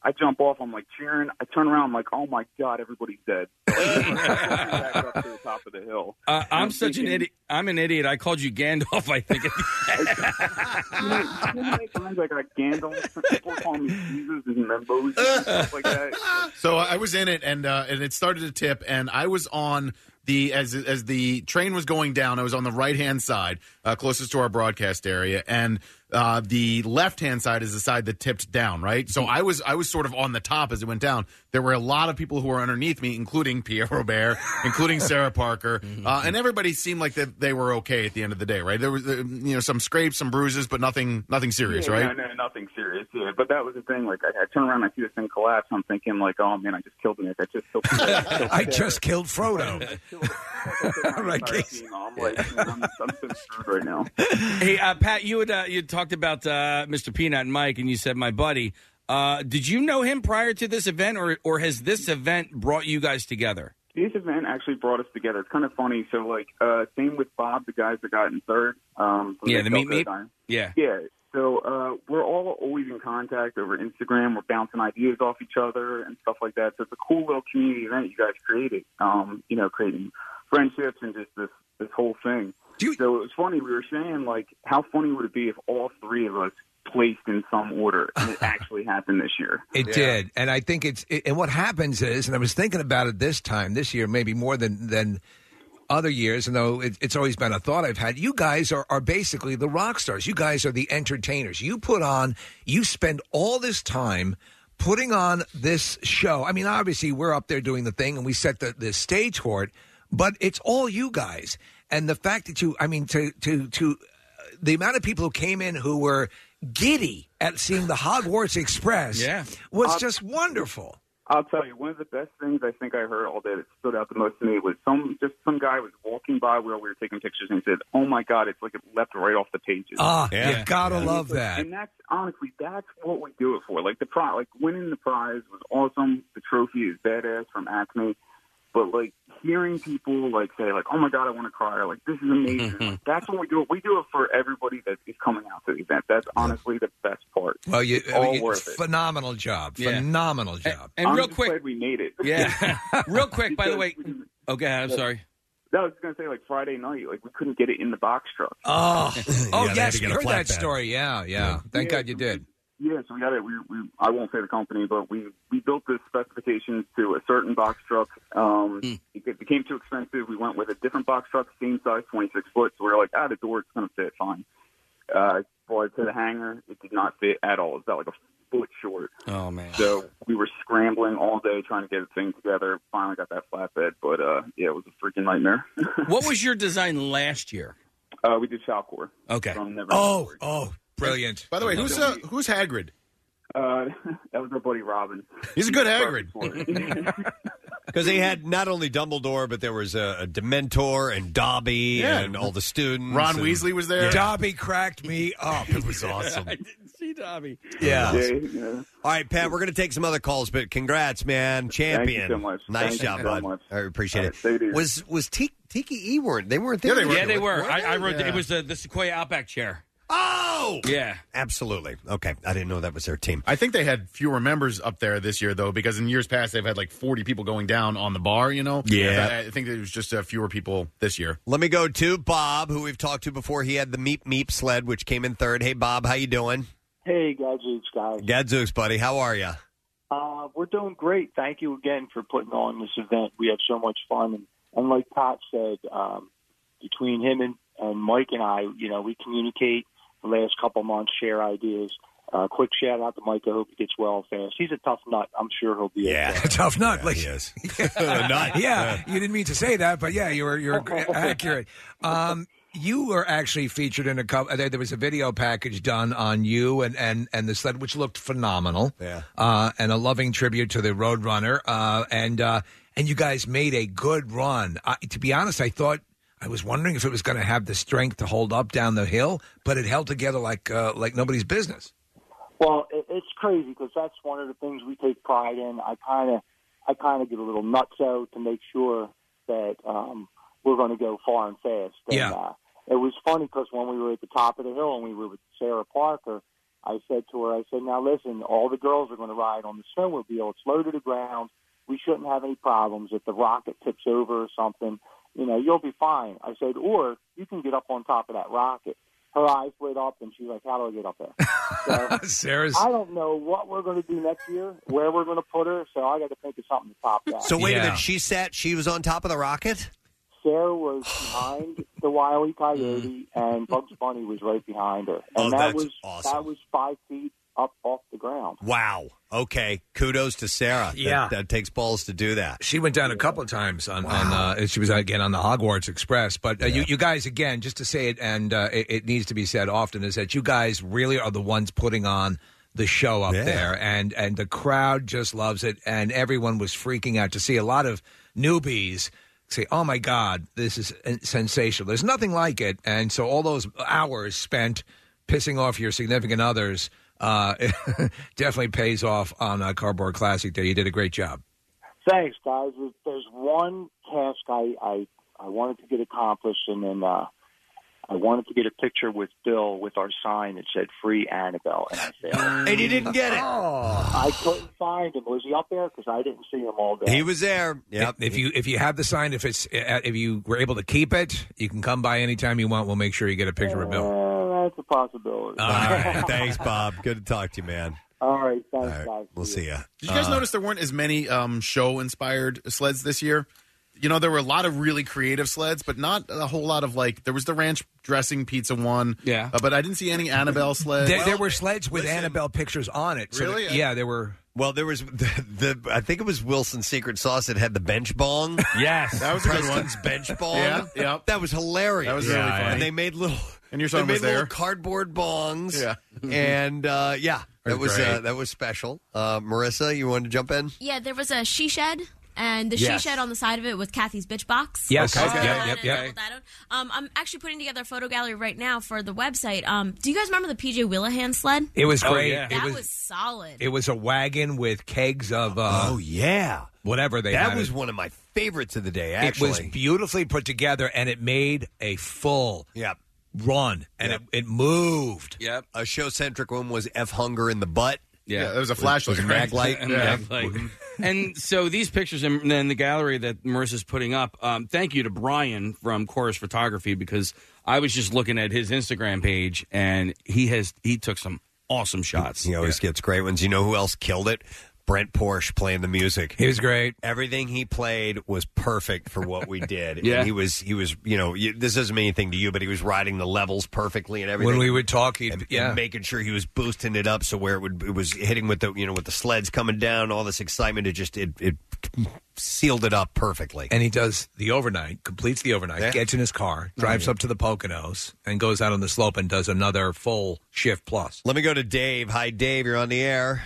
Speaker 22: I jump off. I'm like cheering. I turn around. I'm like, oh my god, everybody's dead. back up to the top of the hill.
Speaker 11: Uh,
Speaker 22: And
Speaker 11: I'm such an
Speaker 22: thinking-
Speaker 11: idiot. I'm an idiot. I called you Gandalf. I think.
Speaker 22: You know, you know how many times I got Gandalf. People call me Jesus and Membos and stuff like that.
Speaker 10: So I was in it, and uh, and it started to tip, and I was on the as as the train was going down. I was on the right hand side, uh, closest to our broadcast area, and uh, the left hand side is the side that tipped down. Right, so I was I was sort of on the top as it went down. There were a lot of people who were underneath me, including Pierre Robert, including Sarah Parker, uh, and everybody seemed like that they were okay at the end of the day. Right, there was uh, you know some scrapes, some bruises, but nothing nothing serious.
Speaker 22: Yeah,
Speaker 10: right.
Speaker 22: No, no, nothing serious. Yeah, but that was the thing. Like, I, I turn around, I see this thing collapse. I'm thinking, like, oh man, I just killed Nick. I just killed.
Speaker 4: I just killed Frodo.
Speaker 22: All right, I'm like, man, I'm, I'm so screwed right now.
Speaker 11: hey, uh, Pat, you had uh, you talked about uh, Mr. Peanut and Mike, and you said my buddy. Uh, did you know him prior to this event, or or has this event brought you guys together?
Speaker 22: This event actually brought us together. It's kind of funny. So, like, uh, same with Bob, the guys that got in third. Um, from
Speaker 11: Yeah, the meet
Speaker 22: Delco
Speaker 11: meet.
Speaker 22: Dime.
Speaker 11: Yeah.
Speaker 22: Yeah. So uh, we're all always in contact over Instagram. We're bouncing ideas off each other and stuff like that. So it's a cool little community event you guys created. Um, you know, creating friendships and just this this whole thing. so it was funny. We were saying like, how funny would it be if all three of us placed in some order, and it actually happened this year.
Speaker 4: It did, and I think it's. It, and what happens is, and I was thinking about it this time, this year, maybe more than than other years. And though it, it's always been a thought I've had, you guys are are basically the rock stars. You guys are the entertainers. You put on. You spend all this time putting on this show. I mean, obviously, we're up there doing the thing, and we set the the stage for it. But it's all you guys, and the fact that you. I mean, to to to the amount of people who came in who were giddy at seeing the Hogwarts Express
Speaker 22: Yeah.
Speaker 4: was
Speaker 22: Uh,
Speaker 4: just wonderful.
Speaker 22: I'll tell you, one of the best things I think I heard all day that stood out the most to me was some just some guy was walking by where we were taking pictures and he said, "Oh my God, it's like it leapt right off the pages."
Speaker 4: Ah, you gotta
Speaker 22: And
Speaker 4: love
Speaker 22: it's like-
Speaker 4: that.
Speaker 22: And that's honestly, that's what we do it for. Like the prize, like winning the prize was awesome. The trophy is badass from Acme, but like hearing people like say like, "Oh my God, I want to cry," or like, "This is amazing." Like, that's what we do. It. We do it for everybody that is coming out to the event. That's honestly the best part.
Speaker 4: Well, you, I
Speaker 22: all
Speaker 4: mean, you-
Speaker 22: worth it.
Speaker 4: phenomenal job,
Speaker 22: Yeah.
Speaker 4: phenomenal job.
Speaker 22: I'm just glad we made it.
Speaker 4: Yeah. uh,
Speaker 11: Real quick, by the way.
Speaker 4: oh,
Speaker 11: Okay, I'm
Speaker 22: Yeah.
Speaker 11: sorry.
Speaker 22: No, I was going to say like Friday night, like we couldn't get it in the box truck.
Speaker 4: Oh,
Speaker 22: Yeah,
Speaker 4: oh
Speaker 22: they had
Speaker 4: yes, we
Speaker 22: to get a
Speaker 4: heard
Speaker 22: flatbed.
Speaker 4: that story. Yeah, yeah. Thank God you did.
Speaker 22: Yeah, so we got it. We, we I won't say the company, but we we built the specifications to a certain box truck. Um,
Speaker 4: Hmm.
Speaker 22: it get- became too expensive. We went with a different box truck, same size, 26 foot. So we were like, ah, the door it's going to fit fine. Uh, brought it to the hangar. It did not fit at all. It's about like a foot short.
Speaker 11: Oh man.
Speaker 22: So we were scrambling all day trying to get the thing together. Finally got that flatbed, but uh, yeah, it was a freaking nightmare.
Speaker 11: what was your design last year?
Speaker 22: Uh, we did Chalcor.
Speaker 11: Okay.
Speaker 22: Oh,
Speaker 4: oh, brilliant.
Speaker 10: By the way, who's uh, who's Hagrid?
Speaker 22: Uh, that was our buddy Robin.
Speaker 10: He's a good Hagrid.
Speaker 2: Because they had not only Dumbledore, but there was a, a Dementor and Dobby
Speaker 10: Yeah.
Speaker 2: and all the students.
Speaker 10: Ron
Speaker 2: and-
Speaker 10: Weasley was there.
Speaker 4: Dobby cracked me up.
Speaker 2: It was awesome.
Speaker 11: I didn't see Dobby.
Speaker 2: Yeah.
Speaker 22: Yeah.
Speaker 2: All right, Pat, we're going to take some other calls, but congrats, man. Champion.
Speaker 22: so much.
Speaker 2: Nice
Speaker 22: Thank you
Speaker 2: job,
Speaker 22: so
Speaker 2: bud.
Speaker 22: much.
Speaker 2: I appreciate it.
Speaker 22: dude.
Speaker 2: Was was T- Tiki E weren't they weren't there?
Speaker 11: Yeah, they were. I, I wrote it was the, the Sequoia Outback chair.
Speaker 2: Oh,
Speaker 11: yeah,
Speaker 2: absolutely. Okay, I didn't know that was their team.
Speaker 10: I think they had fewer members up there this year though, because in years past they've had like 40 people going down on the bar. You know.
Speaker 2: Yeah.
Speaker 10: I, I think there was just uh, fewer people this year.
Speaker 2: Let me go to Bob, who we've talked to before. He had the Meep Meep sled, which came in third. Hey, Bob, how you doing?
Speaker 23: Hey, Gadzooks guys.
Speaker 2: Gadzooks, buddy. How are you?
Speaker 23: Uh, we're doing great. Thank you again for putting on this event. We have so much fun. And, and like Pat said, um, between him and, and Mike and I, you know, we communicate the last couple months, share ideas. Uh, quick shout out to Mike. I hope he gets well fast. He's a tough nut. I'm sure he'll be yeah. okay.
Speaker 4: Tough nut, like
Speaker 2: Nut.
Speaker 4: yeah, you didn't mean to say that, but yeah, you were you're accurate. Um, you were actually featured in a couple. There, there was a video package done on you and and and the sled, which looked phenomenal.
Speaker 2: Yeah,
Speaker 4: uh, and a loving tribute to the Roadrunner. Uh, and uh, and you guys made a good run. I, to be honest, I thought. I was wondering if it was going to have the strength to hold up down the hill, but it held together like uh, like nobody's business.
Speaker 23: Well, it, it's crazy because that's one of the things we take pride in. I kind of, I kind of get a little nuts out to make sure that um, we're going to go far and fast. And,
Speaker 4: Yeah.
Speaker 23: Uh, it was funny because when we were at the top of the hill and we were with Sarah Parker, I said to her, I said, "Now listen, all the girls are going to ride on the snowmobile. It's low to the ground. We shouldn't have any problems if the rocket tips over or something. You know, you'll be fine." I said, "Or you can get up on top of that rocket." Her eyes lit up, and she's like, "How do I get up there?"
Speaker 4: Sarah's.
Speaker 23: I don't know what we're going to do next year, where we're going to put her, so I got to think of something to top that.
Speaker 2: So wait a minute. She sat. She was on top of the rocket.
Speaker 23: Sarah was behind the Wily Coyote, and Bugs Bunny was right behind her,
Speaker 2: Mm. Oh,
Speaker 23: and
Speaker 2: that's
Speaker 23: that was
Speaker 2: awesome.
Speaker 23: that was five feet up off the ground.
Speaker 2: Wow. Okay. Kudos to Sarah. That-
Speaker 4: Yeah.
Speaker 2: that, takes balls to do that.
Speaker 4: She went down a couple of times on, on uh, she was again on the Hogwarts Express. But uh, you, you guys, again, just to say it, and uh, it, it needs to be said often, is that you guys really are the ones putting on the show up
Speaker 7: Yeah.
Speaker 4: there, and and the crowd just loves it, and everyone was freaking out to see a lot of newbies. Say, oh my God, this is uh, sensational. There's nothing like it. And so, all those hours spent pissing off your significant others uh, definitely pays off on uh, Cardboard Classic there. You did a great job.
Speaker 23: Thanks, guys. There's- There's one task I I, I wanted to get accomplished, and then uh, I wanted to get a picture with Bill with our sign that said "Free Annabelle," and I failed.
Speaker 2: And you didn't get it.
Speaker 23: I couldn't find him. Was he up there? Because I didn't see him all day.
Speaker 2: there. Yep.
Speaker 4: If you if you have the sign, if it's uh, if you were able to keep it, you can come by anytime you want. We'll make sure you get a picture of Bill.
Speaker 23: Uh, that's a possibility.
Speaker 2: All right. Thanks, Bob. Good to talk to you, man.
Speaker 23: All right, thanks, guys.
Speaker 2: We'll see ya.
Speaker 10: Did you guys
Speaker 2: Uh,
Speaker 10: notice there weren't as many um, show inspired sleds this year? You know, there were a lot of really creative sleds, but not a whole lot of like. There was the ranch dressing pizza one, yeah, but I didn't see any Annabelle sleds.
Speaker 4: There, there were sleds with Annabelle pictures on it. e that-
Speaker 2: Really?
Speaker 4: yeah, there were.
Speaker 2: Well, there was the, the I think it was Wilson's secret sauce that had the bench bong.
Speaker 11: Yes,
Speaker 10: That was a good one.
Speaker 2: Preston's bench bong.
Speaker 10: Yeah, yeah.
Speaker 2: that was hilarious.
Speaker 10: That was really funny.
Speaker 2: And they made little
Speaker 10: And your
Speaker 2: they
Speaker 10: son
Speaker 2: made
Speaker 10: was there.
Speaker 2: little cardboard bongs.
Speaker 10: Yeah.
Speaker 2: and uh, yeah, that
Speaker 10: That's
Speaker 2: was uh,
Speaker 10: great.
Speaker 2: that was special. Uh, Marissa, you wanted to jump in?
Speaker 15: Yeah, there was a she shed, and the
Speaker 2: Yes.
Speaker 15: she shed on the side of it was Kathy's bitch box.
Speaker 2: Yes.
Speaker 15: So I
Speaker 2: Okay.
Speaker 15: went
Speaker 2: Yep,
Speaker 15: and
Speaker 2: yep, yep.
Speaker 15: I pulled that out. Um, I'm actually putting together a photo gallery right now for the website. Um, do you guys remember the PJ Willihan sled?
Speaker 4: It was Oh, great. yeah. It
Speaker 15: That
Speaker 4: was-
Speaker 15: was, solid.
Speaker 4: It was a wagon with kegs of. Uh, oh
Speaker 2: yeah,
Speaker 4: whatever they.
Speaker 2: that
Speaker 4: had
Speaker 2: was
Speaker 4: it.
Speaker 2: one of my favorites of the day.
Speaker 4: It
Speaker 2: Actually,
Speaker 4: was beautifully put together, and it made a full
Speaker 2: Yep.
Speaker 4: run, and it, it moved.
Speaker 11: Yep.
Speaker 2: A show centric one was F Hunger in the Butt.
Speaker 11: Yeah. Yeah, there was a
Speaker 2: With-
Speaker 11: flashlight,
Speaker 2: with
Speaker 11: right?
Speaker 2: Maglite.
Speaker 11: And Maglite. and so these pictures and then the gallery that Marissa's putting up. Um, thank you to Brian from Chorus Photography because I was just looking at his Instagram page and he has he took some awesome shots.
Speaker 2: He always gets great ones. You know who else killed it? Brent Porsche playing the music.
Speaker 4: He was great.
Speaker 2: Everything he played was perfect for what we did.
Speaker 4: Yeah.
Speaker 2: And he was he was you know you, this doesn't mean anything to you, but he was riding the levels perfectly and everything.
Speaker 4: When we would talk, he'd,
Speaker 2: and, and
Speaker 4: yeah.
Speaker 2: making sure he was boosting it up so where it would it was hitting with the you know with the sleds coming down, all this excitement. It just it it sealed it up perfectly.
Speaker 4: and he does the overnight, completes the overnight, gets in his car,
Speaker 2: Oh,
Speaker 4: drives up to the Poconos, and goes out on the slope and does another full shift plus.
Speaker 2: Let me go to Dave. Hi, Dave. You're on the air.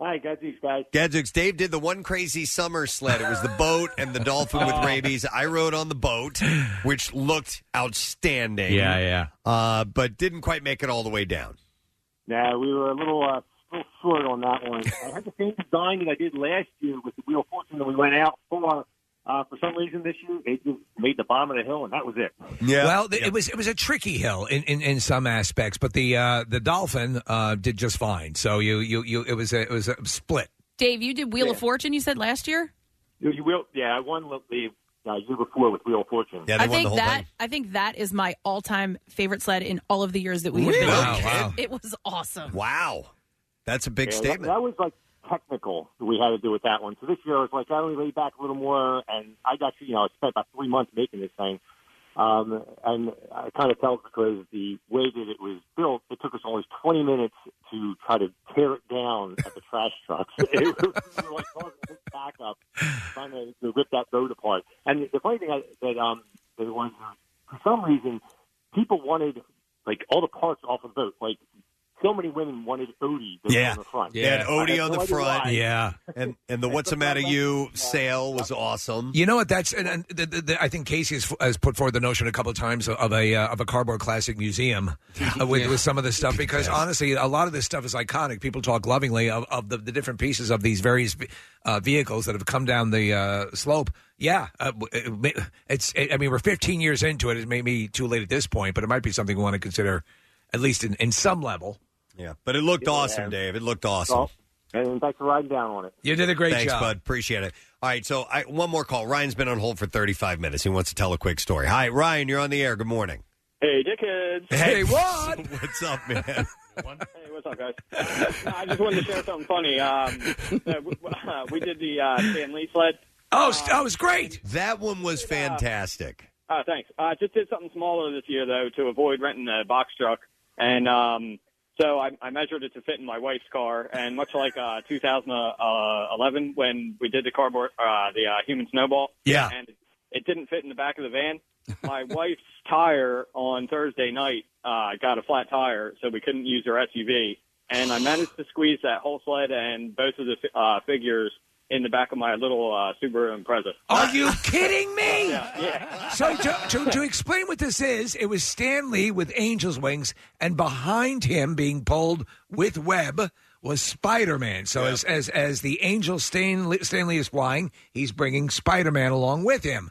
Speaker 24: Hi, Gadzooks, guys.
Speaker 2: Gadzooks, Dave did the one crazy summer sled. It was the boat and the dolphin with rabies. I rode on the boat, which looked outstanding.
Speaker 24: Yeah, yeah.
Speaker 2: Uh, but didn't quite make it all the way down.
Speaker 24: Now we were a little, uh, little short on that one. I had the same design that I did last year with the wheel fortune that we went out for. Uh, for some reason this year, it just made the bottom of the hill, and that was it.
Speaker 2: Yeah.
Speaker 4: Well, th- it was it was a tricky hill in, in, in some aspects, but the uh, the dolphin uh, did just fine. So you you, you it was a, it was a split.
Speaker 3: Dave, you did Wheel of Fortune. You said last year.
Speaker 24: You, you will, yeah. I won the uh, year before with wheel fortune.
Speaker 3: I think that I think that is my all-time favorite sled in all of the years that we
Speaker 2: Really?
Speaker 3: have been.
Speaker 2: Wow,
Speaker 3: on.
Speaker 2: wow.
Speaker 3: It was awesome.
Speaker 2: Wow, that's a big
Speaker 24: Yeah, that-
Speaker 2: statement.
Speaker 24: That, was like technical that we had to do with that one. So this year I was like, I only laid back a little more, and I got you know I spent about three months making this thing, um, and I kind of felt because the way that it was built, it took us almost twenty minutes to try to tear it down at the trash trucks. It was we were like causing a big backup, trying to, to rip that boat apart. And the funny thing I, that um that was for some reason people wanted like all the parts off the boat, like. So many women wanted Odie that was
Speaker 2: Yeah.
Speaker 24: on the front.
Speaker 2: They had
Speaker 24: I had
Speaker 2: Odie on
Speaker 24: no
Speaker 2: the
Speaker 24: idea
Speaker 2: front.
Speaker 24: why.
Speaker 2: And and the What's the Matter You sale was awesome.
Speaker 4: You know what? That's and, and the, the, the, I think Casey has, has put forward the notion a couple of times of a uh, of a cardboard classic museum uh, with,
Speaker 2: Yeah.
Speaker 4: with some of this stuff because honestly, a lot of this stuff is iconic. People talk lovingly of, of the, the different pieces of these various uh, vehicles that have come down the uh, slope. Yeah, uh, it- it- it's. I mean, we're 15 years into it. It may be too late at this point, but it might be something we want to consider at least in, in some level.
Speaker 2: Yeah, but it looked awesome, Dave. It looked awesome.
Speaker 24: and thanks for riding down on it.
Speaker 4: You did a great
Speaker 2: Thanks,
Speaker 4: job.
Speaker 2: bud. Appreciate it. All right, so I, one more call. Ryan's been on hold for 35 minutes. He wants to tell a quick story. Hi, Ryan. You're on the air. Good morning.
Speaker 24: Hey, dickheads.
Speaker 2: Hey, what? What's up, man?
Speaker 24: Hey, what's up, guys? No, I just wanted to share something funny. Um, uh, we- uh, we did the uh, Stan Lee sled.
Speaker 4: Oh, that was great.
Speaker 2: That one was fantastic.
Speaker 24: Uh, thanks. I just did something smaller this year, though, to avoid renting a box truck. And um, so I, I measured it to fit in my wife's car. And much like uh, 2011, when we did the cardboard, uh, the uh, human snowball,
Speaker 2: Yeah.
Speaker 24: and it didn't fit in the back of the van. My wife's tire on Thursday night uh, got a flat tire, so we couldn't use her SUV. And I managed to squeeze that whole sled and both of the fi- uh, figures in the back of my little uh, Subaru Impreza.
Speaker 4: Are you kidding me?
Speaker 24: yeah.
Speaker 4: So to, to, to explain what this is, it was Stanley with angel's wings, and behind him being pulled with web was Spider-Man. So as, as as the angel Stanley, Stanley is flying, he's bringing Spider-Man along with him.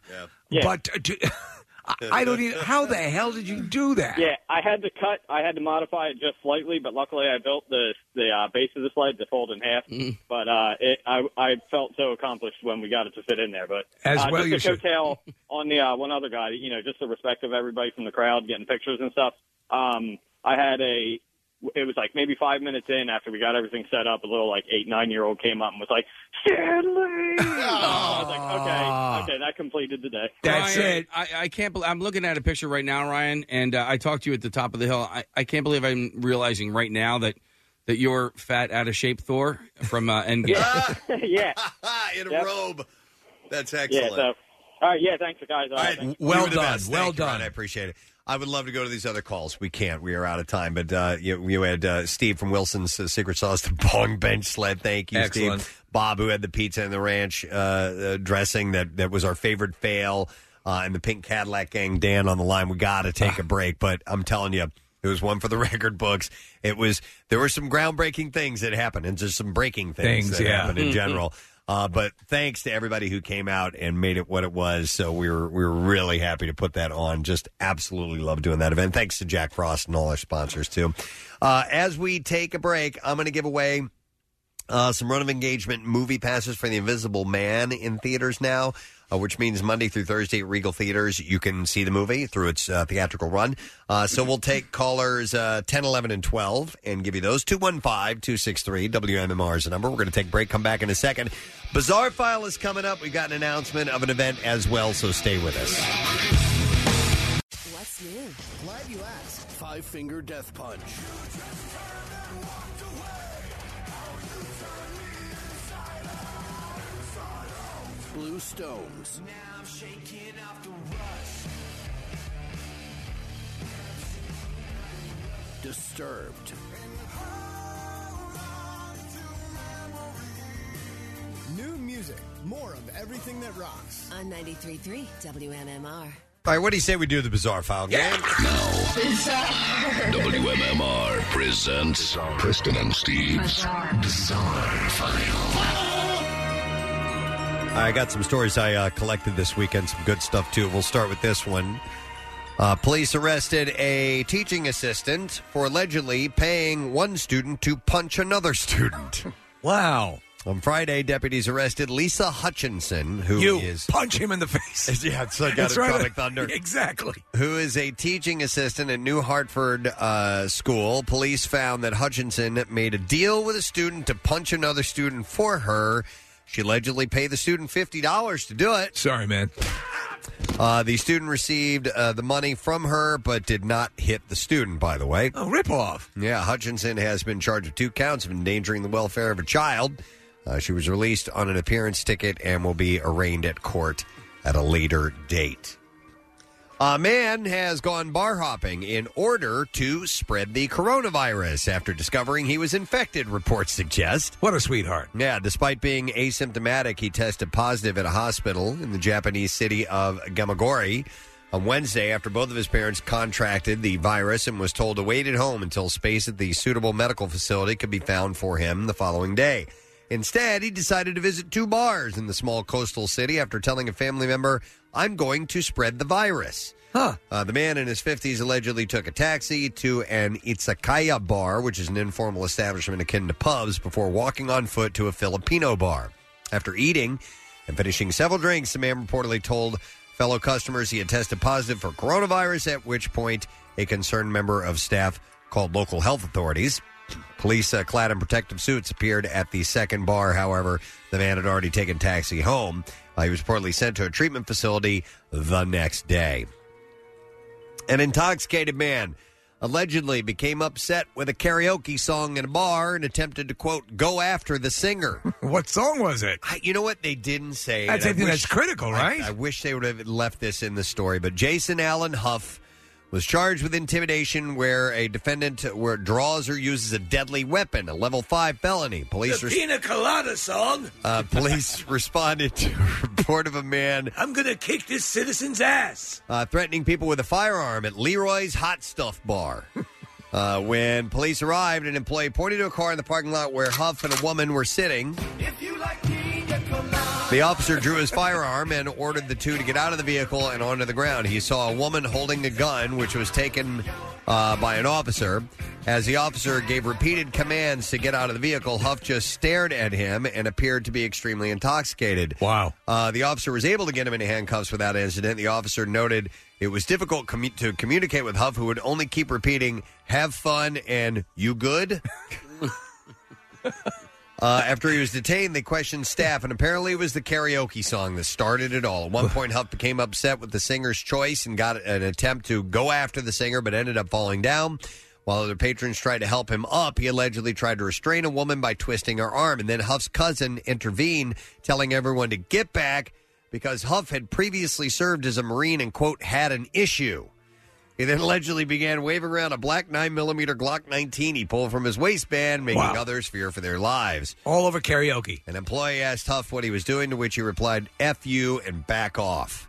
Speaker 24: Yeah.
Speaker 4: But to, I, I don't even. How the hell did you do that?
Speaker 12: Yeah, I had to cut. I had to modify it just slightly, but luckily I built the the uh, base of the sled to fold in half.
Speaker 4: Mm-hmm.
Speaker 12: But uh, it, I I felt so accomplished when we got it to fit in there. But
Speaker 4: As
Speaker 12: uh,
Speaker 4: well
Speaker 12: just
Speaker 4: you
Speaker 12: a
Speaker 4: should.
Speaker 12: coattail on the uh, one other guy. You know, just the respect of everybody from the crowd, getting pictures and stuff. Um, I had a. It was like maybe five minutes in after we got everything set up. A little like eight nine year old came up and was like, Stanley. I was like, okay, okay, that completed the day.
Speaker 11: Ryan, I, I can't believe I'm looking at a picture right now, Ryan, and uh, I talked to you at the top of the hill. I, I can't believe I'm realizing right now that that you're fat, out of shape, Thor from uh, Endgame.
Speaker 12: yeah.
Speaker 2: In
Speaker 12: Yep.
Speaker 2: a robe. That's
Speaker 12: Yeah, so,
Speaker 2: excellent.
Speaker 12: all right, yeah, thanks, guys. All right, thanks.
Speaker 2: You were the best. Thank you, Ryan. I appreciate it. I would love to go to these other calls. We can't. We are out of time. But uh, you, you had uh, Steve from Wilson's uh, Secret Sauce, the Bong Bench Sled. Thank you,
Speaker 4: Excellent.
Speaker 2: Steve. Bob, who had the pizza and the ranch uh, uh, dressing that, that was our favorite fail, uh, and the Pink Cadillac Gang, Dan on the line. We got to take a break. But I'm telling you, it was one for the record books. It was there were some groundbreaking things that happened, and just some breaking things,
Speaker 4: Things,
Speaker 2: that
Speaker 4: yeah.
Speaker 2: happened in
Speaker 4: Mhm.
Speaker 2: general. Uh, but thanks to everybody who came out and made it what it was. So we were we were really happy to put that on. Just absolutely love doing that event. Thanks to Jack Frost and all our sponsors too. Uh, as we take a break, I'm going to give away uh, some run of engagement movie passes for The Invisible Man in theaters now, uh, which means Monday through Thursday at Regal Theaters, you can see the movie through its uh, theatrical run. Uh, so we'll take callers uh, 10, 11, and 12 and give you those. 215 263 WMMR is the number. We're going to take a break, come back in a second. Bizarre File is coming up. We've got an announcement of an event as well, so stay with us.
Speaker 7: What's new? Glad you asked. Five Finger Death Punch. Blue Stones. Disturbed.
Speaker 25: New music, more of everything that rocks. On 93.3 WMMR.
Speaker 2: All right, what do you say we do the Bizarre File game?
Speaker 1: WMMR presents Preston and Steve's Bizarre, File.
Speaker 2: I got some stories I uh, collected this weekend, some good stuff too. We'll start with this one. Uh, police arrested a teaching assistant for allegedly paying one student to punch another student.
Speaker 4: Wow.
Speaker 2: On Friday, deputies arrested Lisa Hutchinson, who is
Speaker 4: you punch him in the face.
Speaker 2: Yeah, it's like out
Speaker 4: That's
Speaker 2: of
Speaker 4: right.
Speaker 2: Tropic Thunder.
Speaker 4: Exactly.
Speaker 2: who is a teaching assistant at New Hartford uh, School. Police found that Hutchinson made a deal with a student to punch another student for her. She allegedly paid the student $50 to do it.
Speaker 4: Sorry, man.
Speaker 2: Uh, the student received uh, the money from her, but did not hit the student, by the way.
Speaker 4: A ripoff.
Speaker 2: Yeah, Hutchinson has been charged with two counts of endangering the welfare of a child. Uh, she was released on an appearance ticket and will be arraigned at court at a later date. A man has gone bar hopping in order to spread the coronavirus after discovering he was infected, reports suggest.
Speaker 4: What a sweetheart.
Speaker 2: Yeah, despite being asymptomatic, he tested positive at a hospital in the Japanese city of Gamagori on Wednesday after both of his parents contracted the virus and was told to wait at home until space at the suitable medical facility could be found for him the following day. Instead, he decided to visit two bars in the small coastal city after telling a family member, I'm going to spread the virus.
Speaker 4: Huh.
Speaker 2: Uh, the man in his 50s allegedly took a taxi to an izakaya bar, which is an informal establishment akin to pubs, before walking on foot to a Filipino bar. After eating and finishing several drinks, the man reportedly told fellow customers he had tested positive for coronavirus, at which point a concerned member of staff called local health authorities. Police uh, clad in protective suits appeared at the second bar. However, the man had already taken taxi home. Uh, he was reportedly sent to a treatment facility the next day. An intoxicated man allegedly became upset with a karaoke song in a bar and attempted to quote go after the singer.
Speaker 4: What song was it?
Speaker 2: I, you know what they didn't say.
Speaker 4: That's, I
Speaker 2: and
Speaker 4: think
Speaker 2: wish-
Speaker 4: that's critical,
Speaker 2: I-
Speaker 4: right?
Speaker 2: I, wish they would have left this in the story, but Jason Allen Huff was charged with intimidation where a defendant where draws or uses a deadly weapon, a level five felony. Police
Speaker 13: the
Speaker 2: res-
Speaker 13: Pina Colada song.
Speaker 2: uh, police responded to a report of a man
Speaker 13: I'm gonna kick this citizen's ass.
Speaker 2: uh, threatening people with a firearm at Leroy's Hot Stuff Bar. Uh, when police arrived, an employee pointed to a car in the parking lot where Huff and a woman were sitting.
Speaker 13: If you like Pina Colada.
Speaker 2: The officer drew his firearm and ordered the two to get out of the vehicle and onto the ground. He saw a woman holding a gun, which was taken uh, by an officer. As the officer gave repeated commands to get out of the vehicle, Huff just stared at him and appeared to be extremely intoxicated. Wow. Uh, the officer was able to get him into handcuffs without incident. The officer noted it was difficult commu- to communicate with Huff, who would only keep repeating, have fun and you good? Uh, after he was detained, they questioned staff, and apparently it was the karaoke song that started it all. At one point, Huff became upset with the singer's choice and got an attempt to go after the singer, but ended up falling down. While other patrons tried to help him up, he allegedly tried to restrain a woman by twisting her arm, and then Huff's cousin intervened, telling everyone to get back because Huff had previously served as a Marine and, quote, had an issue. He then allegedly began waving around a black 9mm Glock 19 he pulled from his waistband, making others fear for their lives.
Speaker 4: All over karaoke.
Speaker 2: An employee asked Huff what he was doing, to which he replied, F you and back off.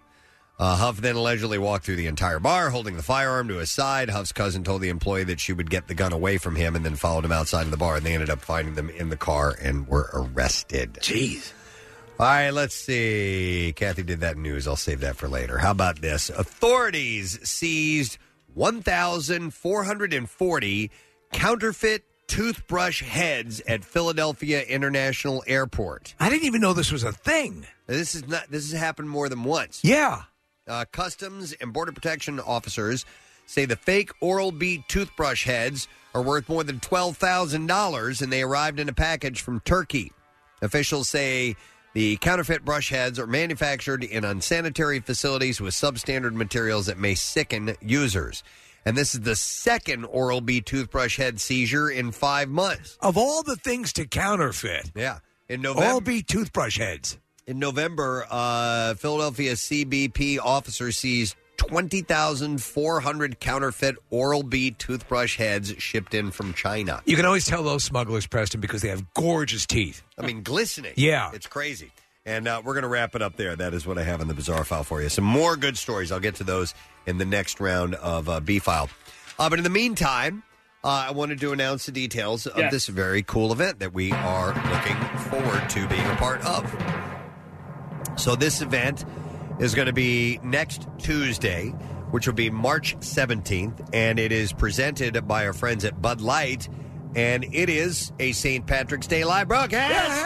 Speaker 2: Uh, Huff then allegedly walked through the entire bar, holding the firearm to his side. Huff's cousin told the employee that she would get the gun away from him and then followed him outside of the bar, and they ended up finding them in the car and were arrested.
Speaker 4: Jeez.
Speaker 2: All right, let's see. Kathy did that news. I'll save that for later. How about this? Authorities seized 1,440 counterfeit toothbrush heads at Philadelphia International Airport.
Speaker 4: I didn't even know this was a thing.
Speaker 2: This is not. This has happened more than once.
Speaker 4: Yeah.
Speaker 2: Uh, Customs and Border Protection officers say the fake Oral B toothbrush heads are worth more than twelve thousand dollars, and they arrived in a package from Turkey. Officials say the counterfeit brush heads are manufactured in unsanitary facilities with substandard materials that may sicken users. And this is the second Oral B toothbrush head seizure in five months.
Speaker 4: Of all the things to counterfeit,
Speaker 2: Yeah. In November,
Speaker 4: all be toothbrush heads.
Speaker 2: in November, uh, Philadelphia CBP officers seized 20,400 counterfeit Oral B toothbrush heads shipped in from China.
Speaker 4: You can always tell those smugglers, Preston, because they have gorgeous teeth.
Speaker 2: I mean, glistening.
Speaker 4: Yeah.
Speaker 2: It's crazy. And uh, we're going to wrap it up there. That is what I have in the bizarre file for you. Some more good stories. I'll get to those in the next round of uh, B file. Uh, but in the meantime, uh, I wanted to announce the details of
Speaker 17: Yes.
Speaker 2: this very cool event that we are looking forward to being a part of. So this event is going to be next Tuesday, which will be March 17th, and it is presented by our friends at Bud Light, and it is a St. Patrick's Day live broadcast.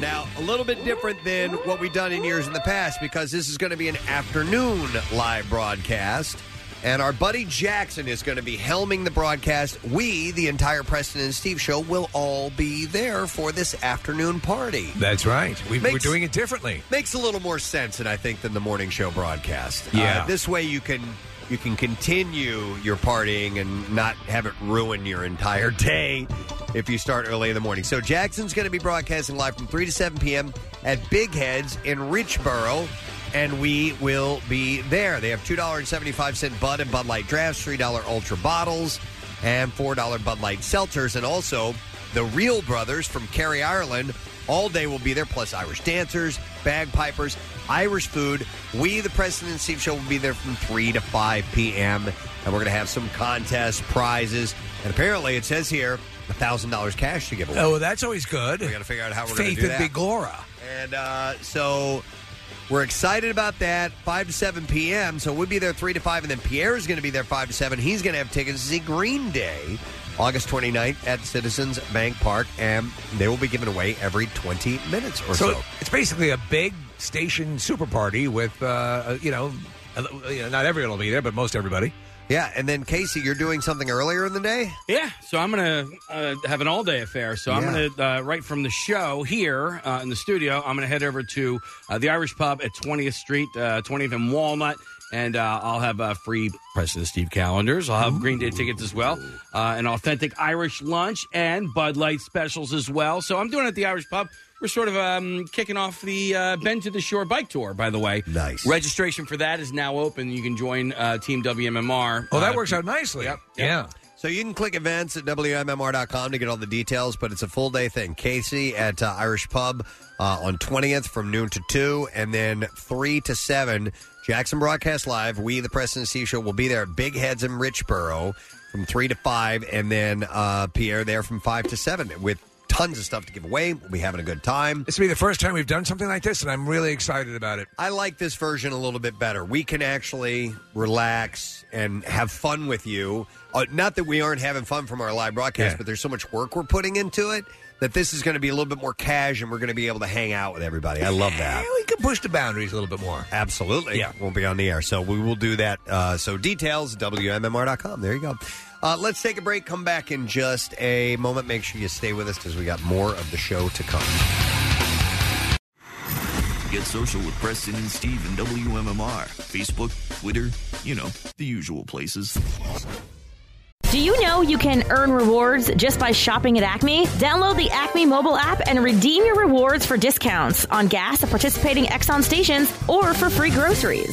Speaker 2: Now, a little bit different than what we've done in years in the past because this is going to be an afternoon live broadcast. And our buddy Jackson is going to be helming the broadcast. We, the entire Preston and Steve show, will all be there for this afternoon party.
Speaker 4: That's right. We,
Speaker 2: Makes-
Speaker 4: we're doing it differently.
Speaker 2: Makes a little more sense, and I think, than the morning show broadcast.
Speaker 4: Yeah.
Speaker 2: Uh, this way, you can you can continue your partying and not have it ruin your entire day if you start early in the morning. So Jackson's going to be broadcasting live from three to seven p.m. at Big Heads in Richboro. And we will be there. They have $2.75 Bud and Bud Light drafts, $3 Ultra bottles, and $4 Bud Light seltzers. And also, the Real Brothers from Kerry, Ireland, all day will be there, plus Irish dancers, bagpipers, Irish food. We, the President and Steve Show, will be there from 3 to 5 p.m. And we're going to have some contests, prizes, and apparently it says here $1,000 cash to give away.
Speaker 4: Oh, well, that's always good. We got
Speaker 2: to figure out how we're gonna
Speaker 4: Faith
Speaker 2: do
Speaker 4: and
Speaker 2: that.
Speaker 4: Big Laura.
Speaker 2: And uh, so we're excited about that. 5 to 7 p.m. So we'll be there 3 to 5. And then Pierre is going to be there 5 to 7. He's going to have tickets to see Green Day August 29th at Citizens Bank Park. And they will be given away every 20 minutes or so.
Speaker 4: So it's basically a big station super party with, uh, you know, uh, you know, not everyone will be there, but most everybody.
Speaker 2: Yeah, and then Casey, you're doing something earlier in the day?
Speaker 11: Yeah, so I'm gonna uh, have an all day affair. So I'm gonna uh, right from the show here uh, in the studio. I'm gonna head over to uh, the Irish Pub at 20th Street, uh, 20th and Walnut, and uh, I'll have uh, free President Steve calendars. I'll have Green Day tickets as well, uh, an authentic Irish lunch and Bud Light specials as well. So I'm doing it at the Irish Pub. We're sort of um, kicking off the uh, Bend to the Shore bike tour, by the way. Nice. Registration for that is now open. You can join uh, Team WMMR.
Speaker 4: Oh, that
Speaker 11: uh,
Speaker 4: works out nicely.
Speaker 2: Yeah. So you can click events at WMMR.com to get all the details, but it's a full day thing. Casey at uh, Irish Pub uh, on 20th from noon to 2, and then 3 to 7. Jackson Broadcast Live. We, the Preston and Steve Show, will be there at Big Heads in Richboro from 3 to 5, and then uh, Pierre there from 5 to 7 with tons of stuff to give away. We'll be having a good time.
Speaker 4: This will be the first time we've done something like this, and I'm really excited about it.
Speaker 2: I like this version a little bit better. We can actually relax and have fun with you. Uh, not that we aren't having fun from our live broadcast, but there's so much work we're putting into it that this is going to be a little bit more cash and we're going to be able to hang out with everybody. I love that.
Speaker 4: We can push the boundaries a little bit more.
Speaker 2: Absolutely.
Speaker 4: Yeah.
Speaker 2: Won't be on the air. So we will do that. Uh, so details, WMMR.com. There you go. Uh, let's take a break. Come back in just a moment. Make sure you stay with us because we got more of the show to come.
Speaker 9: Get social with Preston and Steve and WMMR. Facebook, Twitter, you know, the usual places.
Speaker 14: Do you know you can earn rewards just by shopping at Acme? Download the Acme mobile app and redeem your rewards for discounts on gas at participating Exxon stations or for free groceries.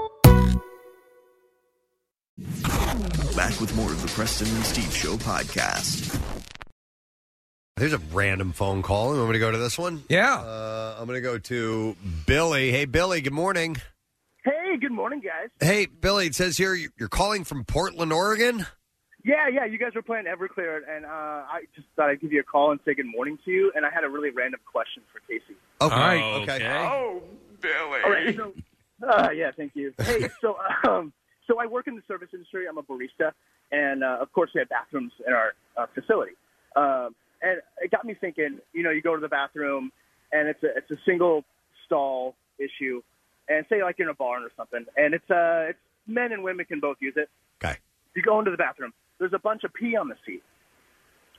Speaker 9: Back with more of the Preston and Steve Show podcast.
Speaker 2: There's a random phone call. I'm going to go to this one.
Speaker 4: Yeah.
Speaker 2: Uh, I'm going to go to Billy. Hey, Billy, good morning.
Speaker 26: Hey, good morning, guys.
Speaker 2: Hey, Billy, it says here you- you're calling from Portland, Oregon.
Speaker 26: Yeah, yeah, you guys were playing Everclear, and uh, I just thought I'd give you a call and say good morning to you. And I had a really random question for Casey.
Speaker 2: Okay. Okay.
Speaker 26: Oh, Billy. All right, so, uh, yeah, thank you. Hey, so um, so I work in the service industry. I'm a barista, and uh, of course we have bathrooms in our uh, facility. Um, and it got me thinking. You know, you go to the bathroom, and it's a it's a single stall issue, and say like you're in a barn or something, and it's uh it's men and women can both use it.
Speaker 2: Okay.
Speaker 26: You go into the bathroom. There's a bunch of pee on the seat.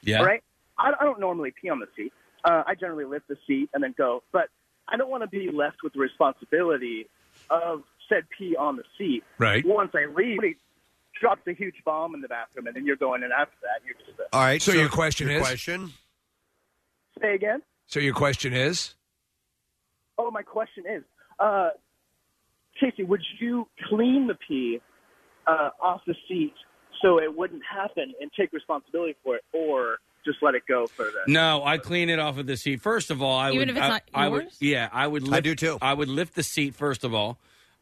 Speaker 11: Yeah.
Speaker 26: All right. I, I don't normally pee on the seat. Uh, I generally lift the seat and then go, but I don't want to be left with the responsibility of said pee on the seat.
Speaker 2: Right.
Speaker 26: Once I leave, somebody drops a huge bomb in the bathroom, and then you're going in after that. You're just a,
Speaker 2: All right.
Speaker 4: So, your question
Speaker 2: your
Speaker 4: is?
Speaker 2: question.
Speaker 26: say again.
Speaker 4: So your question is?
Speaker 26: Oh, my question is, uh, Casey, would you clean the pee uh, off the seat so it wouldn't happen and take responsibility for it, or just let it go for the?
Speaker 11: No, I clean it off of the seat. First of all, I
Speaker 26: Even
Speaker 11: would.
Speaker 26: if it's
Speaker 11: I,
Speaker 26: not
Speaker 11: I would.
Speaker 26: yours?
Speaker 11: Yeah, I would. Lift, I do too. I would lift the seat first of all,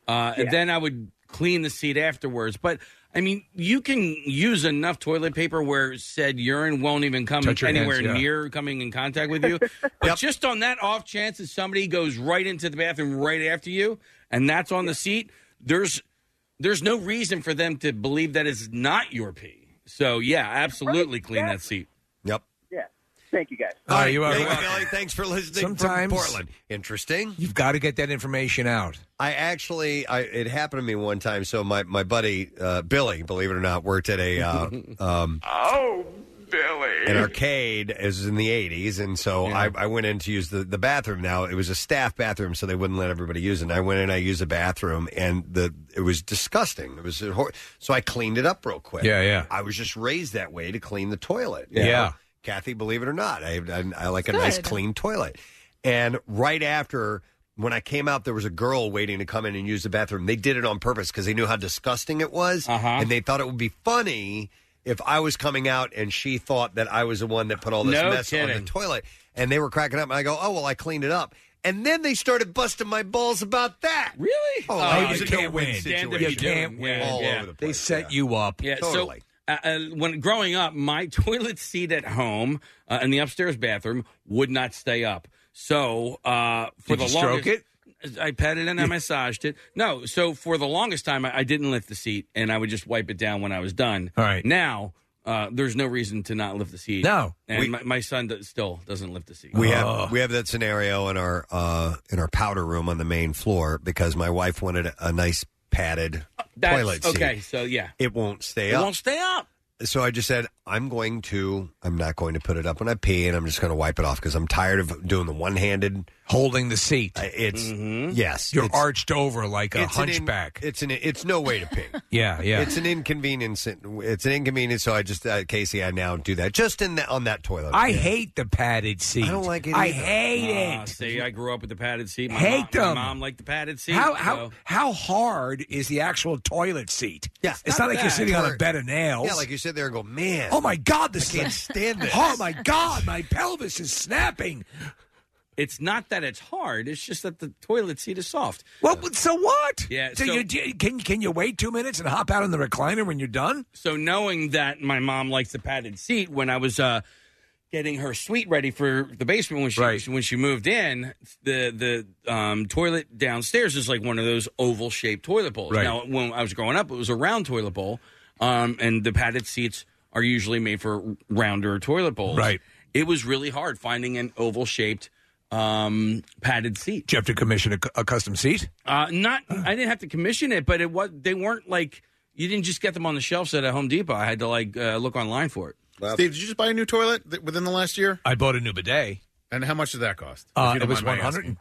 Speaker 11: uh, and then I would clean the seat afterwards. But I mean, you can use enough toilet paper where said urine won't even come
Speaker 4: Touch your
Speaker 11: anywhere
Speaker 4: hands, yeah.
Speaker 11: near coming in contact with you. but just on that off chance that somebody goes right into the bathroom right after you, and that's on the seat, there's there's no reason for them to believe that it's not your pee. So yeah, absolutely clean that seat.
Speaker 2: Yep.
Speaker 26: Yeah. Thank you, guys.
Speaker 4: All right, you are
Speaker 2: Thank you,
Speaker 4: welcome.
Speaker 2: Billy. Thanks for listening
Speaker 4: Sometimes
Speaker 2: from Portland. Interesting.
Speaker 4: You've got to get that information out.
Speaker 2: I actually, I, it happened to me one time. So my my buddy uh, Billy, believe it or not, worked at a uh, um,
Speaker 13: Oh, Billy.
Speaker 2: an arcade is in the 80s and so I, I went in to use the, the bathroom now it was a staff bathroom so they wouldn't let everybody use it and i went in i used the bathroom and the it was disgusting it was a hor- so i cleaned it up real quick
Speaker 4: Yeah, yeah.
Speaker 2: i was just raised that way to clean the toilet you
Speaker 4: Yeah.
Speaker 2: know? kathy believe it or not i, I, I like a nice
Speaker 4: Good.
Speaker 2: clean toilet and right after when I came out, there was a girl waiting to come in and use the bathroom. They did it on purpose because they knew how disgusting it was, and they thought it would be funny if I was coming out and she thought that I was the one that put all this
Speaker 11: No
Speaker 2: mess on
Speaker 11: kidding.
Speaker 2: the toilet, and they were cracking up. And I go, "Oh well, I cleaned it up." And then they started busting my balls about that.
Speaker 11: Really?
Speaker 2: Oh,
Speaker 4: Oh,
Speaker 2: I
Speaker 4: you
Speaker 2: was
Speaker 4: can't
Speaker 2: no-win
Speaker 4: win.
Speaker 2: situation.
Speaker 4: Damned if you do. Can't win.
Speaker 2: All
Speaker 4: Yeah.
Speaker 2: over the place.
Speaker 4: They set you up.
Speaker 11: Yeah,
Speaker 4: Totally.
Speaker 11: So, uh, uh, when growing up, my toilet seat at home uh, in the upstairs bathroom would not stay up. So uh, for
Speaker 4: Did
Speaker 11: the
Speaker 4: you stroke
Speaker 11: longest, I petted and I massaged it. No, so for the longest time, I, I didn't lift the seat, and I would just wipe it down when I was done.
Speaker 4: All right.
Speaker 11: Now. Uh, there's no reason to not lift the seat.
Speaker 2: No.
Speaker 11: and
Speaker 2: We-
Speaker 11: my, my son does, still doesn't lift the seat.
Speaker 2: We have we have that scenario in our uh, in our powder room on the main floor because my wife wanted a, a nice padded
Speaker 11: That's-
Speaker 4: Uh,
Speaker 2: toilet seat.
Speaker 11: okay. So yeah,
Speaker 2: It won't stay
Speaker 11: it
Speaker 2: up.
Speaker 11: won't stay up.
Speaker 2: so I just said I'm going to. I'm not going to put it up when I pee, and I'm just going to wipe it off because I'm tired of doing the one-handed
Speaker 4: holding the seat.
Speaker 2: Uh, It's yes,
Speaker 4: You're
Speaker 2: it's-
Speaker 4: arched over like a
Speaker 2: it's an in-
Speaker 4: hunchback.
Speaker 2: it's an it's no way to pee.
Speaker 4: yeah, yeah.
Speaker 2: It's an inconvenience. It's an inconvenience. So I just uh, Casey, I now do that just in the, on that toilet.
Speaker 4: I hate the padded seat.
Speaker 2: I don't like it.
Speaker 4: I
Speaker 2: either.
Speaker 4: hate it.
Speaker 11: See, I grew up with the padded seat. My
Speaker 4: Hate
Speaker 11: mom, My
Speaker 4: them.
Speaker 11: mom liked the padded seat.
Speaker 4: How
Speaker 11: so-
Speaker 4: how how hard is the actual toilet seat? Yeah, it's not, like
Speaker 11: bad.
Speaker 4: you're sitting on a
Speaker 11: Or-
Speaker 4: bed of nails.
Speaker 11: Yeah, like
Speaker 2: you sit there and go, man.
Speaker 4: Oh my God, this
Speaker 11: I can't stand this.
Speaker 4: Oh my God, my pelvis is snapping.
Speaker 11: It's not that it's hard. It's just that the toilet seat is soft.
Speaker 4: Well, so what?
Speaker 11: Yeah,
Speaker 4: So,
Speaker 11: so-
Speaker 4: you you can can you wait two minutes and hop out in the recliner when you're done?
Speaker 11: So knowing that my mom likes the padded seat, when I was uh, getting her suite ready for the basement when she when she moved in, the the um, toilet downstairs is like one of those oval shaped toilet bowls.
Speaker 5: Right.
Speaker 11: Now, when I was growing up, it was a round toilet bowl, um, and the padded seats are usually made for rounder toilet bowls.
Speaker 4: Right.
Speaker 11: It was really hard finding an oval shaped um, padded seat.
Speaker 4: Do you have to commission a, cu- a custom seat?
Speaker 11: Uh, not, I didn't have to commission it, but it was they weren't like you didn't just get them on the shelves at a Home Depot. I had to like uh, look online for it.
Speaker 10: Steve, did you just buy a new toilet th- within the last year?
Speaker 4: I bought a new bidet.
Speaker 10: And how much did that cost? If
Speaker 4: Uh,
Speaker 10: you
Speaker 4: it
Speaker 10: don't
Speaker 4: was
Speaker 10: mind
Speaker 4: one
Speaker 10: my
Speaker 4: hundred.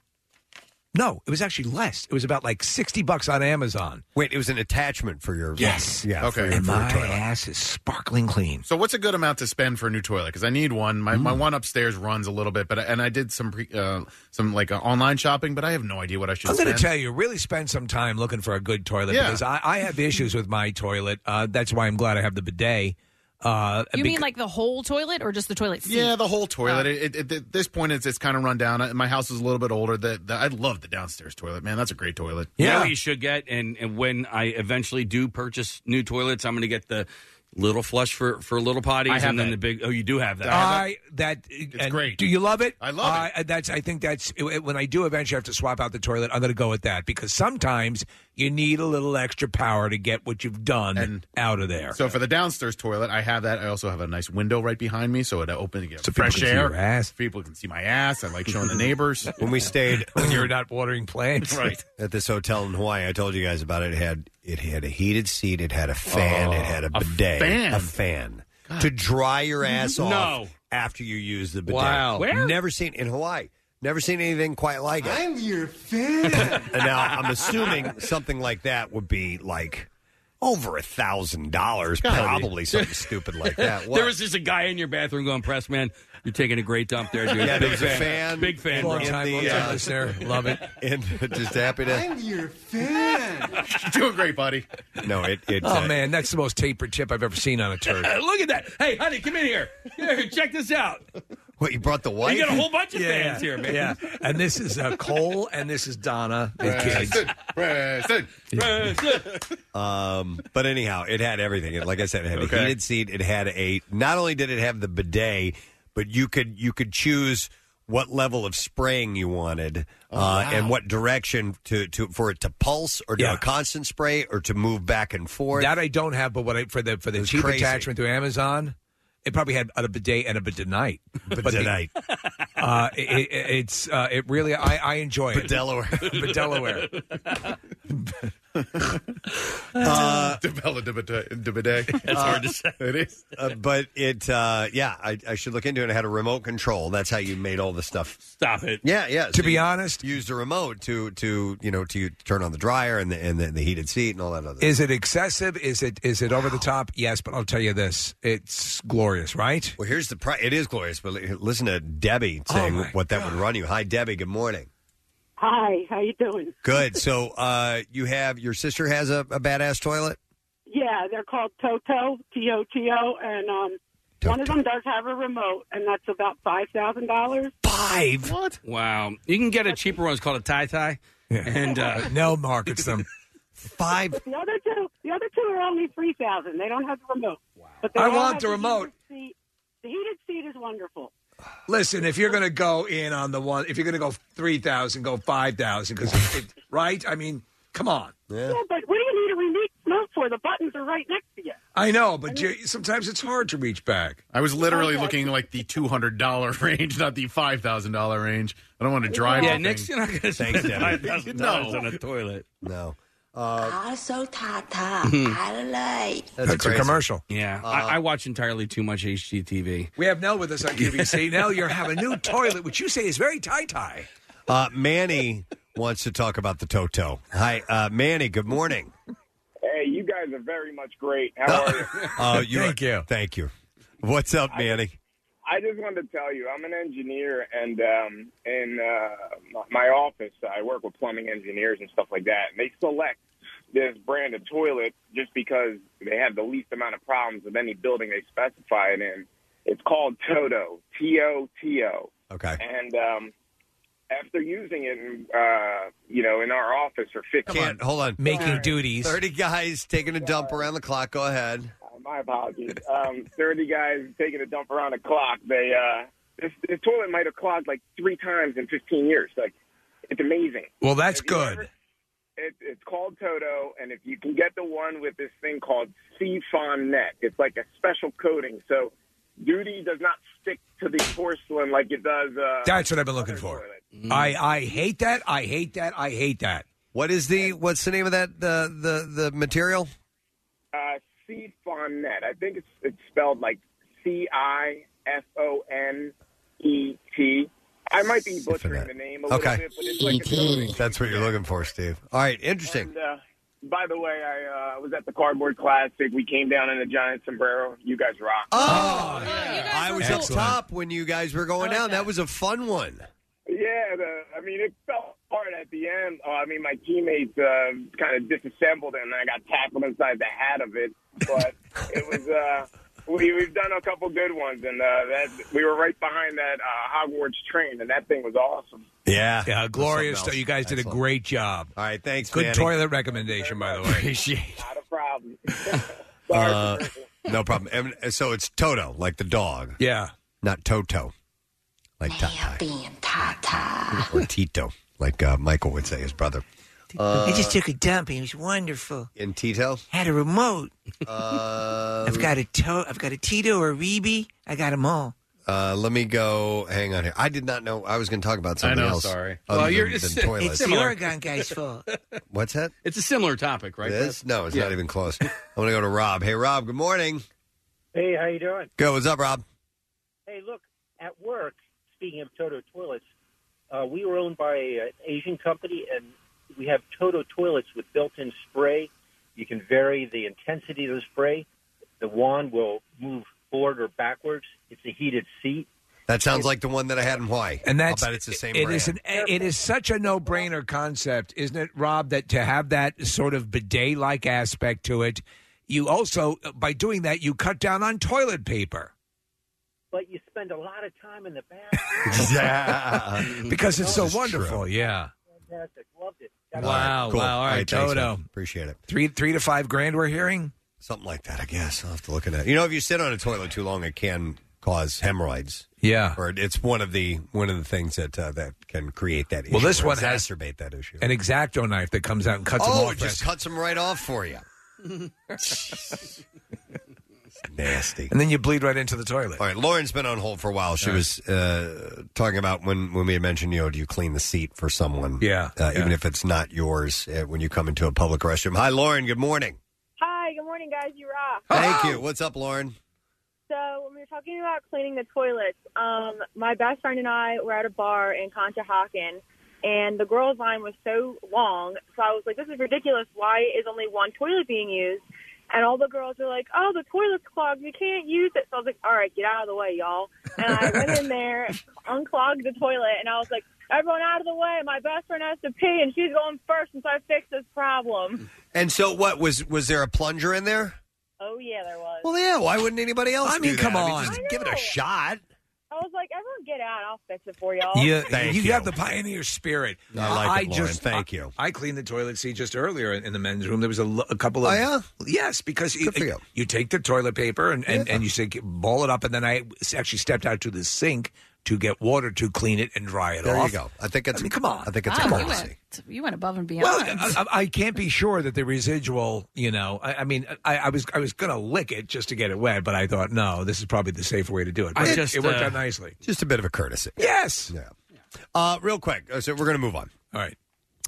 Speaker 4: No, it was actually less. It was about like sixty bucks on Amazon.
Speaker 2: Wait, it was an attachment for your
Speaker 4: yes.
Speaker 2: yeah.
Speaker 10: Okay.
Speaker 4: And my ass is sparkling clean.
Speaker 10: So what's a good amount to spend for a new toilet? Because I need one. My, my one upstairs runs a little bit, but and I did some pre, uh, some like uh, online shopping, but I have no idea what I should.
Speaker 4: I'm
Speaker 10: spend.
Speaker 4: going to tell you, really spend some time looking for a good toilet
Speaker 10: Yeah.
Speaker 4: because I, I have issues with my toilet. Uh, that's why I'm glad I have the bidet. Uh,
Speaker 3: You
Speaker 4: becau-
Speaker 3: mean like the whole toilet or just the toilet seat?
Speaker 10: Yeah, the whole toilet. It- it- at this point, it's it's kind of run down. Uh, My house is a little bit older. That that- I love the downstairs toilet, man. That's a great toilet.
Speaker 11: You know what you should get, and, and when I eventually do purchase new toilets, I'm going to get the little flush for for little potties,
Speaker 4: I have
Speaker 11: and
Speaker 4: that.
Speaker 11: then the big. Oh, you do have that.
Speaker 4: I that it's
Speaker 11: great.
Speaker 4: Do you love it?
Speaker 11: I love it.
Speaker 4: Uh, that's I think that's when I do eventually have to swap out the toilet. I'm going to go with that because sometimes you need a little extra power to get what you've done out of there.
Speaker 10: So for the downstairs toilet, I have that. I also have a nice window right behind me, so it opens to get
Speaker 4: So people
Speaker 10: fresh
Speaker 4: can see
Speaker 10: air.
Speaker 4: your ass.
Speaker 10: People can see my ass. I like showing the neighbors.
Speaker 2: When we stayed,
Speaker 4: you're not watering plants,
Speaker 10: right?
Speaker 2: At this hotel in Hawaii, I told you guys about it. It had it had a heated seat. It had a fan. it had a bidet.
Speaker 17: Oh, fan.
Speaker 2: A fan to dry your ass
Speaker 17: No.
Speaker 2: off after you use the bidet.
Speaker 17: Wow. Where?
Speaker 2: Never seen in Hawaii. Never seen anything quite like it.
Speaker 17: I'm your fan.
Speaker 2: And now I'm assuming something like that would be like over a thousand dollars,
Speaker 11: Gotta be.
Speaker 2: probably something stupid like that. What?
Speaker 11: there was just a guy in your bathroom going, "Press man, you're taking a great dump there, dude."
Speaker 2: yeah,
Speaker 11: big
Speaker 2: there was a fan,
Speaker 11: big fan,
Speaker 2: in
Speaker 11: bro.
Speaker 2: the, uh, and just happy to.
Speaker 17: your fan.
Speaker 10: Doing great, buddy.
Speaker 2: No, it. it
Speaker 4: oh man, that's the most tapered tip I've ever seen on a turd.
Speaker 11: Uh, Look at that! Hey, honey, come in here. Here, check this out.
Speaker 2: What you brought the wife?
Speaker 11: You got a whole bunch of
Speaker 4: Yeah,
Speaker 11: fans here, man.
Speaker 4: Yeah, and this is uh, Cole, and this is Donna. The kids.
Speaker 10: Preston, Preston,
Speaker 11: Preston.
Speaker 2: Um, but anyhow, it had everything. It, like I said, it had
Speaker 17: Okay.
Speaker 2: a heated seat. It had a. Not only did it have the bidet, but you could you could choose what level of spraying you wanted uh, and what direction to, to for it to pulse or to
Speaker 4: Yeah.
Speaker 2: a constant spray or to move back and forth.
Speaker 4: That I don't have, but what I for the for the
Speaker 2: was
Speaker 4: cheap
Speaker 2: crazy.
Speaker 4: attachment through Amazon, it probably had a bidet and a bidet night. But the-
Speaker 2: Bidet.
Speaker 4: uh, it, it, it's uh, it really I, I enjoy it.
Speaker 2: Delaware,
Speaker 4: but Delaware.
Speaker 2: Uh,
Speaker 10: Debella Debede- Debede.
Speaker 2: That's hard to
Speaker 11: say.
Speaker 10: It is.
Speaker 2: Uh, but it, uh, yeah, I, I should look into it. It had a remote control. That's how you made all the stuff.
Speaker 11: Stop it.
Speaker 2: Yeah, yeah.
Speaker 4: To be honest,
Speaker 2: used a remote to to you know to turn on the dryer and the and the, the heated seat and all that other.
Speaker 4: Is it excessive? Is it is it over the top? Yes, but I'll tell you this: it's glorious, right?
Speaker 2: Well, here's the price. It is glorious, but li- listen to Debbie saying what that would run you. Hi, Debbie. Good morning.
Speaker 18: Hi, how you doing?
Speaker 2: Good. So uh, you have your sister has a, a badass toilet.
Speaker 18: Yeah, they're called Toto, T O T O, and um, one of them does have a remote, and that's about five thousand dollars.
Speaker 4: Five.
Speaker 11: What? Wow. You can get a cheaper one. It's called a tie tie. And uh,
Speaker 4: no markets them.
Speaker 2: Five.
Speaker 18: The other two, the other two are only three thousand. They don't have the remote. Wow. But they
Speaker 4: I
Speaker 18: all
Speaker 4: want
Speaker 18: have
Speaker 4: the remote.
Speaker 18: Heated seat. The heated seat is wonderful.
Speaker 4: Listen, if you're going to go in on the one, if you're going to go three thousand, go five thousand, because right? I mean, come on.
Speaker 18: Yeah. but what do you need a remote remote for? The buttons are right next to you.
Speaker 4: I know, but you, sometimes it's hard to reach back.
Speaker 10: I was literally looking like the two hundred dollar range, not the five thousand dollar range. I don't want to drive.
Speaker 11: Yeah,
Speaker 10: the
Speaker 11: next
Speaker 10: thing.
Speaker 11: you're not going to spend
Speaker 10: Thanks, Dad.
Speaker 11: $5,000
Speaker 10: No.
Speaker 11: on a toilet.
Speaker 2: No. Uh,
Speaker 5: so
Speaker 11: Mhm.
Speaker 5: I
Speaker 2: That's
Speaker 4: That's a crazy. commercial.
Speaker 11: Yeah,
Speaker 4: Uh,
Speaker 11: I, I watch entirely too much HGTV.
Speaker 4: We have Nell with us on QVC. Nell, you have a new toilet, which you say is very tie tie.
Speaker 2: uh, Manny wants to talk about the Toto. Hi, uh, Manny. Good morning.
Speaker 19: Hey, you guys are very much great. How are you?
Speaker 2: Uh, you thank you. Thank you. What's up, Manny?
Speaker 19: I just wanted to tell you, I'm an engineer, and um, in uh, my- my office, I work with plumbing engineers and stuff like that, and they select this brand of toilet just because they have the least amount of problems with any building they specify it in. It's called Toto, T O T O.
Speaker 2: Okay.
Speaker 19: And um, after using it, in, uh, you know, in our office for 15
Speaker 2: Can't hold on.
Speaker 19: Making
Speaker 2: duties. Thirty guys taking a dump around the clock. Go ahead.
Speaker 19: my apologies. Um, Thirty guys taking a dump around a clock. They uh, this, this toilet might have clogged like three times in 15 years. Like, it's amazing.
Speaker 4: Well, that's
Speaker 19: If you
Speaker 4: good.
Speaker 19: ever- it, it's called Toto, and if you can get the one with this thing called Seafon Net, it's like a special coating. So, duty does not stick to the porcelain like it does. Uh,
Speaker 4: That's what I've been looking for.
Speaker 2: Mm.
Speaker 4: I, I hate that. I hate that. I hate that.
Speaker 2: What is the what's the name of that the the the material?
Speaker 19: uh, Seafon Net. I think it's it's spelled like C I F O N E T. I might be butchering the name a little
Speaker 2: Okay.
Speaker 19: bit, but it's
Speaker 2: E
Speaker 20: E
Speaker 19: like a coating.
Speaker 2: That's what you're looking for, Steve. All right, interesting.
Speaker 19: And, uh, by the way, I uh, was at the Cardboard Classic. We came down in a giant sombrero. You guys rock.
Speaker 2: Oh, I was up top when you guys were going
Speaker 19: I like
Speaker 2: down. That was a fun one.
Speaker 19: Yeah, the, I mean, it fell apart at the end. Uh, I mean, my teammates uh, kind of disassembled it, and I got tackled inside the hat of it. But it was. Uh, we, we've done a couple good ones, and uh, that we were right behind that uh, Hogwarts train, and that thing was awesome.
Speaker 2: Yeah.
Speaker 4: Yeah, glorious.
Speaker 19: Something else.
Speaker 4: You guys did a great job.
Speaker 2: All right, thanks,
Speaker 4: Good
Speaker 2: Manny.
Speaker 4: toilet recommendation, by the way. Appreciate
Speaker 19: Not a problem.
Speaker 2: Uh, no problem. And, uh, so it's Toto, like the dog.
Speaker 4: Yeah.
Speaker 2: Not Toto, like Tata. Tata. Or Tito, like uh, Michael would say, his brother. Uh,
Speaker 20: I just took a dump and it was wonderful.
Speaker 2: In Tito?
Speaker 20: Had a remote.
Speaker 2: Uh,
Speaker 20: I've got a to- I've got a Tito or a Reeby. I got them all.
Speaker 2: Uh, let me go. Hang on here. I did not know I was going to talk about something
Speaker 11: I know,
Speaker 2: else.
Speaker 11: sorry.
Speaker 2: other
Speaker 11: Well, you're
Speaker 2: than,
Speaker 11: just-
Speaker 2: than toilets.
Speaker 20: It's the Oregon guy's fault.
Speaker 2: What's that?
Speaker 11: It's a similar topic, right?
Speaker 2: It is?
Speaker 11: Brad?
Speaker 2: No, it's
Speaker 11: Yeah.
Speaker 2: not even close. I'm going to go to Rob. Hey, Rob. Good morning.
Speaker 21: Hey, how you doing?
Speaker 2: Go. What's up, Rob?
Speaker 21: Hey, look, at work, speaking of Toto toilets, uh, we were owned by an Asian company, and we have Toto toilets with built-in spray. You can vary the intensity of the spray. The wand will move forward or backwards. It's a heated seat.
Speaker 2: That sounds like the one that I had in Hawaii.
Speaker 4: And that's
Speaker 2: I'll bet it's the same.
Speaker 4: It
Speaker 2: brand.
Speaker 4: is an it is such a no brainer concept, isn't it, Rob? That to have that sort of bidet like aspect to it, you also by doing that you cut down on toilet paper.
Speaker 21: But you spend a lot of time in the bathroom.
Speaker 4: Yeah. because it's so
Speaker 2: This is
Speaker 4: wonderful.
Speaker 2: true.
Speaker 4: Yeah.
Speaker 21: Fantastic. Loved it.
Speaker 2: All
Speaker 21: Got
Speaker 2: right,
Speaker 4: Wow,
Speaker 2: cool.
Speaker 4: wow, all right,
Speaker 2: thanks,
Speaker 4: Toto.
Speaker 2: man. Appreciate it.
Speaker 4: Three three to five grand we're hearing?
Speaker 2: Something like that, I guess. I'll have to look at it. You know, if you sit on a toilet too long, it can cause hemorrhoids.
Speaker 4: Yeah.
Speaker 2: Or it's one of the one of the things that uh, that can create that issue.
Speaker 4: Well, this
Speaker 2: or
Speaker 4: one has
Speaker 2: exacerbate that issue.
Speaker 4: An exacto knife that comes out and cuts them
Speaker 2: oh,
Speaker 4: off.
Speaker 2: it just cuts them right off for you. Nasty.
Speaker 4: And then you bleed right into the toilet.
Speaker 2: All right, Lauren's been on hold for a while. She was uh, talking about when, when we had mentioned, you know, do you clean the seat for someone?
Speaker 4: Yeah,
Speaker 2: Uh, Even
Speaker 4: yeah.
Speaker 2: if it's not yours uh, when you come into a public restroom. Hi, Lauren. Good morning.
Speaker 6: Hi, good morning, guys. You rock.
Speaker 4: Ah!
Speaker 2: Thank you. What's up, Lauren?
Speaker 6: So when we were talking about cleaning the toilets, um, my best friend and I were at a bar in Conshohocken, and the girls' line was so long. So I was like, "This is ridiculous. Why is only one toilet being used?" And all the girls were like, "Oh, the toilet's clogged. We can't use it." So I was like, "All right, get out of the way, y'all." And I went in there, unclogged the toilet, and I was like, "Everyone out of the way. My best friend has to pee, and she's going first, and so I fixed this problem."
Speaker 2: And so, what was was there a plunger in there?
Speaker 6: Oh yeah, there was.
Speaker 2: Well, yeah. Why wouldn't anybody else?
Speaker 4: I mean,
Speaker 2: do that?
Speaker 4: come
Speaker 2: I mean,
Speaker 4: on.
Speaker 2: just give it a shot.
Speaker 6: I was like, everyone get out. I'll fix it for y'all.
Speaker 4: You,
Speaker 2: Thank
Speaker 4: you,
Speaker 2: you.
Speaker 4: have the pioneer spirit.
Speaker 2: I like it, Lauren. Thank
Speaker 4: I-
Speaker 2: you.
Speaker 4: I cleaned the toilet seat just earlier in in the men's room. There was a, lo- a couple of.
Speaker 2: Oh, yeah?
Speaker 4: Yes, because you,
Speaker 2: Good for you.
Speaker 4: you take the toilet paper and, and, and you say, ball it up. And then I s- actually stepped out to the sink to get water to clean it and dry it
Speaker 2: There you
Speaker 4: off.
Speaker 2: go. I think it's.
Speaker 4: I mean, come on.
Speaker 2: I think it's uh,
Speaker 4: come
Speaker 2: a
Speaker 4: on.
Speaker 3: you went, you went above and beyond.
Speaker 4: Well, I, I I can't be sure that the residual, you know, I, I mean, I, I was I was gonna lick it just to get it wet, but I thought no, this is probably the safer way to do it.
Speaker 2: I
Speaker 4: But it,
Speaker 2: just,
Speaker 4: it worked
Speaker 2: uh,
Speaker 4: out nicely.
Speaker 2: Just a bit of a courtesy.
Speaker 4: Yes.
Speaker 2: uh, Yeah. Uh, real quick, uh, so we're going to move on.
Speaker 4: All right.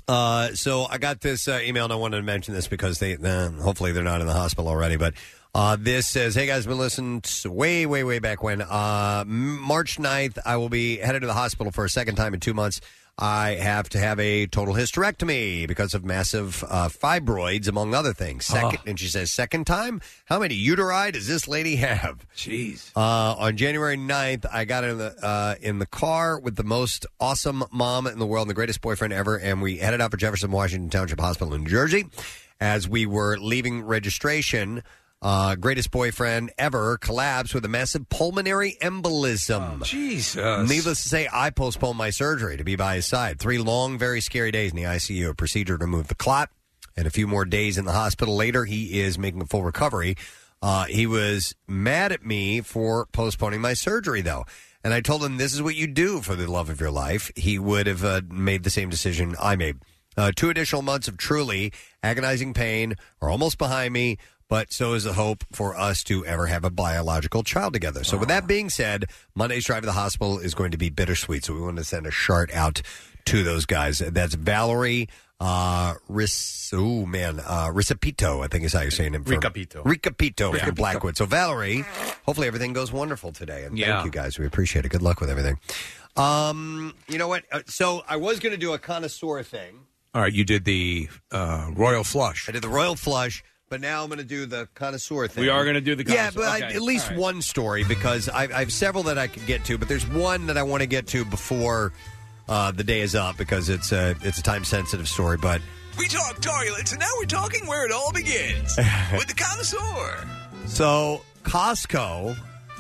Speaker 2: Uh, so I got this uh, email, and I wanted to mention this because they uh, hopefully they're not in the hospital already. But uh, this says, "Hey guys, been listening s- way, way, way back when. Uh, M- March 9th, I will be headed to the hospital for a second time in two months. I have to have a total hysterectomy because of massive uh, fibroids, among other things. Second, and she says, second time. How many uteri does this lady have?
Speaker 4: Jeez.
Speaker 2: Uh, on January 9th, I got in the uh, in the car with the most awesome mom in the world and the greatest boyfriend ever, and we headed out for Jefferson Washington Township Hospital in New Jersey. As we were leaving registration, uh, greatest boyfriend ever collapsed with a massive pulmonary embolism.
Speaker 4: Oh, Jesus.
Speaker 2: Needless to say, I postponed my surgery to be by his side. Three long, very scary days in the ICU, a procedure to remove the clot, and a few more days in the hospital later, he is making a full recovery. Uh, he was mad at me for postponing my surgery, though. And I told him this is what you do for the love of your life. He would have uh, made the same decision I made. Uh, two additional months of truly agonizing pain are almost behind me, but so is the hope for us to ever have a biological child together. So, with that being said, Monday's drive to the hospital is going to be bittersweet. So, we want to send a shout out to those guys. That's Valerie. Uh, Ris- oh man, uh, Ricapito, I think is how you're saying it. from-
Speaker 10: Ricapito.
Speaker 2: Ricapito
Speaker 10: Yeah.
Speaker 2: from Blackwood. So Valerie, hopefully everything goes wonderful today. And
Speaker 17: Yeah.
Speaker 2: thank you guys. We appreciate it. Good luck with everything. Um, you know what? Uh, so I was going to do a connoisseur thing.
Speaker 4: All right, you did the uh, royal flush.
Speaker 2: I did the royal flush, but now I'm going to do the connoisseur thing.
Speaker 11: We are gonna do the
Speaker 2: Yeah,
Speaker 11: connoisseur.
Speaker 2: but I,
Speaker 11: Okay.
Speaker 2: at least
Speaker 11: All right.
Speaker 2: one story because I, I have several that I could get to, but there's one that I want to get to before uh, the day is up because it's a it's a time sensitive story. But
Speaker 20: We talk toilets, and now we're talking where it all begins with the connoisseur.
Speaker 4: Oh,
Speaker 2: so Costco.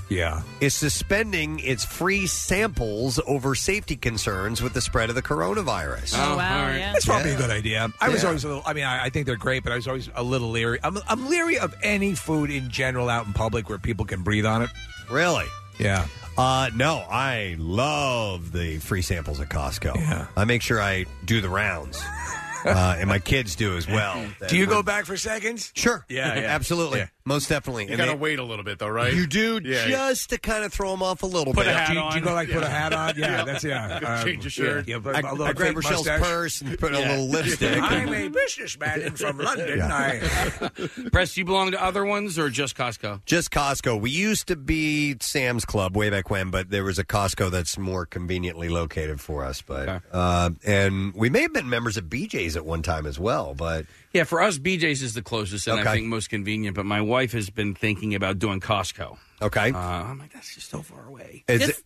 Speaker 4: Yeah.
Speaker 2: Is suspending its free samples over safety concerns with the spread of the coronavirus.
Speaker 4: Oh, That's probably a good idea. I was
Speaker 2: Yeah.
Speaker 4: always a little. I mean, I, I think they're great, but I was always a little leery. I'm, I'm leery of any food in general out in public where people can breathe on it.
Speaker 2: Really?
Speaker 4: Yeah.
Speaker 2: Uh, no, I love the free samples at Costco. Yeah. I make sure I do the rounds, uh, and my kids do as well.
Speaker 4: Do you go back for seconds?
Speaker 2: Sure.
Speaker 4: Yeah. yeah.
Speaker 2: absolutely, most definitely.
Speaker 10: You
Speaker 2: And
Speaker 10: gotta
Speaker 2: they-
Speaker 10: wait a little bit though, right?
Speaker 2: You do
Speaker 10: Yeah.
Speaker 2: just to kind of throw them off a little
Speaker 10: Put
Speaker 2: bit.
Speaker 10: a hat
Speaker 4: Do you- do you on. go, like, put a hat on? Yeah,
Speaker 10: Yeah.
Speaker 4: that's- yeah. Um,
Speaker 10: Change your
Speaker 4: yeah,
Speaker 10: shirt.
Speaker 4: yeah, but
Speaker 2: I,
Speaker 4: a little
Speaker 2: I grab
Speaker 4: fake
Speaker 2: Rochelle's
Speaker 4: mustache.
Speaker 2: purse and put on
Speaker 4: Yeah.
Speaker 2: a little lipstick.
Speaker 4: I'm a businessman and from London.
Speaker 11: Press, you belong to other ones or just Costco?
Speaker 2: Just Costco. We used to be Sam's Club way back when, but there was a Costco that's more conveniently located for us. But uh, and we may have been members of BJ's at one time as well. But
Speaker 11: Yeah, for us, BJ's is the closest and
Speaker 2: Okay.
Speaker 11: I think most convenient. But my wife has been thinking about doing Costco.
Speaker 2: okay,
Speaker 11: Uh, I'm like, that's just so far away.
Speaker 2: Is it,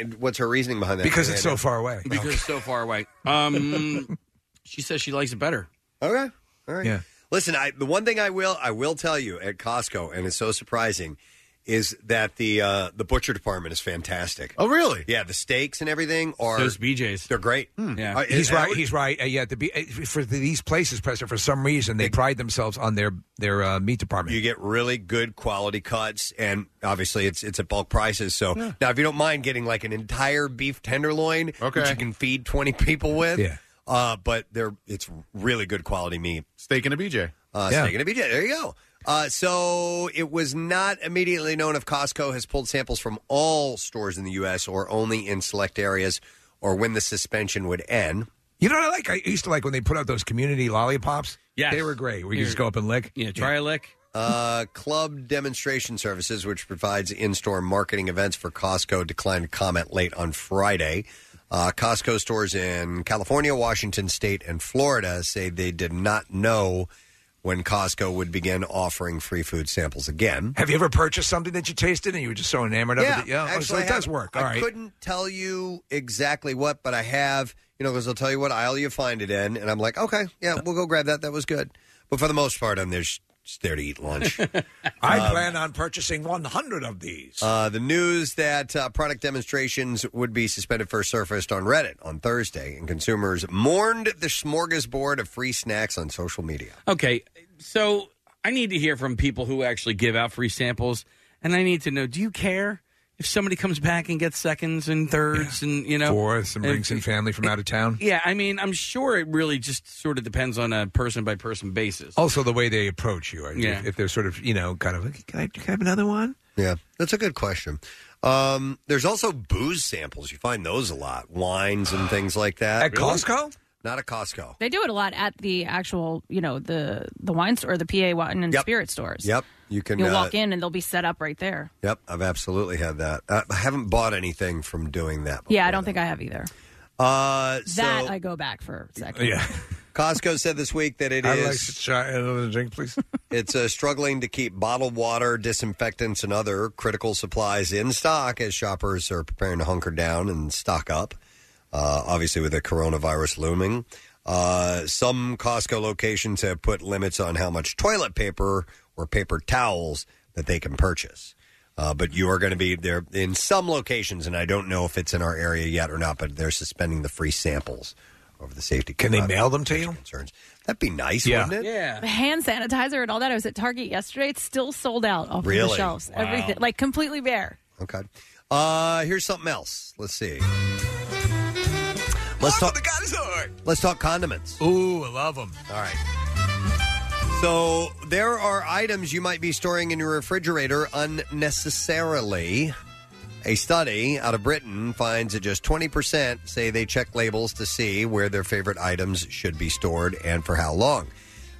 Speaker 2: and what's her reasoning behind that?
Speaker 11: Because it's so
Speaker 4: far away.
Speaker 11: Because it's so far away. Um, she says she likes it better.
Speaker 2: Okay. All right.
Speaker 11: Yeah.
Speaker 2: Listen, I, the one thing I will I will tell you at Costco, and it's so surprising, is that the uh, the butcher department is fantastic.
Speaker 10: Oh, really?
Speaker 2: Yeah, the steaks and everything are
Speaker 11: Those BJ's.
Speaker 2: They're great.
Speaker 11: Yeah,
Speaker 2: Uh,
Speaker 4: Hmm. he's
Speaker 2: and I
Speaker 4: right.
Speaker 2: would-
Speaker 4: He's right. Uh, yeah, to be, uh, for the, these places, President, for some reason, they pride themselves on their their uh, meat department.
Speaker 2: You get really good quality cuts, and obviously it's it's at bulk prices. So now, if you don't mind getting like an entire beef tenderloin, which
Speaker 10: Okay.
Speaker 2: you can feed twenty people with,
Speaker 10: Yeah.
Speaker 2: Uh, but they're it's really good quality meat.
Speaker 10: Steak and a BJ.
Speaker 2: Uh,
Speaker 10: Yeah.
Speaker 2: Steak and a BJ. There you go. Uh, so it was not immediately known if Costco has pulled samples from all stores in the U.S. or only in select areas, or when the suspension would end.
Speaker 4: You know what I like? I used to like when they put out those community lollipops.
Speaker 2: Yes.
Speaker 4: They were great. We could
Speaker 2: Here.
Speaker 4: just go up and lick.
Speaker 11: Yeah, try a lick.
Speaker 2: Uh, Club Demonstration Services, which provides in store marketing events for Costco, declined to comment late on Friday. Uh, Costco stores in California, Washington State, and Florida say they did not know when Costco would begin offering free food samples again.
Speaker 4: Have you ever purchased something that you tasted and you were just so enamored of it? that- oh,
Speaker 2: actually,
Speaker 4: so
Speaker 2: I
Speaker 4: it does
Speaker 2: have-
Speaker 4: work.
Speaker 2: I
Speaker 4: All right.
Speaker 2: couldn't tell you exactly what, but I have, you know, because I'll tell you what aisle you find it in, and I'm like, okay, yeah, we'll go grab that. That was good. But for the most part, I'm there's just there to eat lunch.
Speaker 4: I
Speaker 2: Um,
Speaker 4: plan on purchasing 100 of these.
Speaker 2: Uh, the news that uh, product demonstrations would be suspended first surfaced on Reddit on Thursday, and consumers mourned the smorgasbord of free snacks on social media.
Speaker 11: Okay, so I need to hear from people who actually give out free samples, and I need to know: Do you care if somebody comes back and gets seconds and thirds, and you know,
Speaker 4: Fourth and
Speaker 11: if-
Speaker 4: brings in family from out of town.
Speaker 11: Yeah, I mean, I'm sure it really just sort of depends on a person by person basis.
Speaker 4: Also, the way they approach you. Right?
Speaker 11: Yeah.
Speaker 4: If, if they're sort of, you know, kind of, can I, can I have another one?
Speaker 2: Yeah, that's a good question. Um, there's also booze samples. You find those a lot, wines and things like that.
Speaker 4: At Costco?
Speaker 2: Not a Costco.
Speaker 3: They do it a lot at the actual, you know, the the wine store, the PA wine and spirit stores.
Speaker 2: Yep, you can.
Speaker 3: You'll
Speaker 2: uh,
Speaker 3: walk in and they'll be set up right there.
Speaker 2: Yep, I've absolutely had that. Uh, I haven't bought anything from doing that.
Speaker 3: Yeah, I don't think I have either.
Speaker 2: Uh, so,
Speaker 3: that I go back for a second.
Speaker 2: Costco said this week that it
Speaker 4: I'd
Speaker 2: is-
Speaker 4: like to try another drink, please.
Speaker 2: it's uh, struggling to keep bottled water, disinfectants, and other critical supplies in stock as shoppers are preparing to hunker down and stock up. Uh, obviously, with the coronavirus looming, uh, some Costco locations have put limits on how much toilet paper or paper towels that they can purchase. Uh, but you are going to be there in some locations, and I don't know if it's in our area yet or not. But they're suspending the free samples over the safety.
Speaker 4: Can they mail them to you?
Speaker 2: Concerns. That'd be nice,
Speaker 4: Yeah.
Speaker 2: wouldn't it?
Speaker 11: Yeah.
Speaker 3: The hand sanitizer and all that. I was at Target yesterday. It's still sold out off of
Speaker 2: Really?
Speaker 3: the shelves.
Speaker 2: Wow.
Speaker 3: Everything like completely bare.
Speaker 2: Okay. Uh, here's something else. Let's see. Let's talk. Let's talk condiments.
Speaker 4: Ooh, I love them.
Speaker 2: All right. So there are items you might be storing in your refrigerator unnecessarily. A study out of Britain finds that just 20% say they check labels to see where their favorite items should be stored and for how long.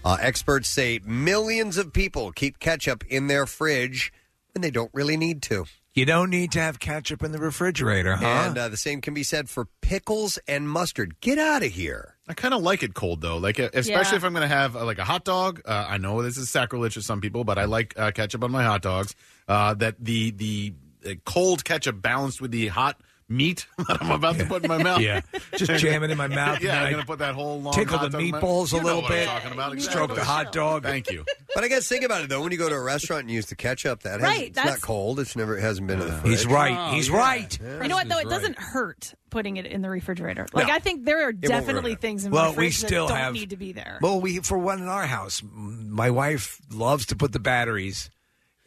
Speaker 2: Uh, experts say millions of people keep ketchup in their fridge when they don't really need to.
Speaker 4: You don't need to have ketchup in the refrigerator, huh?
Speaker 2: And uh, the same can be said for pickles and mustard. Get out of here.
Speaker 10: I kind of like it cold though, like uh, especially
Speaker 2: Yeah.
Speaker 10: if I'm going to have uh, like a hot dog. Uh, I know this is sacrilege to some people, but I like uh, ketchup on my hot dogs. Uh, that the the uh, cold ketchup balanced with the hot meat that I'm about to put in my mouth.
Speaker 4: Yeah. Just jam it in my mouth,
Speaker 10: yeah,
Speaker 4: and
Speaker 10: I'm
Speaker 4: I
Speaker 10: going to put that whole long
Speaker 4: tickle
Speaker 10: hot
Speaker 4: the
Speaker 10: dog in my-
Speaker 4: meatballs a
Speaker 10: You know
Speaker 4: little
Speaker 10: what I'm
Speaker 4: bit,
Speaker 10: talking about.
Speaker 4: stroke the hot dog.
Speaker 10: Thank you.
Speaker 2: But I guess think about it though. When you go to a restaurant and use the ketchup, that has,
Speaker 3: Right,
Speaker 2: it's
Speaker 3: that's- Oh,
Speaker 2: not cold. It's never it hasn't been in the fridge.
Speaker 4: He's right. He's right.
Speaker 3: you know what though? It doesn't hurt putting it in the refrigerator. Like
Speaker 4: No.
Speaker 3: I think there are
Speaker 4: won't ruin
Speaker 3: definitely
Speaker 4: it.
Speaker 3: things in
Speaker 4: Well,
Speaker 3: my
Speaker 4: we
Speaker 3: fridge
Speaker 4: still
Speaker 3: that don't
Speaker 4: have-
Speaker 3: need to be there.
Speaker 4: Well, we for one in our house, m- my wife loves to put the batteries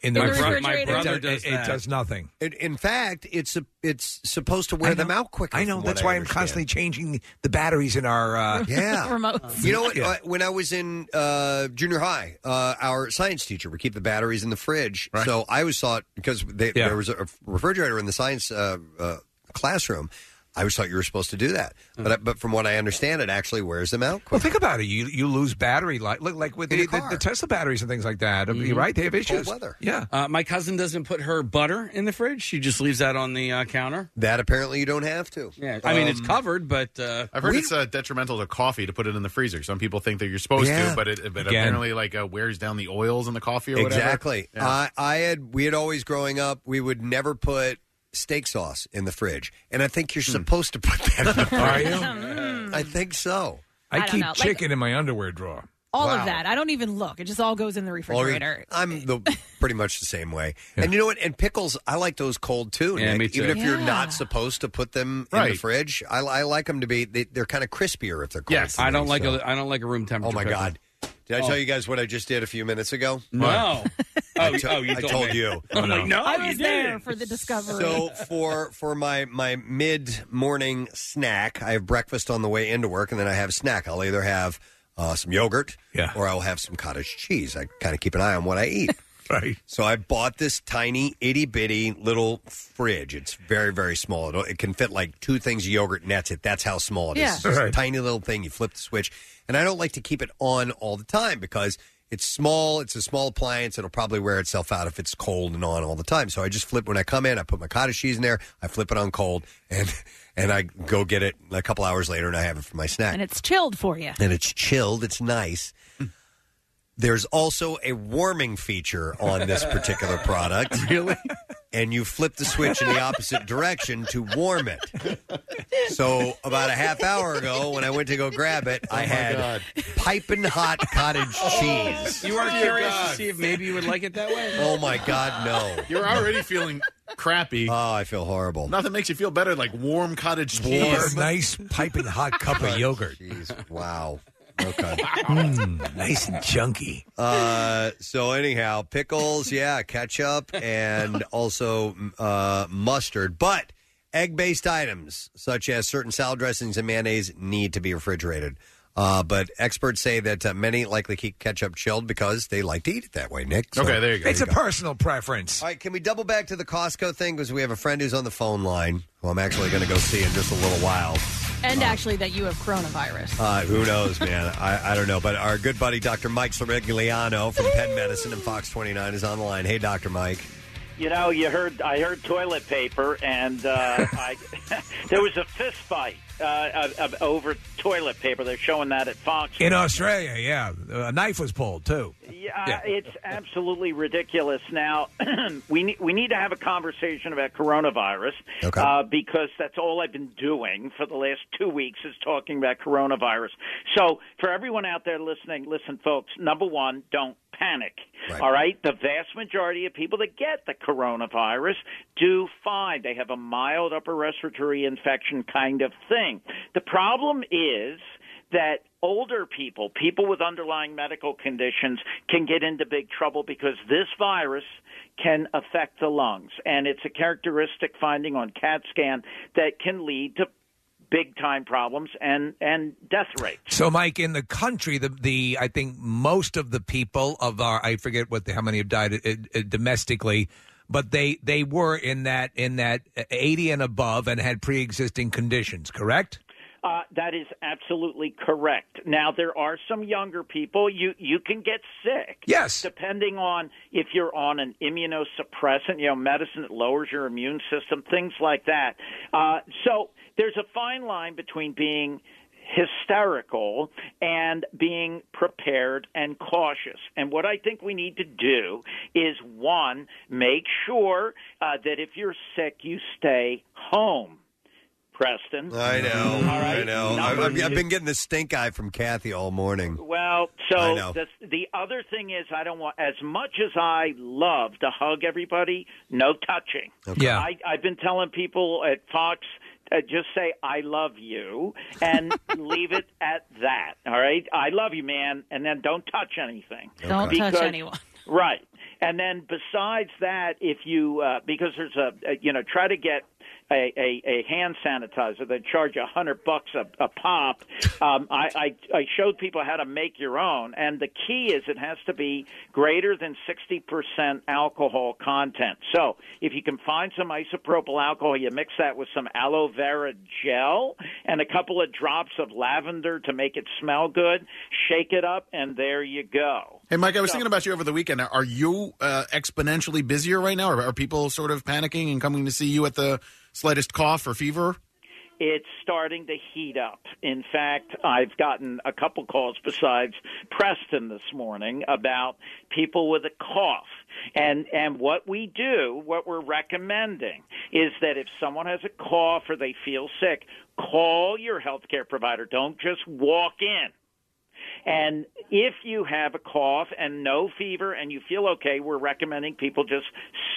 Speaker 4: in the
Speaker 3: In the
Speaker 4: refrigerator.
Speaker 3: refrigerator.
Speaker 2: My brother
Speaker 4: it,
Speaker 2: does
Speaker 4: it
Speaker 2: that.
Speaker 4: does nothing.
Speaker 2: It, in fact, it's a, it's supposed to wear
Speaker 4: I know.
Speaker 2: them out quicker.
Speaker 4: I know.
Speaker 2: from
Speaker 4: That's
Speaker 2: what I
Speaker 4: why I'm constantly
Speaker 2: understand.
Speaker 4: changing the batteries in our uh,
Speaker 2: Yeah.
Speaker 3: Remotes.
Speaker 2: You know what?
Speaker 4: Yeah.
Speaker 2: uh, When I was in uh, junior high, uh, our science teacher would keep the batteries in the fridge. So I always thought because they,
Speaker 4: Yeah.
Speaker 2: there was a refrigerator in the science uh, uh, classroom. I always thought you were supposed to do that, but I, but from what I understand, it actually wears them out.
Speaker 4: Hmm. Well, think about it. You you lose battery life. Look like with the, the, the Tesla batteries and things like that.
Speaker 2: Mm-hmm.
Speaker 4: You're right. They have issues. Yeah.
Speaker 11: Uh, my cousin doesn't put her butter in the fridge. She just leaves that on the uh, counter.
Speaker 2: That apparently you don't have to.
Speaker 11: Yeah. I mean, it's
Speaker 10: Um,
Speaker 11: covered, but uh,
Speaker 10: I've heard it's uh, detrimental to coffee to put it in the freezer. Some people think that you're supposed
Speaker 2: Yeah.
Speaker 10: to, but it but
Speaker 2: Again.
Speaker 10: apparently like uh, wears down the oils in the coffee or whatever.
Speaker 2: Exactly.
Speaker 10: Yeah.
Speaker 2: I, I had we had always growing up, we would never put steak sauce in the fridge, and I think you're supposed to put that. in the fridge.
Speaker 4: Are you?
Speaker 2: I think so.
Speaker 4: I,
Speaker 3: I don't
Speaker 4: keep
Speaker 3: know. Like-
Speaker 4: chicken in my underwear drawer.
Speaker 3: all
Speaker 2: Wow.
Speaker 3: of that. I don't even look. It just all goes in the
Speaker 2: Well,
Speaker 3: refrigerator.
Speaker 2: I'm the pretty much the same way. And you know what? And pickles, I like those cold too.
Speaker 11: Yeah,
Speaker 2: Nick.
Speaker 11: me too.
Speaker 2: Even if you're
Speaker 11: Yeah.
Speaker 2: not supposed to put them in the
Speaker 11: Right.
Speaker 2: fridge, I, I like them to be. They, they're kind of crispier if they're cold.
Speaker 11: yes,
Speaker 2: to
Speaker 11: I
Speaker 2: me,
Speaker 11: don't like
Speaker 2: so.
Speaker 11: a, I don't like a room
Speaker 2: Oh
Speaker 11: temperature.
Speaker 2: my
Speaker 11: pickle.
Speaker 2: god! Did I
Speaker 11: Oh.
Speaker 2: tell you guys what I just did a few minutes ago?
Speaker 11: No.
Speaker 2: I
Speaker 11: Oh,
Speaker 2: to-
Speaker 11: oh, you
Speaker 2: I
Speaker 11: told
Speaker 2: told
Speaker 11: me.
Speaker 2: you.
Speaker 11: I'm like, no,
Speaker 3: I
Speaker 11: you
Speaker 3: was there for the discovery.
Speaker 2: So for for my my mid morning snack, I have breakfast on the way into work, and then I have snack. I'll either have uh, some yogurt, or I'll have some cottage cheese. I kind of keep an eye on what I eat.
Speaker 4: right.
Speaker 2: So I bought this tiny itty bitty little fridge. It's very very small. It, it can fit like two things of yogurt, and that's it. That's how small it is.
Speaker 5: Yeah.
Speaker 2: It's just a
Speaker 5: Right.
Speaker 2: tiny little thing. You flip the switch, and I don't like to keep it on all the time because. It's small. It's a small appliance. It'll probably wear itself out if it's cold and on all the time. So I just flip when I come in. I put my cottage cheese in there. I flip it on cold, and and I go get it a couple hours later, and I have it for my snack
Speaker 3: and it's chilled for you.
Speaker 2: and it's chilled. It's nice. There's also a warming feature on this particular product. Really? And you flip the switch in the opposite direction to warm it. So, about a half hour ago, when I went to go grab it, I had piping hot cottage cheese.
Speaker 11: You are
Speaker 5: Oh
Speaker 10: Dear
Speaker 11: curious to
Speaker 10: God.
Speaker 11: see if maybe you would like it that way.
Speaker 2: Oh my God, no.
Speaker 10: You're already feeling crappy.
Speaker 2: Oh, I feel horrible.
Speaker 10: Nothing makes you feel better like warm cottage cheese.
Speaker 4: Warm, nice piping hot cup of yogurt.
Speaker 2: Wow. Okay.
Speaker 4: Mm, nice and chunky.
Speaker 2: Uh, so anyhow, pickles, yeah, ketchup, and also uh, mustard. But egg-based items such as certain salad dressings and mayonnaise need to be refrigerated. Uh, but experts say that uh, many likely keep ketchup chilled because they like to eat it that way. Nick, So-
Speaker 4: It's a personal preference.
Speaker 2: All right, can we double back to the Costco thing because we have a friend who's on the phone line who I'm actually going to go see in just a little while.
Speaker 3: And actually, that you have coronavirus.
Speaker 2: Uh, who knows, man? I, I don't know. But our good buddy, Dr. Mike Sorigliano from Penn Medicine and Fox 29 is on the line. Hey, Dr. Mike.
Speaker 5: You know, you heard I heard toilet paper, and uh, I, there was a fist fight uh, uh, uh, over toilet paper. They're showing that at Fox.
Speaker 4: In Australia, yeah. A knife was pulled, too.
Speaker 5: Yeah, it's absolutely ridiculous. Now we need we need to have a conversation about coronavirus uh, because that's all I've been doing for the last two weeks is talking about coronavirus. So for everyone out there listening, listen, folks. Number one, don't panic.
Speaker 24: Right.
Speaker 5: All right, the vast majority of people that get the coronavirus do fine. They have a mild upper respiratory infection kind of thing. The problem is that older people, people with underlying medical conditions, can get into big trouble because this virus can affect the lungs. And it's a characteristic finding on CAT scan that can lead to big time problems and, and death rates.
Speaker 4: So, Mike, in the country, the, the I think most of the people of our I forget what the, how many have died uh, uh, domestically, but they they were in that in that eighty and above and had pre existing conditions. Correct?
Speaker 5: Uh, that is absolutely correct. Now there are some younger people you you can get sick.
Speaker 4: Yes.
Speaker 5: Depending on if you're on an immunosuppressant, you know, medicine that lowers your immune system, things like that. Uh, so there's a fine line between being hysterical and being prepared and cautious. And what I think we need to do is one, make sure uh, that if you're sick, you stay home. Preston.
Speaker 2: I know.
Speaker 5: All right.
Speaker 2: I know. I've,
Speaker 5: Number
Speaker 2: I've- I've
Speaker 5: two-
Speaker 2: been getting the stink eye from Kathy all morning.
Speaker 5: well,
Speaker 2: I
Speaker 5: so
Speaker 2: know.
Speaker 5: the, the other thing is, I don't want as much as I love to hug everybody. No touching.
Speaker 2: Okay. Yeah.
Speaker 5: I, I've been telling people at Fox. Uh, just say I love you and leave it at that. All right, I love you, man, and then don't touch anything.
Speaker 3: Don't touch
Speaker 5: Because-
Speaker 3: anyone.
Speaker 5: Right. And then besides that, if you uh, because there's a, a you know try to get a, a, a hand sanitizer. They charge a hundred bucks a, a pop. Um, I, I I showed people how to make your own, and the key is it has to be greater than sixty percent alcohol content. So if you can find some isopropyl alcohol, you mix that with some aloe vera gel and a couple of drops of lavender to make it smell good. Shake it up, and there you go.
Speaker 10: Hey, Mike, I was thinking about you over the weekend. Are you uh, exponentially busier right now? Are, are people sort of panicking and coming to see you at the slightest cough or fever?
Speaker 5: it's starting to heat up. In fact, I've gotten a couple calls besides Preston this morning about people with a cough. And and what we do, what we're recommending is that if someone has a cough or they feel sick, call your healthcare provider. Don't just walk in. And if you have a cough and no fever and you feel okay, we're recommending people just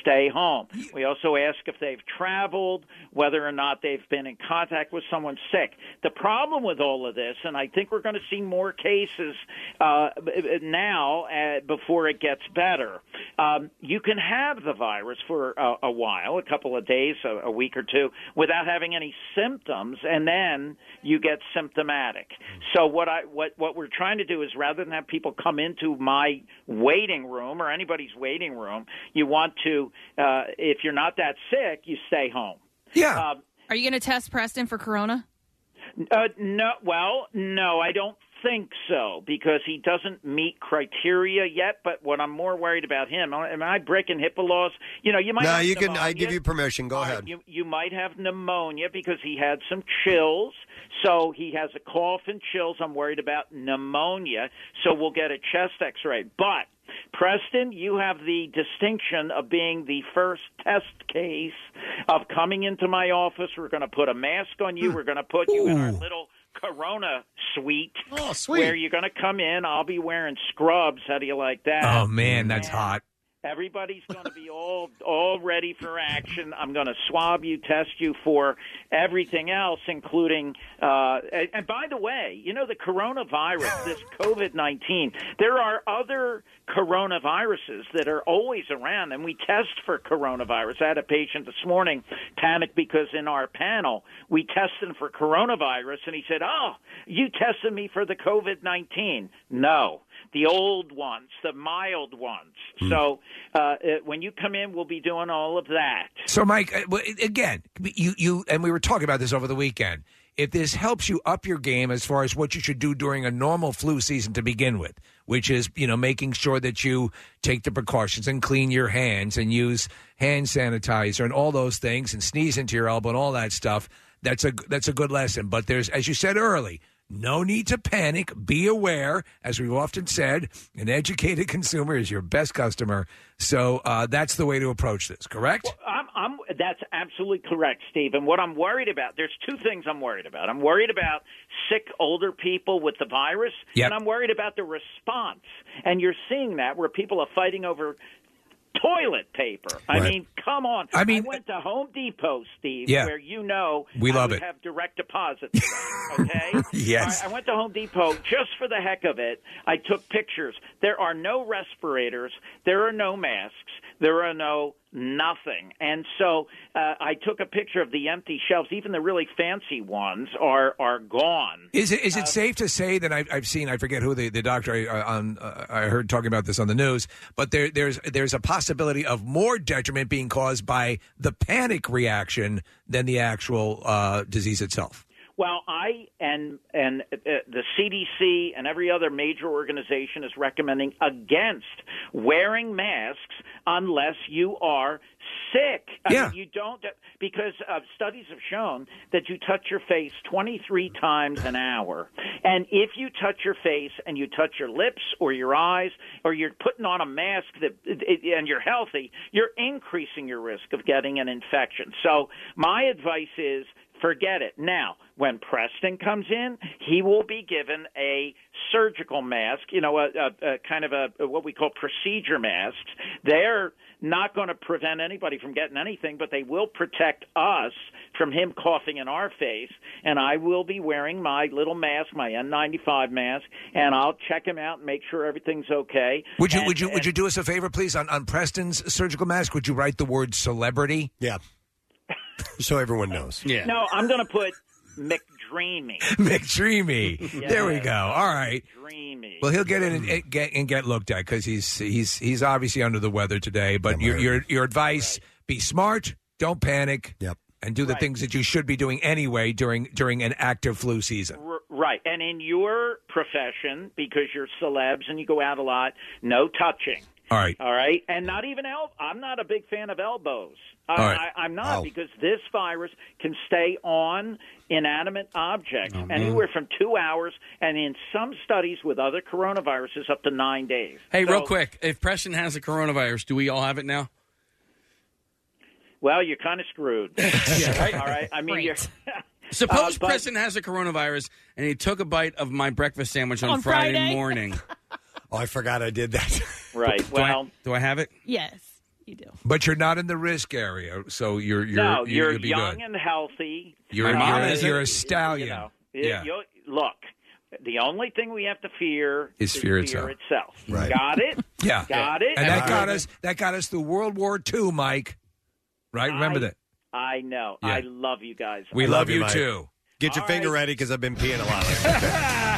Speaker 5: stay home. We also ask if they've traveled, whether or not they've been in contact with someone sick. The problem with all of this, and I think we're going to see more cases uh, b- b- now uh, before it gets better, um, you can have the virus for a, a while, a couple of days, a, a week or two, without having any symptoms, and then you get symptomatic. So what I what what we're trying to do is rather than have people come into my waiting room or anybody's waiting room, you want to uh, if you're not that sick, you stay home.
Speaker 4: Yeah.
Speaker 5: Um,
Speaker 3: Are you going to test Preston for corona?
Speaker 5: uh, no, well, no, I don't think so because he doesn't meet criteria yet. But what I'm more worried about him, am I breaking HIPAA laws? You know, you might.
Speaker 2: No,
Speaker 5: have
Speaker 2: you can. I
Speaker 5: pneumonia.
Speaker 2: give you permission. Go
Speaker 5: All right,
Speaker 2: ahead.
Speaker 5: You, you might have pneumonia because he had some chills. So he has a cough and chills. I'm worried about pneumonia. So we'll get a chest x ray. But, Preston, you have the distinction of being the first test case of coming into my office. We're going to put a mask on you. We're going to put you in our
Speaker 15: Ooh.
Speaker 5: little corona suite
Speaker 10: oh,
Speaker 5: sweet. where you're going to come in. I'll be wearing scrubs. How do you like that?
Speaker 4: Oh man, that's hot.
Speaker 5: Everybody's going to be all all ready for action. I'm going to swab you, test you for everything else, including. Uh, and, and by the way, you know the coronavirus, this COVID nineteen. There are other coronaviruses that are always around, and we test for coronavirus. I had a patient this morning panic because in our panel we tested him for coronavirus, and he said, "Oh, you tested me for the COVID nineteen? No, the old ones, the mild ones."
Speaker 4: Hmm.
Speaker 5: So uh, uh, when you come in, we'll be doing all of that.
Speaker 4: So, Mike, uh, w- again, you you and we were talking about this over the weekend. if this helps you up your game as far as what you should do during a normal flu season to begin with, which is, you know, making sure that you take the precautions and clean your hands and use hand sanitizer and all those things and sneeze into your elbow and all that stuff. That's a that's a good lesson. But there's as you said early, no need to panic. Be aware, as we've often said, an educated consumer is your best customer. So uh, that's the way to approach this. Correct?
Speaker 5: I'm, I'm, that's absolutely correct, Steve. And what I'm worried about, there's two things I'm worried about. I'm worried about sick older people with the virus,
Speaker 4: Yep.
Speaker 5: and I'm worried about the response. And you're seeing that where people are fighting over toilet paper. I
Speaker 4: Right.
Speaker 5: mean, come on.
Speaker 4: I mean-
Speaker 5: went to Home Depot, Steve,
Speaker 4: Yeah.
Speaker 5: where you know
Speaker 4: We
Speaker 5: I
Speaker 4: love
Speaker 5: would
Speaker 4: it.
Speaker 5: have direct deposit. for them, okay.
Speaker 4: Yes.
Speaker 5: I, I went to Home Depot just for the heck of it. I took pictures. There are no respirators. There are no masks. There are no nothing. And so uh, I took a picture of the empty shelves. Even the really fancy ones are are gone.
Speaker 4: Is it
Speaker 2: Uh,
Speaker 4: is it safe to say that I've, I've seen I forget who the, the doctor I, I- on uh, I heard talking about this on the news, but there there's there's a possibility of more detriment being caused by the panic reaction than the actual uh, disease itself.
Speaker 5: Well, I and and uh, the CDC and every other major organization is recommending against wearing masks unless you are sick. I
Speaker 24: Yeah.
Speaker 5: mean, you don't because uh, studies have shown that you touch your face 23 times an hour. And if you touch your face and you touch your lips or your eyes or you're putting on a mask that and you're healthy, you're increasing your risk of getting an infection. So, my advice is Forget it. Now, when Preston comes in, he will be given a surgical mask, you know, a, a, a kind of a, a what we call procedure masks. They're not going to prevent anybody from getting anything, but they will protect us from him coughing in our face. And I will be wearing my little mask, my N95 mask, and I'll check him out and make sure everything's okay.
Speaker 4: Would you
Speaker 5: And-
Speaker 4: would you would you do us a favor, please, on, on Preston's surgical mask? Would you write the word celebrity?
Speaker 2: Yeah, so everyone knows.
Speaker 4: Yeah.
Speaker 5: No, I'm going to put McDreamy.
Speaker 4: McDreamy. There we
Speaker 5: Yes.
Speaker 4: go. All right.
Speaker 5: Dreamy.
Speaker 4: Well, he'll get in and- and get and get looked at because he's he's he's obviously under the weather today. But your your your advice: be smart, don't panic, yep, and do the
Speaker 5: Right.
Speaker 4: things that you should be doing anyway during during an active flu season.
Speaker 5: R- Right. And in your profession, because you're celebs and you go out a lot, no touching.
Speaker 4: All right.
Speaker 5: All right. And not even el- I'm not a big fan of elbows. I,
Speaker 4: All right.
Speaker 5: I, I'm not
Speaker 4: Wow.
Speaker 5: because this virus can stay on inanimate objects
Speaker 11: Oh, man.
Speaker 5: anywhere from two hours, and in some studies with other coronaviruses, up to nine days.
Speaker 11: Hey, real
Speaker 5: So-
Speaker 11: quick, if Preston has the coronavirus, do we all have it now?
Speaker 5: Well, you're kind of screwed. All right. I mean, you're.
Speaker 11: Suppose
Speaker 5: Uh, but-
Speaker 11: Preston has the coronavirus and he took a bite of my breakfast sandwich on,
Speaker 3: On Friday?
Speaker 11: morning.
Speaker 2: oh, I forgot I did that.
Speaker 5: Right.
Speaker 11: well, do I, have it?
Speaker 3: Yes.
Speaker 4: But you're not in the risk area, so you're you're
Speaker 5: no,
Speaker 4: you-
Speaker 5: you're
Speaker 4: you'll be
Speaker 5: young
Speaker 4: good.
Speaker 5: and healthy.
Speaker 4: You're
Speaker 5: Uh,
Speaker 4: you're, you're, a stallion.
Speaker 5: know,
Speaker 4: Yeah.
Speaker 5: you- look, the only thing we have to fear
Speaker 4: Is fear itself.
Speaker 5: itself.
Speaker 4: Right.
Speaker 5: Got it?
Speaker 4: yeah,
Speaker 5: Got it?
Speaker 4: And that
Speaker 5: All
Speaker 4: got
Speaker 5: right.
Speaker 4: us that got us through World War II, Mike. Right? Remember that.
Speaker 5: I know.
Speaker 4: Yeah.
Speaker 5: I love you guys.
Speaker 4: We
Speaker 5: I
Speaker 4: love you, too.
Speaker 2: Get your finger ready because I've been peeing a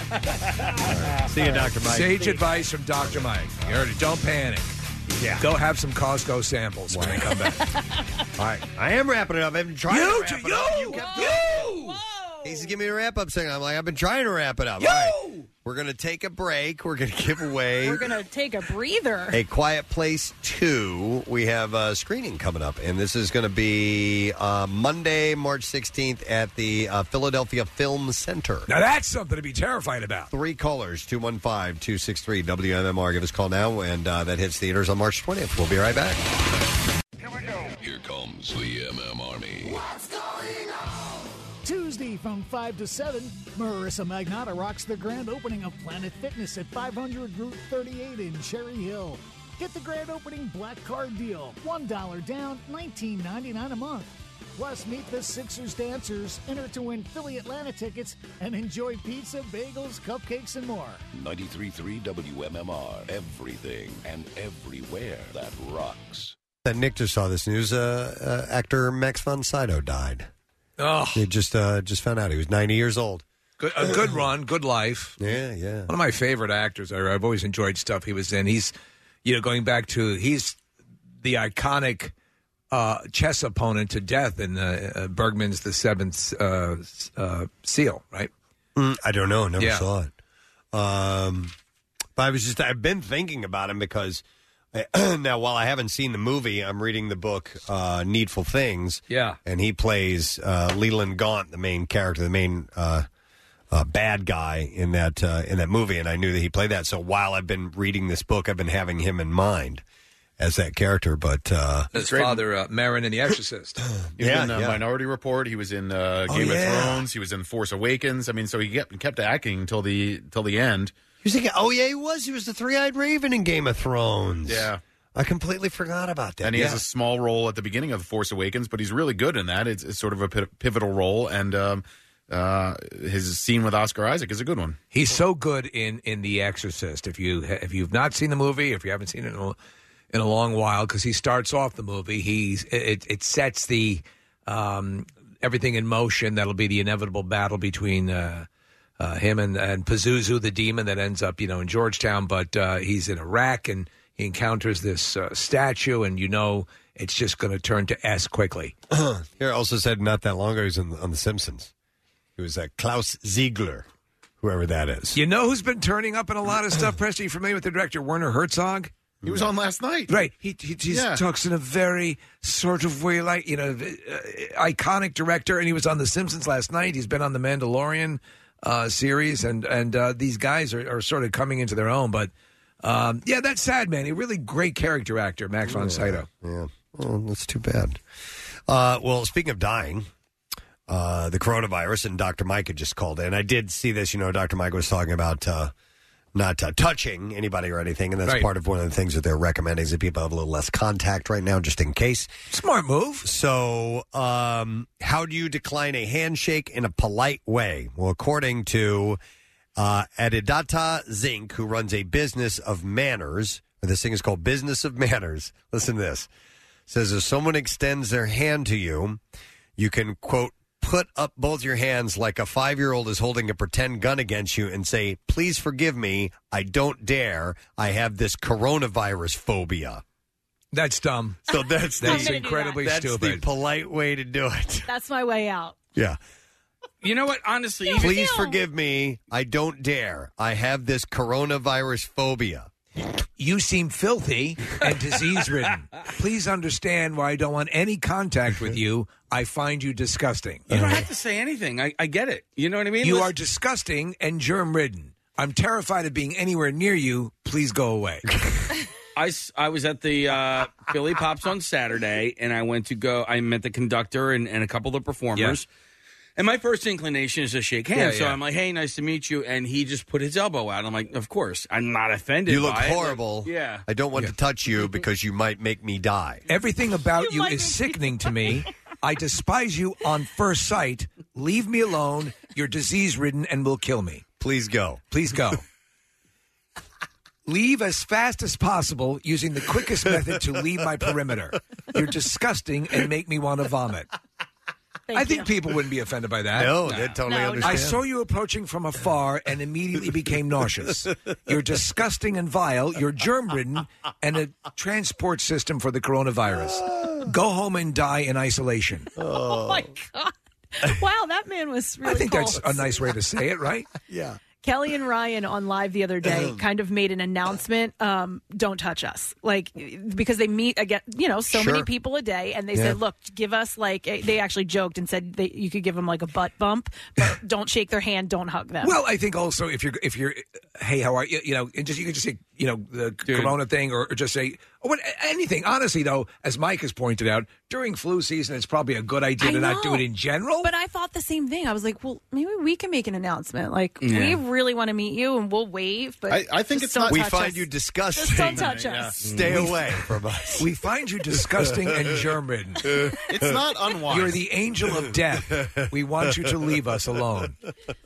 Speaker 2: lot. See you, Dr. Mike.
Speaker 4: Sage advice from Dr. Mike. You heard it. Don't panic.
Speaker 2: Yeah.
Speaker 4: Go have some Costco samples when they come back.
Speaker 2: All right. I am wrapping it up. I've been trying
Speaker 4: You
Speaker 2: to wrap it up. You kept He's giving me a wrap up saying, I'm like, I've been trying to wrap it up. All right. We're going to take a break. We're going to give away
Speaker 3: We're going to take a breather.
Speaker 2: A Quiet Place 2. We have a screening coming up, and this is going to be uh, Monday, March 16th at the uh, Philadelphia Film Center.
Speaker 4: Now that's something to be terrified about.
Speaker 2: Three callers, 215 263 WMMR. Give us a call now, and uh, that hits theaters on March 20th. We'll be right back.
Speaker 1: Here comes the MM Army.
Speaker 12: Tuesday from 5 to 7, Marissa Magnata rocks the grand opening of Planet Fitness at 500 Route 38 in Cherry Hill. Get the grand opening black card deal, $1 down, $19.99 a month. Plus, meet the Sixers dancers, enter to win Philly Atlanta tickets, and enjoy pizza, bagels, cupcakes, and more.
Speaker 1: 93.3 WMMR. Everything and everywhere that rocks.
Speaker 2: That Nick just saw this news. Uh, uh, actor Max von Sydow died.
Speaker 4: Oh,
Speaker 2: They just uh, just found out he was 90 years old.
Speaker 4: good, a good run, good life.
Speaker 2: Yeah, yeah.
Speaker 4: One of my favorite actors. I, I've always enjoyed stuff he was in. He's, you know, going back to he's the iconic uh, chess opponent to death in uh, uh, Bergman's The Seventh uh, S- uh, Seal, right?
Speaker 2: Mm, I don't know. I never
Speaker 4: Yeah.
Speaker 2: saw it. Um, but I was just, I've been thinking about him because I, now, while I haven't seen the movie, I'm reading the book uh, Needful Things.
Speaker 11: Yeah.
Speaker 2: And he plays uh, Leland Gaunt, the main character, the main uh, uh, bad guy in that uh, in that movie. And I knew that he played that. So while I've been reading this book, I've been having him in mind as that character. But uh,
Speaker 4: His father, uh, Marin, and The Exorcist.
Speaker 10: He was
Speaker 2: Yeah,
Speaker 10: in uh,
Speaker 2: yeah.
Speaker 10: Minority Report. He was in uh,
Speaker 2: Oh,
Speaker 10: Game
Speaker 2: yeah.
Speaker 10: of Thrones. He was in Force Awakens. I mean, so he kept, kept acting until the till the end.
Speaker 2: He was thinking, oh yeah, he was. He was the three-eyed raven in Game of Thrones.
Speaker 10: Yeah.
Speaker 2: I completely forgot about that.
Speaker 10: And he has
Speaker 2: Yeah.
Speaker 10: a small role at the beginning of Force Awakens, but he's really good in that. It's, it's sort of a pi- pivotal role, and um, uh, his scene with Oscar Isaac is a good one.
Speaker 4: He's so good in in The Exorcist. If you if you've not seen the movie, if you haven't seen it in a, in a long while, because he starts off the movie, he's it it sets the um, everything in motion. That'll be the inevitable battle between. Uh, uh, him and and Pazuzu, the demon that ends up, you know, in Georgetown, but uh, he's in Iraq and he encounters this uh, statue, and you know it's just going to turn to S quickly.
Speaker 2: Here also said not that long ago he was in, on The Simpsons. He was uh, Klaus Ziegler, whoever that is.
Speaker 4: You know who's been turning up in a lot of stuff, Preston? You familiar with the director Werner Herzog?
Speaker 10: He was on last night,
Speaker 4: right? He he he
Speaker 10: Yeah.
Speaker 4: talks in a very sort of way, like you know, uh, iconic director, and he was on The Simpsons last night. He's been on the Mandalorian uh, series, and and uh, these guys are, are sort of coming into their own. But um, yeah, that's sad, man. A really great character actor, Max von Sydow.
Speaker 2: Yeah. Oh, that's too bad. Uh, well, speaking of dying, uh, the coronavirus, and Dr. Mike had just called in. I did see this. You know, Dr. Mike was talking about uh, not uh, touching anybody or anything, and that's
Speaker 17: Right.
Speaker 2: part of one of the things that they're recommending is that people have a little less contact right now, just in case.
Speaker 4: Smart move.
Speaker 2: So, um, how do you decline a handshake in a polite way? Well, according to uh, Adidata Zink, who runs a business of manners. and This thing is called Business of Manners. Listen to this. It says if someone extends their hand to you, you can quote put up both your hands like a five year old is holding a pretend gun against you and say, "Please forgive me. I don't dare. I have this coronavirus phobia."
Speaker 4: That's dumb.
Speaker 2: So that's
Speaker 3: I'm
Speaker 2: the
Speaker 3: gonna do incredibly
Speaker 2: that's the
Speaker 11: stupid.
Speaker 2: polite way to do it.
Speaker 3: That's my way out.
Speaker 2: Yeah.
Speaker 11: You know what? Honestly, even-
Speaker 2: Please forgive me. I don't dare. I have this coronavirus phobia.
Speaker 4: You seem filthy and disease ridden. Please understand why I don't want any contact with you. I find you disgusting.
Speaker 11: You don't have to say anything. I, I get it. You know what I mean?
Speaker 4: You
Speaker 11: Listen-
Speaker 4: are disgusting and germ ridden. I'm terrified of being anywhere near you. Please go away.
Speaker 11: I, s- I was at the uh, Philly Pops on Saturday, and I went to go. I met the conductor and, and a couple of the performers. And my first inclination is to shake hands.
Speaker 17: Yeah,
Speaker 11: So
Speaker 17: yeah.
Speaker 11: I'm like, hey, nice to meet you. And he just put his elbow out. I'm like, of course. I'm not offended.
Speaker 2: You look
Speaker 11: by it.
Speaker 2: horrible.
Speaker 11: Like, yeah.
Speaker 2: I don't want to touch you because you might make me die.
Speaker 4: Everything about you, is sickening to me. I despise you on first sight. Leave me alone. You're disease ridden and will kill me.
Speaker 2: Please go.
Speaker 4: Please go. leave as fast as possible using the quickest method to leave my perimeter. You're disgusting and make me want to vomit. I think people wouldn't be offended by that.
Speaker 2: No, they totally No, no.
Speaker 4: I
Speaker 2: understand.
Speaker 4: saw you approaching from afar and immediately became nauseous. You're disgusting and vile. You're germ ridden and a transport system for the coronavirus. Go home and die in isolation.
Speaker 3: Oh my god! Wow, that man was really.
Speaker 4: I think
Speaker 3: cold.
Speaker 4: that's a nice way to say it, right?
Speaker 2: Yeah.
Speaker 3: Kelly and Ryan on live the other day kind of made an announcement. Um, don't touch us, like because they meet again. You know, so many
Speaker 24: Sure.
Speaker 3: people a day, and they
Speaker 24: Yeah.
Speaker 3: said, "Look, give us like." a- They actually joked and said they, you could give them like a butt bump, but don't shake their hand, don't hug them.
Speaker 4: Well, I think also if you're if you're, hey, how are you? You know, and just you can just say you know the corona thing, or, or just say oh, what anything. Honestly, though, as Mike has pointed out, during flu season, it's probably a good idea
Speaker 3: I
Speaker 4: to not do
Speaker 3: know.
Speaker 4: it in general.
Speaker 3: But I thought the same thing. I was like, well, maybe we can make an announcement. Like, we
Speaker 4: Yeah.
Speaker 3: really want to meet you, and we'll wave. But just don't
Speaker 2: We
Speaker 3: touch
Speaker 2: find
Speaker 3: us.
Speaker 2: you disgusting.
Speaker 3: Just don't touch us.
Speaker 2: Stay away from us.
Speaker 4: We find you disgusting and germ ridden.
Speaker 10: It's not unwise.
Speaker 4: You're the angel of death. We want you to leave us alone.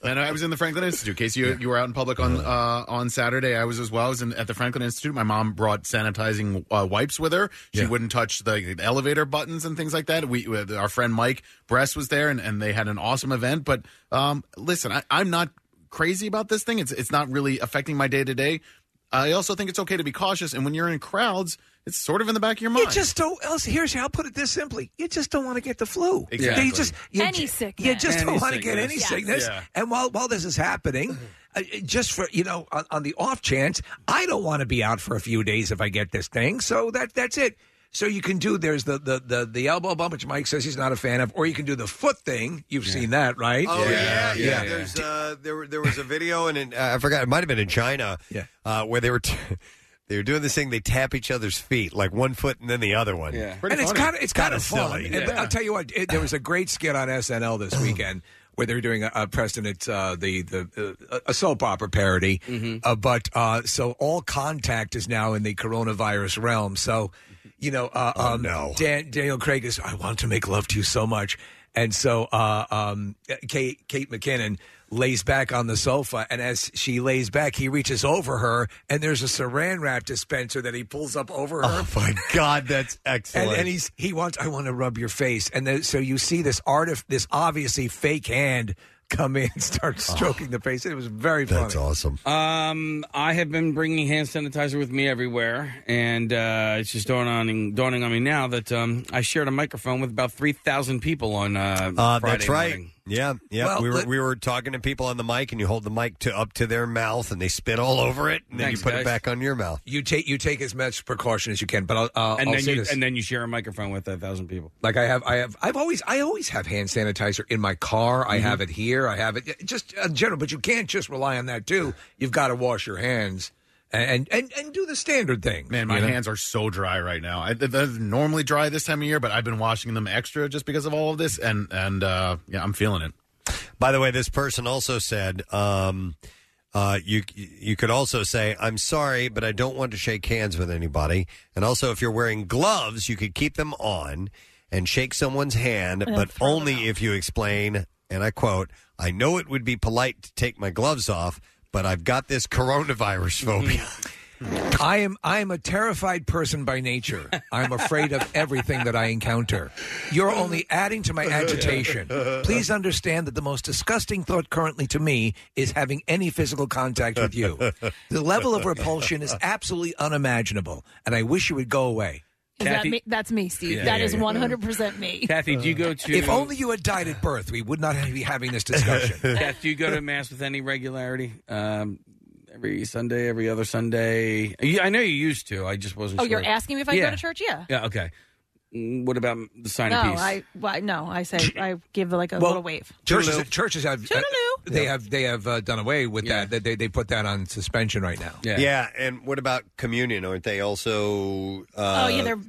Speaker 10: And I was in the Franklin Institute. Case you you were out in public on uh, on Saturday. I was as well. I was in, at the Franklin Institute. My mom brought sanitizing uh, wipes with her. She wouldn't touch the, the elevator buttons and things like that. We with our friend Mike Bress was there, and, and they had an awesome event. But um, listen, I, I'm not crazy about this thing. It's it's not really affecting my day to day. I also think it's okay to be cautious. And when you're in crowds, it's sort of in the back of your mind.
Speaker 4: You just don't. Else, here's how I'll put it this simply: you just don't want to get the flu.
Speaker 10: Exactly.
Speaker 4: You just you,
Speaker 10: Any
Speaker 4: ju-
Speaker 10: sickness.
Speaker 4: You just
Speaker 10: Any
Speaker 4: don't want to get
Speaker 10: sickness.
Speaker 4: any
Speaker 10: Yeah.
Speaker 4: sickness.
Speaker 10: Yeah.
Speaker 4: And while while this is happening, uh, just for you know, on, on the off chance, I don't want to be out for a few days if I get this thing. So that that's it. So you can do there's the the the, the elbow bump, which Mike says he's not a fan of, or you can do the foot thing. You've seen that, right?
Speaker 2: Oh yeah, yeah. There's uh, there were- there was a video and in, uh, I forgot it might have been in China.
Speaker 4: Yeah.
Speaker 2: uh, where they were t- they were doing this thing. They tap each other's feet like one foot and then the other one. Yeah,
Speaker 4: and it's kind of it's kind of fun.
Speaker 2: silly. Mm-hmm.
Speaker 4: And I'll tell you what, it, there was a great skit on SNL this weekend where they were doing a, a Preston, it's uh, the the uh, a soap opera parody.
Speaker 2: Mm-hmm.
Speaker 4: Uh, but uh, so all contact is now in the coronavirus realm. So you know, uh,
Speaker 2: Oh,
Speaker 4: um, Dan, Daniel Craig is. I want to make love to you so much, and so uh, um, Kate Kate McKinnon lays back on the sofa, and as she lays back, he reaches over her, and there's a Saran wrap dispenser that he pulls up over her.
Speaker 2: Oh my God, that's
Speaker 4: And,
Speaker 2: excellent.
Speaker 4: and he's he wants I want to rub your face, and then, so you see this artif this obviously fake hand come in and start stroking the face. It was very funny. That's
Speaker 2: Oh. awesome.
Speaker 11: Um, I have been bringing hand sanitizer with me everywhere, and uh, it's just dawning dawning on me now that um, I shared a microphone with about three thousand people on uh,
Speaker 2: Uh,
Speaker 11: Friday
Speaker 2: that's right.
Speaker 11: morning.
Speaker 2: Yeah, yeah.
Speaker 11: Well,
Speaker 2: we were
Speaker 11: let-
Speaker 2: we were talking to people on the mic, and you hold the mic to up to their mouth, and they spit all over it, and then
Speaker 11: Thanks,
Speaker 2: you put
Speaker 11: guys.
Speaker 2: it back on your mouth.
Speaker 4: You take you take as much precaution as you can, but I'll, I'll,
Speaker 11: and
Speaker 4: I'll
Speaker 11: then
Speaker 4: say
Speaker 11: you
Speaker 4: this.
Speaker 11: and then you share a microphone with a thousand people.
Speaker 4: like I have, I have, I've always, I always have hand sanitizer in my car.
Speaker 2: Mm-hmm.
Speaker 4: I have it here. I have it just in general. But you can't just rely on that too. You've got to wash your hands and and and do the standard thing.
Speaker 10: Man, my hands are so dry right now. I, they're normally dry this time of year, but I've been washing them extra just because of all of this, and and uh, yeah, I'm feeling it.
Speaker 2: By the way, this person also said, um, uh, you you could also say, "I'm sorry, but I don't want to shake hands with anybody." And also, if you're wearing gloves, you could keep them on and shake someone's hand,
Speaker 17: And
Speaker 2: but only if you explain. And I quote, "I know it would be polite to take my gloves off, but I've got this coronavirus phobia."
Speaker 4: I am I am a terrified person by nature. I'm afraid of everything that I encounter. You're only adding to my agitation. Please understand that the most disgusting thought currently to me is having any physical contact with you. The level of repulsion is absolutely unimaginable, and I wish you would go away.
Speaker 3: Is that me? That's me, Steve.
Speaker 4: Yeah,
Speaker 3: That
Speaker 4: yeah,
Speaker 3: is
Speaker 4: yeah.
Speaker 3: 100% me.
Speaker 4: If only you had died at birth, we would not be having this discussion.
Speaker 11: Kath, do you go to mass with any regularity? Um, every Sunday, every other Sunday. You- I know you used to. I just wasn't.
Speaker 3: Oh,
Speaker 11: sure.
Speaker 3: you're asking me if I
Speaker 11: yeah.
Speaker 3: go to church? Yeah.
Speaker 11: Yeah. Okay. Mm, What about the sign
Speaker 3: no,
Speaker 11: of peace?
Speaker 3: I well, no, I say I give like a
Speaker 4: Well,
Speaker 3: little wave.
Speaker 4: Churches, churches have uh, they have they have uh, done away with that. They- They they put that on suspension right now.
Speaker 2: Yeah. and what about communion? Aren't they also? Uh,
Speaker 3: oh yeah, they're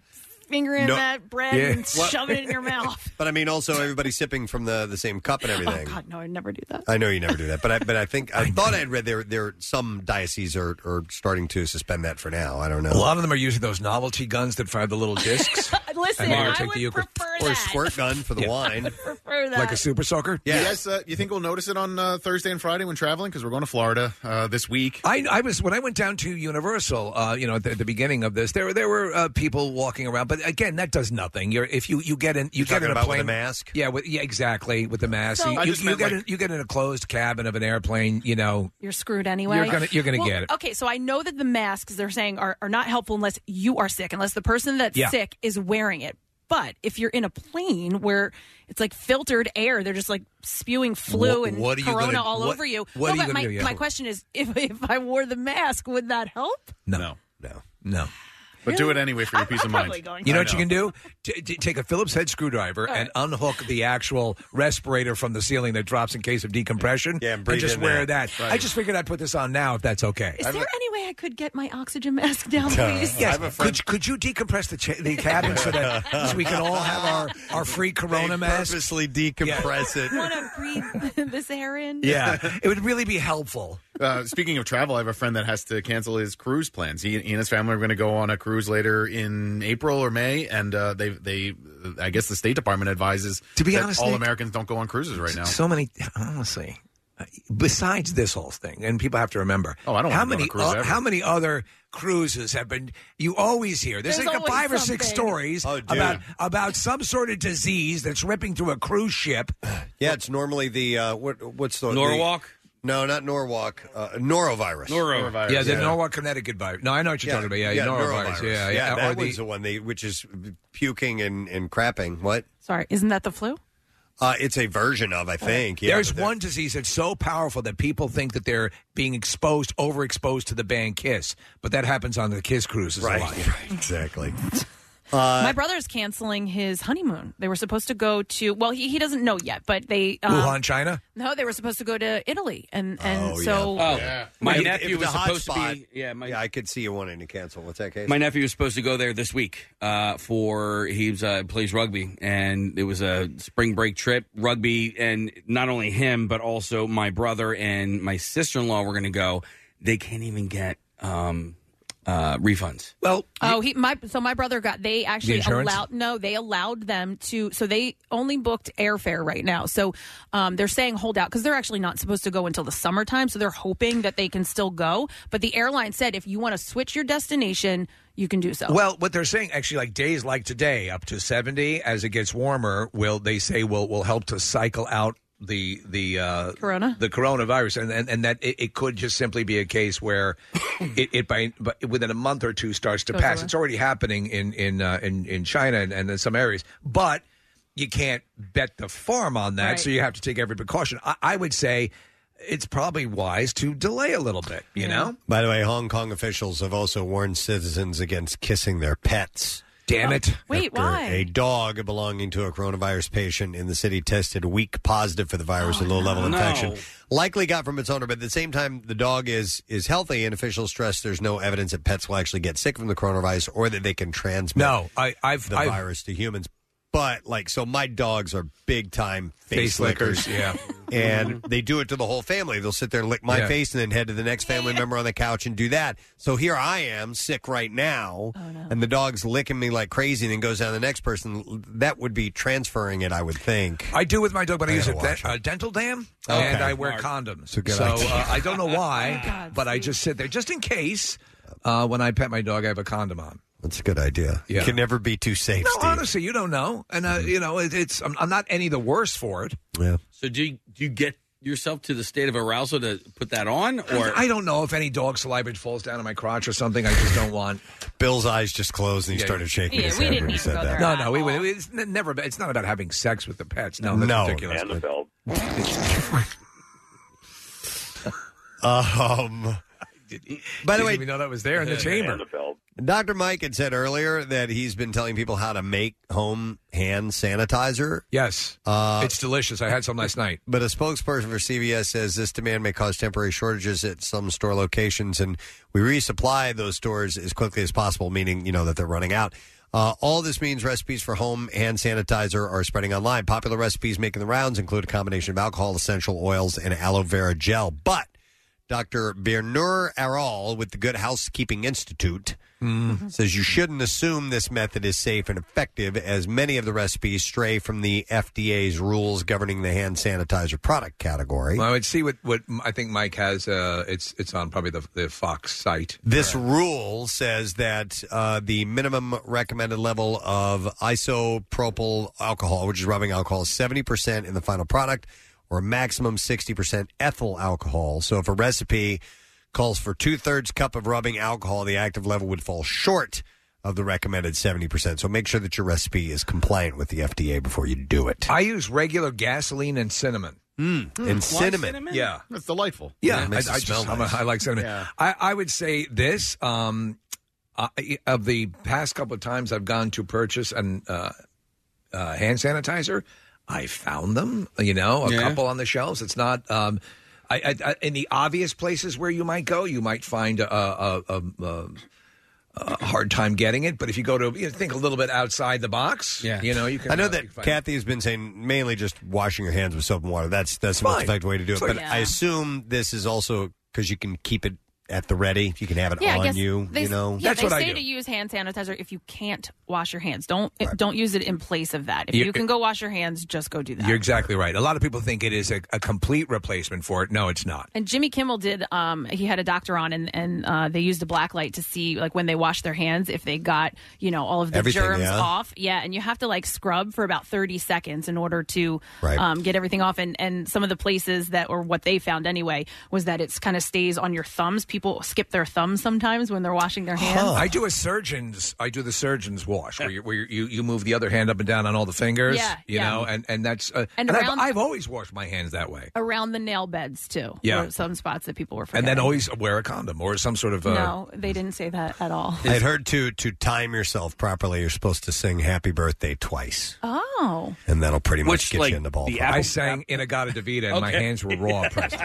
Speaker 3: fingering
Speaker 2: no-
Speaker 3: that bread
Speaker 2: Yeah.
Speaker 3: and
Speaker 2: What-
Speaker 3: shoving it in your mouth.
Speaker 2: But I mean, also everybody sipping from the, the same cup and everything.
Speaker 3: Oh God, no, I never do that.
Speaker 2: I know you never do that, but I, but I think I, thought I'd read there there some dioceses are, are starting to suspend that for now. I don't know.
Speaker 4: A lot of them are using those novelty guns that fire the little discs. And
Speaker 3: Listen,
Speaker 4: they
Speaker 3: I
Speaker 4: take
Speaker 3: would
Speaker 4: the Eucharist-
Speaker 3: prefer
Speaker 2: or a
Speaker 3: that.
Speaker 2: squirt gun for the
Speaker 4: Yeah.
Speaker 2: wine.
Speaker 3: prefer that.
Speaker 4: like a super soaker.
Speaker 10: You guys, uh, you think we'll notice it on uh, Thursday and Friday when traveling because we're going to Florida uh, this week.
Speaker 4: I, I was when I went down to Universal, uh, you know, at the, at the beginning of this, there were there were uh, people walking around, but again, that does nothing. You're if you you get in, you
Speaker 2: You're
Speaker 4: get
Speaker 2: talking
Speaker 4: in a
Speaker 2: about with
Speaker 4: plane
Speaker 2: a mask?
Speaker 4: Yeah, with, yeah, exactly with the mask.
Speaker 3: So-
Speaker 4: you
Speaker 3: I
Speaker 4: you,
Speaker 3: just
Speaker 4: you
Speaker 3: meant
Speaker 4: get
Speaker 3: like-
Speaker 4: in, you get in a closed cabin of an airplane. You know,
Speaker 3: You're screwed anyway.
Speaker 4: You're gonna- you're gonna
Speaker 3: Well,
Speaker 4: get it.
Speaker 3: Okay, so I know that the masks they're saying are, are not helpful unless you are sick, unless the person that's
Speaker 4: Yeah.
Speaker 3: sick is wearing it. But if you're in a plane where it's like filtered air, they're just like spewing flu
Speaker 4: Wha-
Speaker 3: and
Speaker 4: what are you
Speaker 3: corona
Speaker 4: gonna-
Speaker 3: all
Speaker 4: what-
Speaker 3: over you.
Speaker 4: what are
Speaker 3: no,
Speaker 4: you
Speaker 3: but
Speaker 4: gonna
Speaker 3: my,
Speaker 4: do, yeah.
Speaker 3: my question is, if if I wore the mask, would that help?
Speaker 4: no, no,
Speaker 2: no,
Speaker 10: But do it anyway for your peace of mind.
Speaker 3: probably going
Speaker 4: You know
Speaker 10: I
Speaker 4: what you can do? T- t- take a Phillips head screwdriver
Speaker 3: All
Speaker 4: and unhook the actual respirator from the ceiling that drops in case of decompression. Yeah, and,
Speaker 2: breathe
Speaker 4: just
Speaker 2: in
Speaker 4: wear
Speaker 2: that.
Speaker 4: that. I just figured I'd put this on now if that's okay.
Speaker 3: Is there any way I could get my oxygen mask down,
Speaker 4: Uh,
Speaker 3: please?
Speaker 4: Yes. Could, could you decompress the, cha- the cabin so that so we can all have our, our free corona mask?
Speaker 2: Purposely decompress
Speaker 3: I want to breathe this air in.
Speaker 4: it would really be helpful.
Speaker 10: Uh, speaking of travel, I have a friend that has to cancel his cruise plans. He, he and his family are going to go on a cruise later in April or May, and uh, they they I guess the State Department advises
Speaker 4: To be
Speaker 10: that
Speaker 4: honest,
Speaker 10: all
Speaker 4: Nick-
Speaker 10: Americans don't go on cruises right now.
Speaker 4: So many, honestly. Besides this whole thing, and people have to remember.
Speaker 10: Oh, I don't
Speaker 4: how
Speaker 10: wanna go on
Speaker 4: many
Speaker 10: a cruise ever.
Speaker 4: how many other cruises have been? You always hear there's,
Speaker 17: There's
Speaker 4: like a
Speaker 17: always
Speaker 4: five or six
Speaker 17: something.
Speaker 4: stories
Speaker 2: Oh, dude.
Speaker 4: about about some sort of disease that's ripping through a cruise ship.
Speaker 2: Yeah, it's normally the uh, what what's the
Speaker 4: Norwalk?
Speaker 2: the- No, not Norwalk. Uh, norovirus.
Speaker 11: Noro. Norovirus,
Speaker 4: Yeah, the Norwalk, Connecticut virus. No, I know what you're talking about. Yeah, norovirus. Yeah, yeah.
Speaker 2: that
Speaker 4: Or the-
Speaker 2: one's the one they, which is puking and, and crapping. What?
Speaker 3: Sorry, isn't that the flu?
Speaker 2: Uh, it's a version of, I think. Yeah,
Speaker 4: There's
Speaker 2: but that-
Speaker 4: one disease that's so powerful that people think that they're being exposed, overexposed to the band Kiss, but that happens on the Kiss cruises
Speaker 2: Right,
Speaker 4: a lot.
Speaker 2: Right, exactly.
Speaker 4: Uh,
Speaker 3: My brother's canceling his honeymoon. They were supposed to go to well, he, he doesn't know yet, but they um,
Speaker 4: Wuhan, China.
Speaker 3: No, they were supposed to go to Italy, and and
Speaker 2: Oh,
Speaker 3: so
Speaker 2: yeah.
Speaker 11: My
Speaker 2: If-
Speaker 11: nephew
Speaker 2: if
Speaker 11: was
Speaker 2: the
Speaker 11: supposed to
Speaker 2: hotspot-
Speaker 11: be- Yeah, my,
Speaker 2: I could see you wanting to cancel. What's that case?
Speaker 11: My nephew was supposed to go there this week uh, for he was, uh, plays rugby, and it was a spring break trip. Rugby, and not only him, but also my brother and my sister in law were going to go. They can't even get um, uh, refunds.
Speaker 4: Well,
Speaker 3: Oh, he my so my brother got they actually
Speaker 11: insurance?
Speaker 3: allowed no they allowed them to so they only booked airfare right now so um, they're saying hold out because they're actually not supposed to go until the summertime so they're hoping that they can still go but the airline said if you want to switch your destination you can do so
Speaker 4: Well, what they're saying actually, like days like today, up to seventy, as it gets warmer, will they say will will help to cycle out the the uh,
Speaker 3: Corona?
Speaker 4: the coronavirus, and and, and that it, it could just simply be a case where it, it by, by within a month or two starts to
Speaker 24: Goes
Speaker 4: pass.
Speaker 24: away.
Speaker 4: It's already happening in in uh, in, in China and, and in some areas, but you can't bet the farm on that,
Speaker 24: Right.
Speaker 4: so you have to take every precaution. I, I would say. It's probably wise to delay a little bit, you know.
Speaker 2: By the way, Hong Kong officials have also warned citizens against kissing their pets.
Speaker 4: Damn it.
Speaker 3: Oh, Wait,
Speaker 2: After
Speaker 3: why?
Speaker 2: A dog belonging to a coronavirus patient in the city tested weak positive for the virus, a low
Speaker 4: Oh,
Speaker 2: level
Speaker 17: no.
Speaker 2: infection.
Speaker 17: No.
Speaker 2: Likely got from its owner, but at the same time, the dog is is healthy, and officials stress there's no evidence that pets will actually get sick from the coronavirus or that they can transmit
Speaker 4: No, I, I've
Speaker 2: the
Speaker 4: I've-
Speaker 2: virus to humans. But, like, so my dogs are big time face,
Speaker 4: Face lickers, yeah.
Speaker 2: and they do it to the whole family. They'll sit there and lick my
Speaker 4: Yeah.
Speaker 2: face and then head to the next family member on the couch and do that. So here I am, sick right now, and the dog's licking me like crazy and then goes down to the next person. That would be transferring it, I would think.
Speaker 4: I do with my dog, but I,
Speaker 2: I
Speaker 4: use a,
Speaker 2: gotta
Speaker 4: de- a dental dam
Speaker 2: Okay.
Speaker 4: and I wear
Speaker 2: Smart.
Speaker 4: condoms.
Speaker 2: It's a good
Speaker 4: so
Speaker 2: idea.
Speaker 4: uh, I don't know
Speaker 2: Oh
Speaker 4: why, but I just sit there just in case. Uh, when I pet my dog, I have a condom on.
Speaker 2: That's a good idea. You
Speaker 4: Yeah.
Speaker 2: can never be too safe,
Speaker 4: No,
Speaker 2: Steve. Mm-hmm.
Speaker 4: honestly, you don't know, and uh, you know it, it's. I'm, I'm not any the worse for it.
Speaker 2: Yeah.
Speaker 11: So do you, do you get yourself to the state of arousal to put that on, or
Speaker 4: I don't know if any dog saliva falls down on my crotch or something. I just don't want.
Speaker 2: Bill's eyes just closed and he
Speaker 4: Yeah,
Speaker 2: started shaking
Speaker 4: yeah,
Speaker 2: his
Speaker 4: we
Speaker 2: head
Speaker 4: didn't
Speaker 2: when he
Speaker 4: need
Speaker 2: said that.
Speaker 4: No, no, we, we, it's n- never. about- It's not about having sex with the pets. No, that's
Speaker 2: No.
Speaker 4: ridiculous.
Speaker 2: Annabelle. Um, by the
Speaker 4: Didn't
Speaker 2: way,
Speaker 4: even know that was there in the chamber.
Speaker 2: Dr. Mike had said earlier that he's been telling people how to make home hand sanitizer.
Speaker 4: Yes.
Speaker 2: Uh,
Speaker 4: it's delicious. I had some last night.
Speaker 2: but a spokesperson for CVS says this demand may cause temporary shortages at some store locations, and we resupply those stores as quickly as possible, meaning, you know, that they're running out. Uh, all this means recipes for home hand sanitizer are spreading online. Popular recipes making the rounds include a combination of alcohol, essential oils, and aloe vera gel. But Dr. Bernur Aral with the Good Housekeeping Institute
Speaker 16: 嗯
Speaker 2: says you shouldn't assume this method is safe and effective, as many of the recipes stray from the FDA's rules governing the hand sanitizer product category.
Speaker 4: Well, I would see what, what I think Mike has. Uh, it's it's on probably the, the Fox site.
Speaker 2: This rule says that uh, the minimum recommended level of isopropyl alcohol, which is rubbing alcohol, is 70% in the final product or maximum 60% ethyl alcohol. So if a recipe calls for two thirds cup of rubbing alcohol, the active level would fall short of the recommended 70%. So make sure that your recipe is compliant with the FDA before you do it.
Speaker 4: I use regular gasoline and cinnamon.
Speaker 2: Mm.
Speaker 24: Hmm.
Speaker 2: And Why cinnamon. cinnamon?
Speaker 4: Yeah.
Speaker 10: That's delightful.
Speaker 4: Yeah,
Speaker 2: Yeah, it
Speaker 4: I, I,
Speaker 2: makes it
Speaker 4: just,
Speaker 2: smell
Speaker 4: I'm a-
Speaker 2: nice.
Speaker 4: I like cinnamon.
Speaker 2: Yeah.
Speaker 4: I, I would say this um, I, of the past couple of times I've gone to purchase an uh, uh, hand sanitizer, I found them. You know, a
Speaker 24: Yeah.
Speaker 4: couple on the shelves. It's not. Um, I, I, I, in the obvious places where you might go, you might find a, a, a, a, a hard time getting it. But if you go to you know, think a little bit outside the box, yeah. you know, you can.
Speaker 2: I know
Speaker 4: uh, you can
Speaker 2: that
Speaker 4: find-
Speaker 2: Kathy has been saying mainly just washing your hands with soap and water. That's that's the most
Speaker 4: Fine.
Speaker 2: effective way to do it.
Speaker 4: It's like-
Speaker 2: but I assume this is also because you can keep it at the ready. You can have it
Speaker 3: yeah, I
Speaker 2: on
Speaker 3: guess
Speaker 2: you.
Speaker 3: They,
Speaker 2: you know,
Speaker 3: yeah, they say to use hand sanitizer if you can't wash your hands. Don't don't use it in place of that. If
Speaker 4: You-
Speaker 3: you can go wash your hands, just go do that.
Speaker 4: You're exactly right. A lot of people think it is a, a complete replacement for it. No, it's not.
Speaker 3: And Jimmy Kimmel did. Um, he had a doctor on, and and uh, they used a black light to see like when they washed their hands if they got you know all of the
Speaker 24: Everything,
Speaker 3: germs
Speaker 24: yeah.
Speaker 3: off. Yeah, and you have to like scrub for about thirty seconds in order to
Speaker 24: Right.
Speaker 3: um, get everything off. And and some of the places that or what they found anyway was that it's kind of stays on your thumbs. People skip their thumbs sometimes when they're washing their hands. Uh.
Speaker 4: I do a surgeon's. I do the surgeon's wash where, you, where you, you move the other hand up and down on all the fingers.
Speaker 3: Yeah,
Speaker 4: you
Speaker 3: yeah.
Speaker 4: know, and and that's uh,
Speaker 3: And
Speaker 4: and, I've,
Speaker 3: around-
Speaker 4: I've always washed my hands that way,
Speaker 3: around the nail beds too.
Speaker 4: Yeah.
Speaker 3: were some spots that people were.
Speaker 4: and
Speaker 3: Forgetting.
Speaker 4: then always wear a condom or some sort of. Uh,
Speaker 3: no, they didn't say that at all.
Speaker 2: I'd heard to to time yourself properly. You're supposed to sing "Happy Birthday" twice,
Speaker 3: Oh,
Speaker 2: and that'll pretty much
Speaker 4: Which,
Speaker 2: get
Speaker 4: like,
Speaker 2: you in the ball.
Speaker 4: the
Speaker 2: park.
Speaker 4: I sang Inagata Davida, and my
Speaker 2: Okay.
Speaker 4: hands were raw. Preston.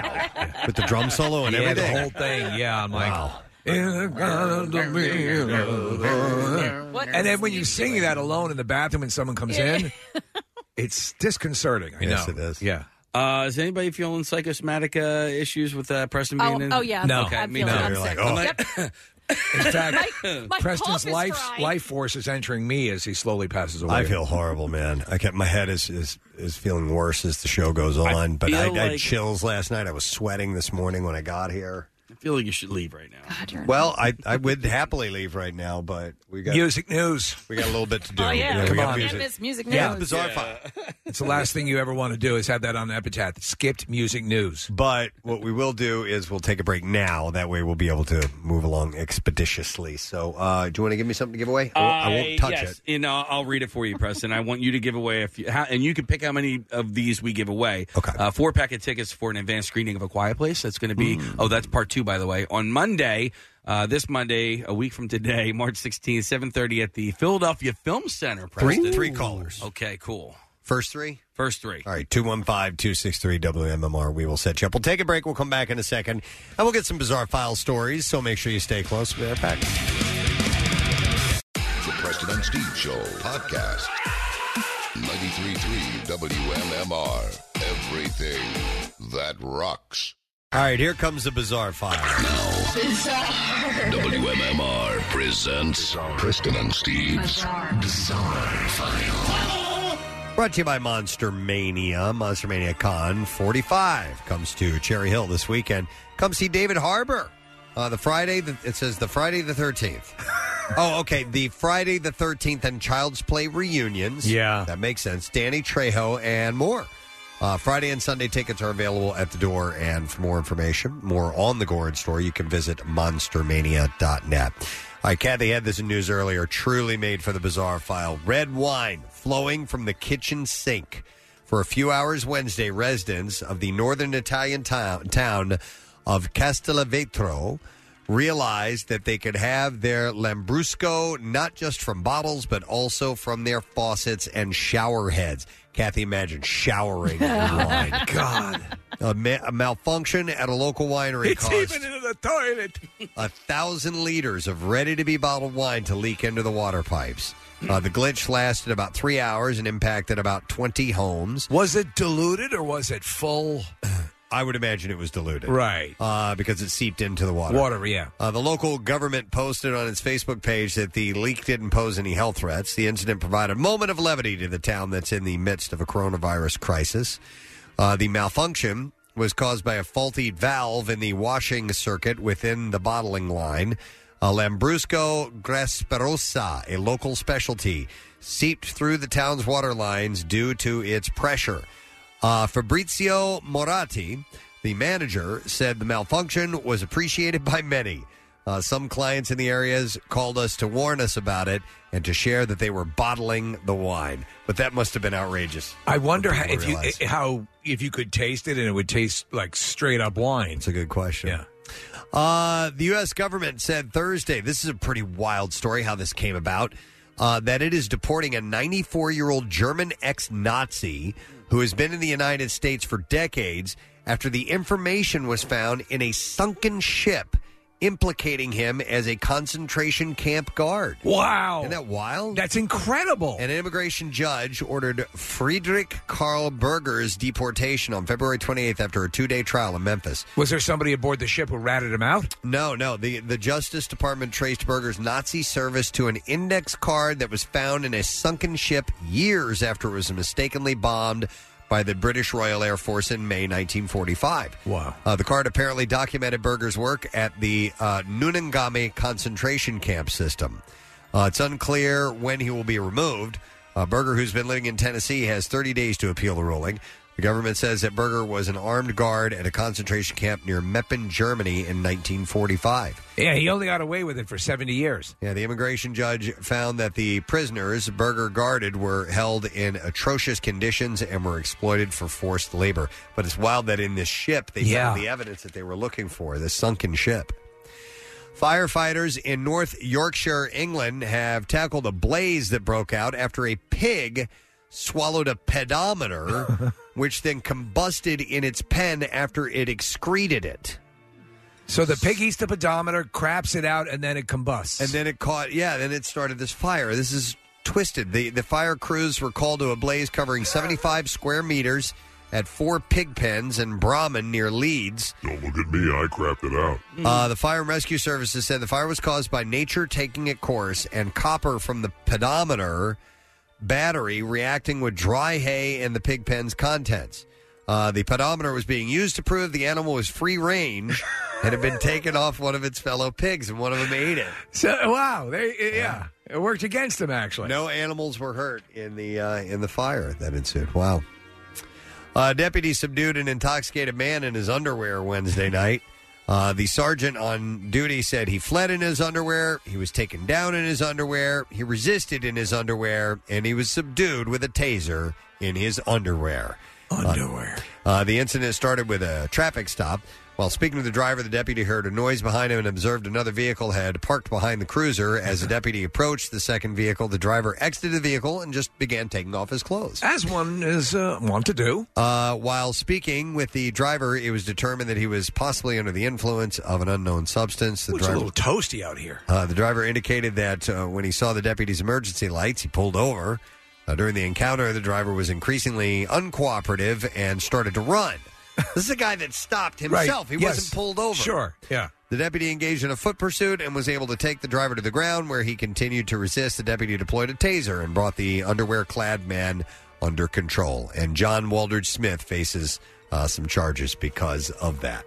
Speaker 2: with the drum solo and
Speaker 4: yeah,
Speaker 2: everything.
Speaker 4: the whole thing. Yeah, I'm like.
Speaker 2: Wow.
Speaker 4: Inagata Davida.
Speaker 3: What
Speaker 4: And then when you sing that alone in the bathroom and someone comes in, it's disconcerting. I
Speaker 11: Yes,
Speaker 4: know.
Speaker 11: it
Speaker 4: is. Yeah.
Speaker 11: Uh, is anybody feeling psychosomatic uh, issues with uh, Preston
Speaker 3: Oh,
Speaker 11: being in?
Speaker 3: oh, yeah.
Speaker 4: No.
Speaker 11: okay,
Speaker 4: I'm
Speaker 11: me
Speaker 4: feeling
Speaker 11: too.
Speaker 4: upset.
Speaker 2: "Oh,
Speaker 11: I'm
Speaker 4: Yep. In fact,
Speaker 11: my
Speaker 4: Preston's
Speaker 11: cough is
Speaker 4: life
Speaker 11: dry.
Speaker 4: life force is entering me as he slowly passes away.
Speaker 2: I feel horrible, man. I kept my head is is, is feeling worse as the show goes
Speaker 11: I
Speaker 2: on. but I,
Speaker 11: feel
Speaker 2: I had
Speaker 11: like-
Speaker 2: chills last night. I was sweating this morning when I got here.
Speaker 11: I feel like you should leave right now.
Speaker 2: Well, I, I would happily leave right now, but we got
Speaker 4: music news.
Speaker 2: We got a little bit to do.
Speaker 3: Oh, yeah.
Speaker 2: we
Speaker 4: Come
Speaker 2: got
Speaker 4: on.
Speaker 2: music.
Speaker 3: Can't miss music
Speaker 4: Yeah,
Speaker 3: news.
Speaker 2: bizarre
Speaker 4: It's the last thing you ever want to do is have that on Epitaph. Skipped music news.
Speaker 2: But what we will do is we'll take a break now. That way we'll be able to move along expeditiously. So, uh, do you want to give me something to give away? I won't, I won't touch
Speaker 11: Uh, yes,
Speaker 2: it.
Speaker 11: And I'll, I'll read it for you, Preston. I want you to give away a few, how, and you can pick how many of these we give away. Okay. Uh, four pack of tickets for an advanced screening of A Quiet Place. That's going to be,
Speaker 2: Mm.
Speaker 11: oh, that's part two, by the way. On Monday, uh, this Monday, a week from today, March 16th, 7.30 at the Philadelphia Film Center,
Speaker 2: Three?
Speaker 11: Preston.
Speaker 2: Three callers.
Speaker 11: Okay, cool.
Speaker 2: First three?
Speaker 11: First three.
Speaker 2: All right, 215 263 WMMR. We will set you up. We'll take a break. We'll come back in a second. And we'll get some bizarre file stories. So make sure you stay close. We're back.
Speaker 1: The Preston and Steve Show podcast. 93.3 WMMR. Everything that rocks.
Speaker 2: All right, here comes the bizarre file.
Speaker 1: WMMR presents Preston and Steve's Bizarre File.
Speaker 2: Brought to you by Monster Mania. Monster Mania Con 45 comes to Cherry Hill this weekend. Come see David Harbour. Uh, the Friday, the, it says the Friday the 13th. oh, okay. The Friday the 13th and Child's Play reunions. Yeah. That makes sense. Danny Trejo and more. Uh, Friday and Sunday tickets are available at the door. And for more information, more on the Gorge store, you can visit monstermania.net. All right, Kathy had this in news earlier. Truly made for the bizarre file. Red wine flowing from the kitchen sink. For a few hours Wednesday, residents of the northern Italian town, town of Castellvetro realized that they could have their Lambrusco not just from bottles, but also from their faucets and shower heads. Kathy, imagine showering in
Speaker 24: Oh,
Speaker 2: wine.
Speaker 4: God.
Speaker 2: A, ma- a malfunction at a local winery
Speaker 4: It's
Speaker 2: caused
Speaker 4: even in the toilet.
Speaker 2: a thousand liters of ready to be bottled wine to leak into the water pipes. Uh, the glitch lasted about three hours and impacted about 20 homes.
Speaker 4: Was it diluted or was it full?
Speaker 2: I would imagine it was diluted.
Speaker 4: Right.
Speaker 2: Uh, because it seeped into the water.
Speaker 4: Water, yeah.
Speaker 2: Uh, the local government posted on its Facebook page that the leak didn't pose any health threats. The incident provided a moment of levity to the town that's in the midst of a coronavirus crisis. Uh, the malfunction was caused by a faulty valve in the washing circuit within the bottling line. Uh, Lambrusco Grasperosa, a local specialty, seeped through the town's water lines due to its pressure. Uh, Fabrizio Moratti, the manager, said the malfunction was appreciated by many. Uh, some clients in the areas called us to warn us about it and to share that they were bottling the wine. But that must have been outrageous.
Speaker 4: I wonder
Speaker 2: for
Speaker 4: how,
Speaker 2: people
Speaker 4: if
Speaker 2: to
Speaker 4: you
Speaker 2: realize.
Speaker 4: how if you could taste it and it would taste like straight up wine. It's
Speaker 2: a good question.
Speaker 4: Yeah.
Speaker 2: Uh, the U.S. government said Thursday, this is a pretty wild story how this came about, uh, that it is deporting a 94 year old German ex Nazi who has been in the United States for decades after the information was found in a sunken ship implicating him as a concentration camp guard.
Speaker 4: Wow.
Speaker 2: Isn't that wild?
Speaker 4: That's incredible.
Speaker 2: An immigration judge ordered Friedrich Karl Berger's deportation on February 28th after a two day trial in Memphis.
Speaker 4: Was there somebody aboard the ship who ratted him out?
Speaker 2: No, no. The, the Justice Department traced Berger's Nazi service to an index card that was found in a sunken ship years after it was mistakenly bombed by the British Royal Air Force in May 1945.
Speaker 4: Wow.
Speaker 2: Uh, the card apparently documented Berger's work at the uh, Nunangame concentration camp system. Uh, it's unclear when he will be removed. Uh, Berger, who's been living in Tennessee, has 30 days to appeal the ruling. The government says that Berger was an armed guard at a concentration camp near Meppen, Germany in 1945.
Speaker 4: Yeah, he only got away with it for 70 years.
Speaker 2: Yeah, the immigration judge found that the prisoners Berger guarded were held in atrocious conditions and were exploited for forced labor. But it's wild that in this ship they
Speaker 17: Yeah.
Speaker 2: found the evidence that they were looking for, the sunken ship. Firefighters in North Yorkshire, England, have tackled a blaze that broke out after a pig swallowed a pedometer, which then combusted in its pen after it excreted it.
Speaker 4: So the pig eats the pedometer, craps it out, and then it combusts.
Speaker 2: And then it caught, yeah, then it started this fire. This is twisted. The, the fire crews were called to a blaze covering 75 square meters at four pig pens in Brahman near Leeds.
Speaker 24: Don't look at me. I crapped it out.
Speaker 2: Uh, the Fire and Rescue Services said the fire was caused by nature taking its course and copper from the pedometer battery reacting with dry hay and the pig pen's contents. Uh, the pedometer was being used to prove the animal was free range and had been taken off one of its fellow pigs, and one of them ate it.
Speaker 4: So, wow. They, yeah. It worked against him, actually.
Speaker 2: No animals were hurt in the uh, in the fire that ensued. Wow. Uh, deputies subdued an intoxicated man in his underwear Wednesday night. Uh, the sergeant on duty said he fled in his underwear, he was taken down in his underwear, he resisted in his underwear, and he was subdued with a taser in his underwear.
Speaker 4: Underwear.
Speaker 2: Uh, the incident started with a traffic stop. While speaking to the driver, the deputy heard a noise behind him and observed another vehicle had parked behind the cruiser. As the deputy approached the second vehicle, the driver exited the vehicle and just began taking off his clothes.
Speaker 4: As one is uh, want to do.
Speaker 2: Uh, while speaking with the driver, it was determined that he was possibly under the influence of an unknown substance. The
Speaker 4: It's a
Speaker 2: driver,
Speaker 4: little toasty out here.
Speaker 2: uh, the driver indicated that uh, when he saw the deputy's emergency lights, he pulled over. Uh, during the encounter, the driver was increasingly uncooperative and started to run. This is a guy that stopped himself. He
Speaker 4: Yes.
Speaker 2: wasn't pulled over.
Speaker 4: Sure. Yeah.
Speaker 2: The deputy engaged in a foot pursuit and was able to take the driver to the ground where he continued to resist. The deputy deployed a taser and brought the underwear clad man under control. And John Waldridge Smith faces uh, some charges because of that.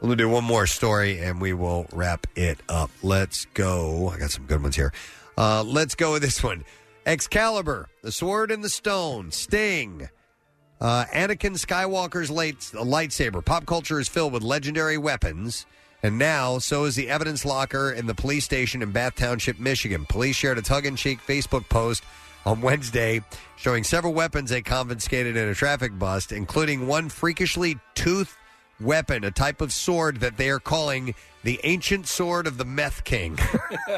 Speaker 2: We'll do one more story and we will wrap it up. Let's go. I got some good ones here. Uh, let's go with this one Excalibur, The Sword and the Stone, Sting. Uh, Anakin Skywalker's late, lightsaber. Pop culture is filled with legendary weapons, and now so is the evidence locker in the police station in Bath Township, Michigan. Police shared a tug in cheek Facebook post on Wednesday showing several weapons they confiscated in a traffic bust, including one freakishly toothed weapon, a type of sword that they are calling the Ancient Sword of the Meth King.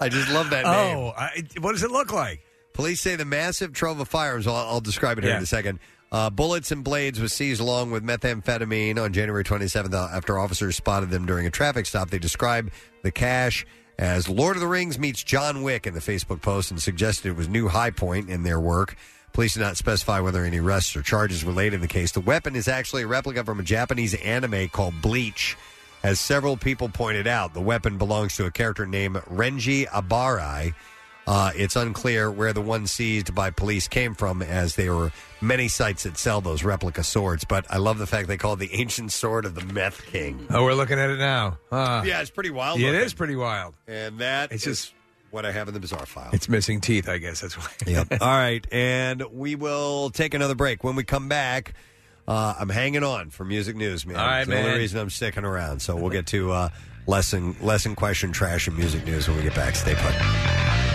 Speaker 2: I just love that name.
Speaker 4: Oh, I, what does it look like?
Speaker 2: Police say the massive trove of firearms. I'll, I'll describe it here in
Speaker 4: Yeah.
Speaker 2: a second. Uh, bullets and blades was seized along with methamphetamine on January 27th after officers spotted them during a traffic stop. They describe the cache as Lord of the Rings meets John Wick in the Facebook post and suggested it was new high point in their work. Police did not specify whether any arrests or charges were laid in the case. The weapon is actually a replica from a Japanese anime called Bleach. As several people pointed out, the weapon belongs to a character named Renji Abarai. Uh, it's unclear where the one seized by police came from, as there were many sites that sell those replica swords. But I love the fact they call it the ancient sword of the Meth King.
Speaker 4: Oh, we're looking at it now. Uh,
Speaker 2: yeah, it's pretty wild.
Speaker 4: It
Speaker 2: looking.
Speaker 4: is pretty wild.
Speaker 2: and that
Speaker 4: It's
Speaker 2: it's
Speaker 4: just-
Speaker 2: just what I have in the bizarre file.
Speaker 4: It's missing teeth, I guess. That's why.
Speaker 2: Yep. All right, and we will take another break. When we come back, uh, I'm hanging on for music news, man.
Speaker 4: All right,
Speaker 2: it's the
Speaker 4: man.
Speaker 2: only reason I'm sticking around. So we'll get to uh, lesson lesson question trash and music news when we get back. Stay put.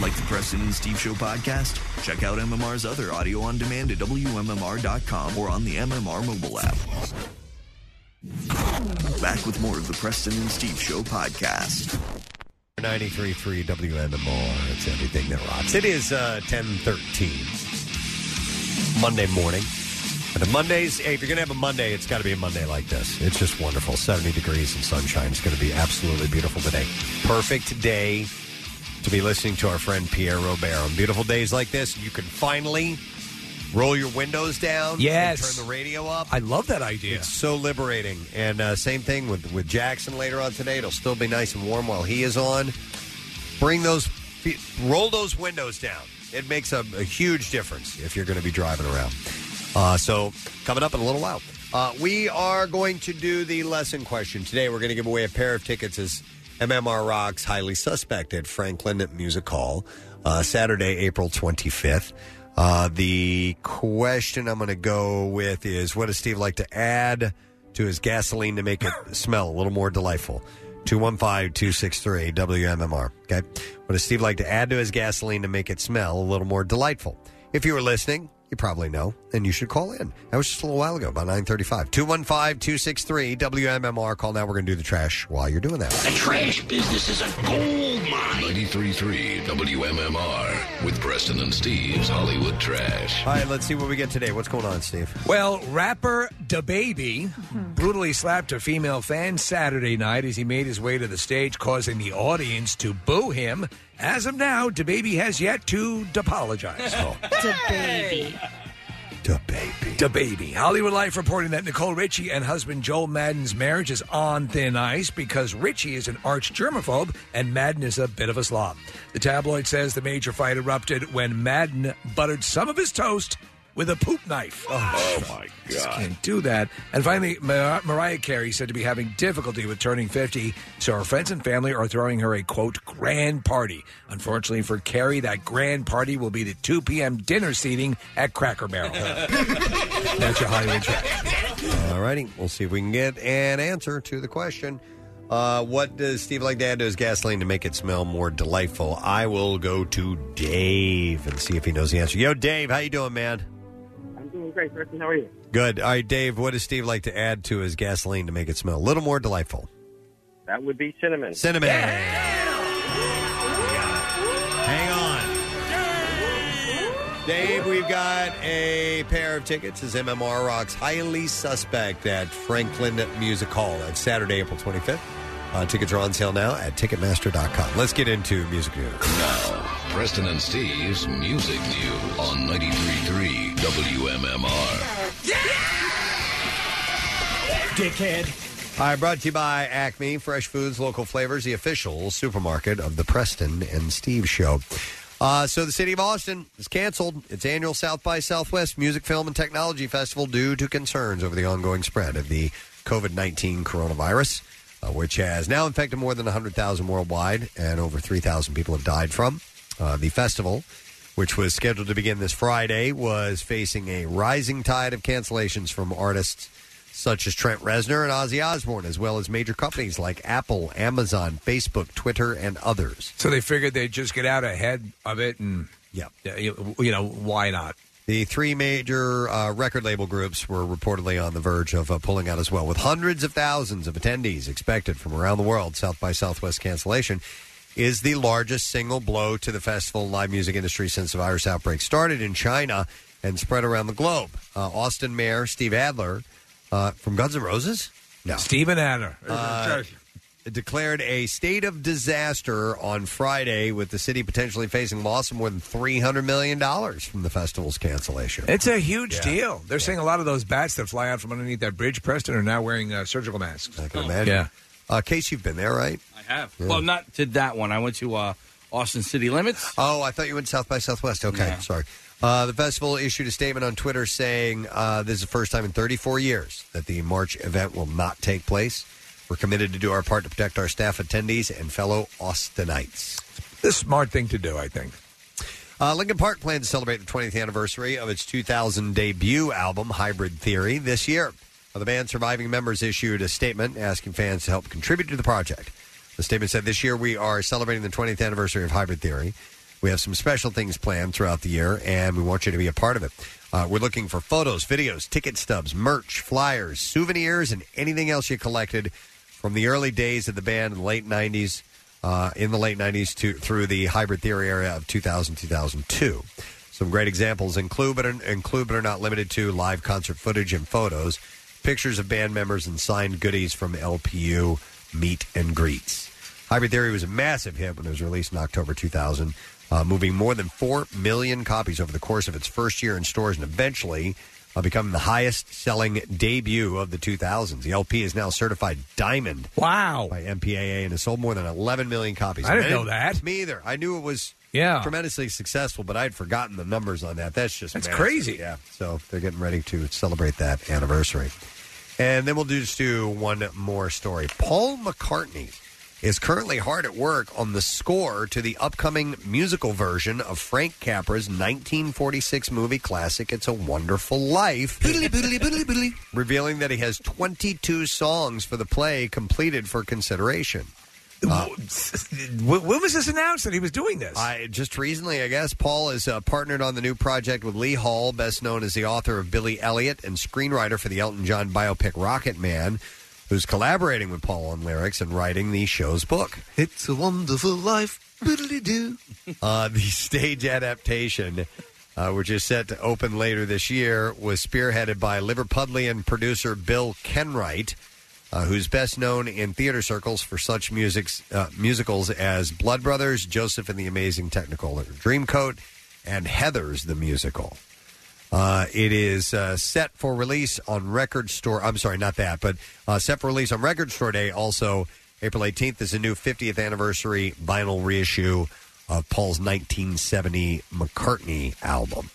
Speaker 9: Like the Preston and Steve Show podcast? Check out MMR's other audio on demand at WMMR.com or on the MMR mobile app. Back with more of the Preston and Steve Show podcast.
Speaker 2: 93.3 WMMR. It's everything that rocks. It is uh, 10.13. Monday morning. The Mondays, hey, if you're going to have a Monday, it's got to be a Monday like this. It's just wonderful. 70 degrees and sunshine. It's going to be absolutely beautiful today. Perfect day to be listening to our friend Pierre Robert. On beautiful days like this, you can finally roll your windows down.
Speaker 4: Yes.
Speaker 2: And turn the radio up.
Speaker 4: I love that idea.
Speaker 2: It's so liberating. And uh, same thing with, with Jackson later on today. It'll still be nice and warm while he is on. Bring those, fe- roll those windows down. It makes a, a huge difference if you're going to be driving around. Uh, so coming up in a little while, uh, we are going to do the lesson question today. We're going to give away a pair of tickets as MMR Rocks Highly Suspect at Franklin Music Hall uh, Saturday, April 25th. Uh, the question I'm going to go with is what does Steve like to add to his gasoline to make it smell a little more delightful? 215 263 WMMR. Okay. What does Steve like to add to his gasoline to make it smell a little more delightful? If you were listening, you probably know, and you should call in. That was just a little while ago, about 935. 215-263-WMMR. Call now. We're going to do the trash while you're doing that.
Speaker 1: The trash business is a gold mine. 93.3 WMMR with Preston and Steve's Hollywood Trash.
Speaker 2: All right, let's see what we get today. What's going on, Steve?
Speaker 4: Well, rapper DaBaby brutally slapped a female fan Saturday night as he made his way to the stage, causing the audience to boo him. As of now, DaBaby has yet to apologize.
Speaker 3: baby.
Speaker 4: The baby. Hollywood Life reporting that Nicole Richie and husband Joel Madden's marriage is on thin ice because Richie is an arch germaphobe and Madden is a bit of a slob. The tabloid says the major fight erupted when Madden buttered some of his toast with a poop knife. Oh, my Just can't do that. And finally, Mar- Mariah Carey said to be having difficulty with turning 50, so her friends and family are throwing her a quote grand party. Unfortunately for Carey, that grand party will be the 2 p.m. dinner seating at Cracker Barrel. That's your Hollywood track.
Speaker 2: All righty. We'll see if we can get an answer to the question. Uh, what does Steve like to add to his gasoline to make it smell more delightful? I will go to Dave and see if he knows the answer. Yo, Dave, how you doing, man?
Speaker 26: I'm doing great, Preston. How are you?
Speaker 2: Good. All right, Dave, what does Steve like to add to his gasoline to make it smell a little more delightful?
Speaker 26: That would be cinnamon.
Speaker 2: Cinnamon. Dave, we've got a pair of tickets as MMR Rocks Highly Suspect at Franklin Music Hall. That's Saturday, April 25th. Uh, tickets are on sale now at Ticketmaster.com. Let's get into music news.
Speaker 1: Now, Preston and Steve's Music News on 93.3 WMMR.
Speaker 2: Dickhead. All right, brought to you by Acme, Fresh Foods, Local Flavors, the official supermarket of the Preston and Steve Show. Uh, so the city of Austin has canceled its annual South by Southwest Music, Film, and Technology Festival due to concerns over the ongoing spread of the COVID 19 coronavirus, uh, which has now infected more than 100,000 worldwide and over 3,000 people have died from. Uh, the festival, which was scheduled to begin this Friday, was facing a rising tide of cancellations from artists such as Trent Reznor and Ozzy Osbourne, as well as major companies like Apple, Amazon, Facebook, Twitter, and others.
Speaker 4: So they figured they'd just get out ahead of it and,
Speaker 2: yeah,
Speaker 4: you you know, why not?
Speaker 2: The three major uh, record label groups were reportedly on the verge of uh, pulling out as well, with hundreds of thousands of attendees expected from around the world. South by Southwest cancellation is the largest single blow to the festival and live music industry since the virus outbreak started in China and spread around the globe. Uh, Austin Mayor Steve Adler uh, from Guns N' Roses? No.
Speaker 4: Steven Adler.
Speaker 2: Uh, declared a state of disaster on Friday, with the city potentially facing loss of more than $300 million from the festival's cancellation.
Speaker 4: It's a huge deal. They're saying a lot of those bats that fly out from underneath that bridge, Preston, are now wearing uh, surgical masks.
Speaker 2: I can imagine.
Speaker 4: Yeah.
Speaker 2: Uh, Case, you've been there, right?
Speaker 11: I have.
Speaker 2: Yeah.
Speaker 11: Well, not to that one. I went to uh, Austin City Limits.
Speaker 2: Oh, I thought you went South by Southwest. Okay, sorry. Uh, the festival issued a statement on Twitter saying uh, this is the first time in 34 years that the March event will not take place. We're committed to do our part to protect our staff attendees and fellow Austinites.
Speaker 4: The smart thing to do, I think.
Speaker 2: Uh, Lincoln Park plans to celebrate the 20th anniversary of its 2000 debut album, Hybrid Theory, this year. Uh, The band's surviving members issued a statement asking fans to help contribute to the project. The statement said, This year we are celebrating the 20th anniversary of Hybrid Theory. We have some special things planned throughout the year, and we want you to be a part of it. Uh, we're looking for photos, videos, ticket stubs, merch, flyers, souvenirs, and anything else you collected from the early days of the band in the late 90s, uh, in the late 90s to through the Hybrid Theory era of 2000, 2002. So Some great examples include but, are, include, but are not limited to, live concert footage and photos, pictures of band members, and signed goodies from LPU meet and greets. Hybrid Theory was a massive hit when it was released in October 2000, uh, moving more than 4 million copies over the course of its first year in stores and eventually uh, becoming the highest selling debut of the 2000s. The LP is now certified diamond.
Speaker 4: Wow.
Speaker 2: By MPAA and has sold more than 11 million copies.
Speaker 4: I didn't know
Speaker 2: that. Me either. I knew it was
Speaker 4: Yeah.
Speaker 2: tremendously successful, but I had forgotten the numbers on that. That's just
Speaker 4: That's
Speaker 2: massive.
Speaker 4: crazy.
Speaker 2: Yeah. So they're getting ready to celebrate that anniversary. And then we'll do just do one more story. Paul McCartney is currently hard at work on the score to the upcoming musical version of Frank Capra's 1946 movie classic It's a Wonderful Life. Boodly, boodly, boodly, boodly. Revealing that he has 22 songs for the play completed for consideration. Uh,
Speaker 4: When, when was this announced that he was doing this?
Speaker 2: I, just recently, I guess, Paul is uh, partnered on the new project with Lee Hall, best known as the author of Billy Elliot and screenwriter for the Elton John biopic Rocket Man, who's collaborating with Paul on lyrics and writing the show's book. It's a wonderful life. Boodly-doo. uh, the stage adaptation, uh, which is set to open later this year, was spearheaded by Liverpudlian producer Bill Kenwright, uh, who's best known in theater circles for such musics, uh, musicals as Blood Brothers, Joseph and the Amazing Technicolor Dreamcoat, and Heather's the Musical. Uh, it is uh, set for release on Record Store. I'm sorry, not that, but uh, set for release on Record Store Day. Also, April 18th is a new 50th anniversary vinyl reissue of Paul's 1970 McCartney album.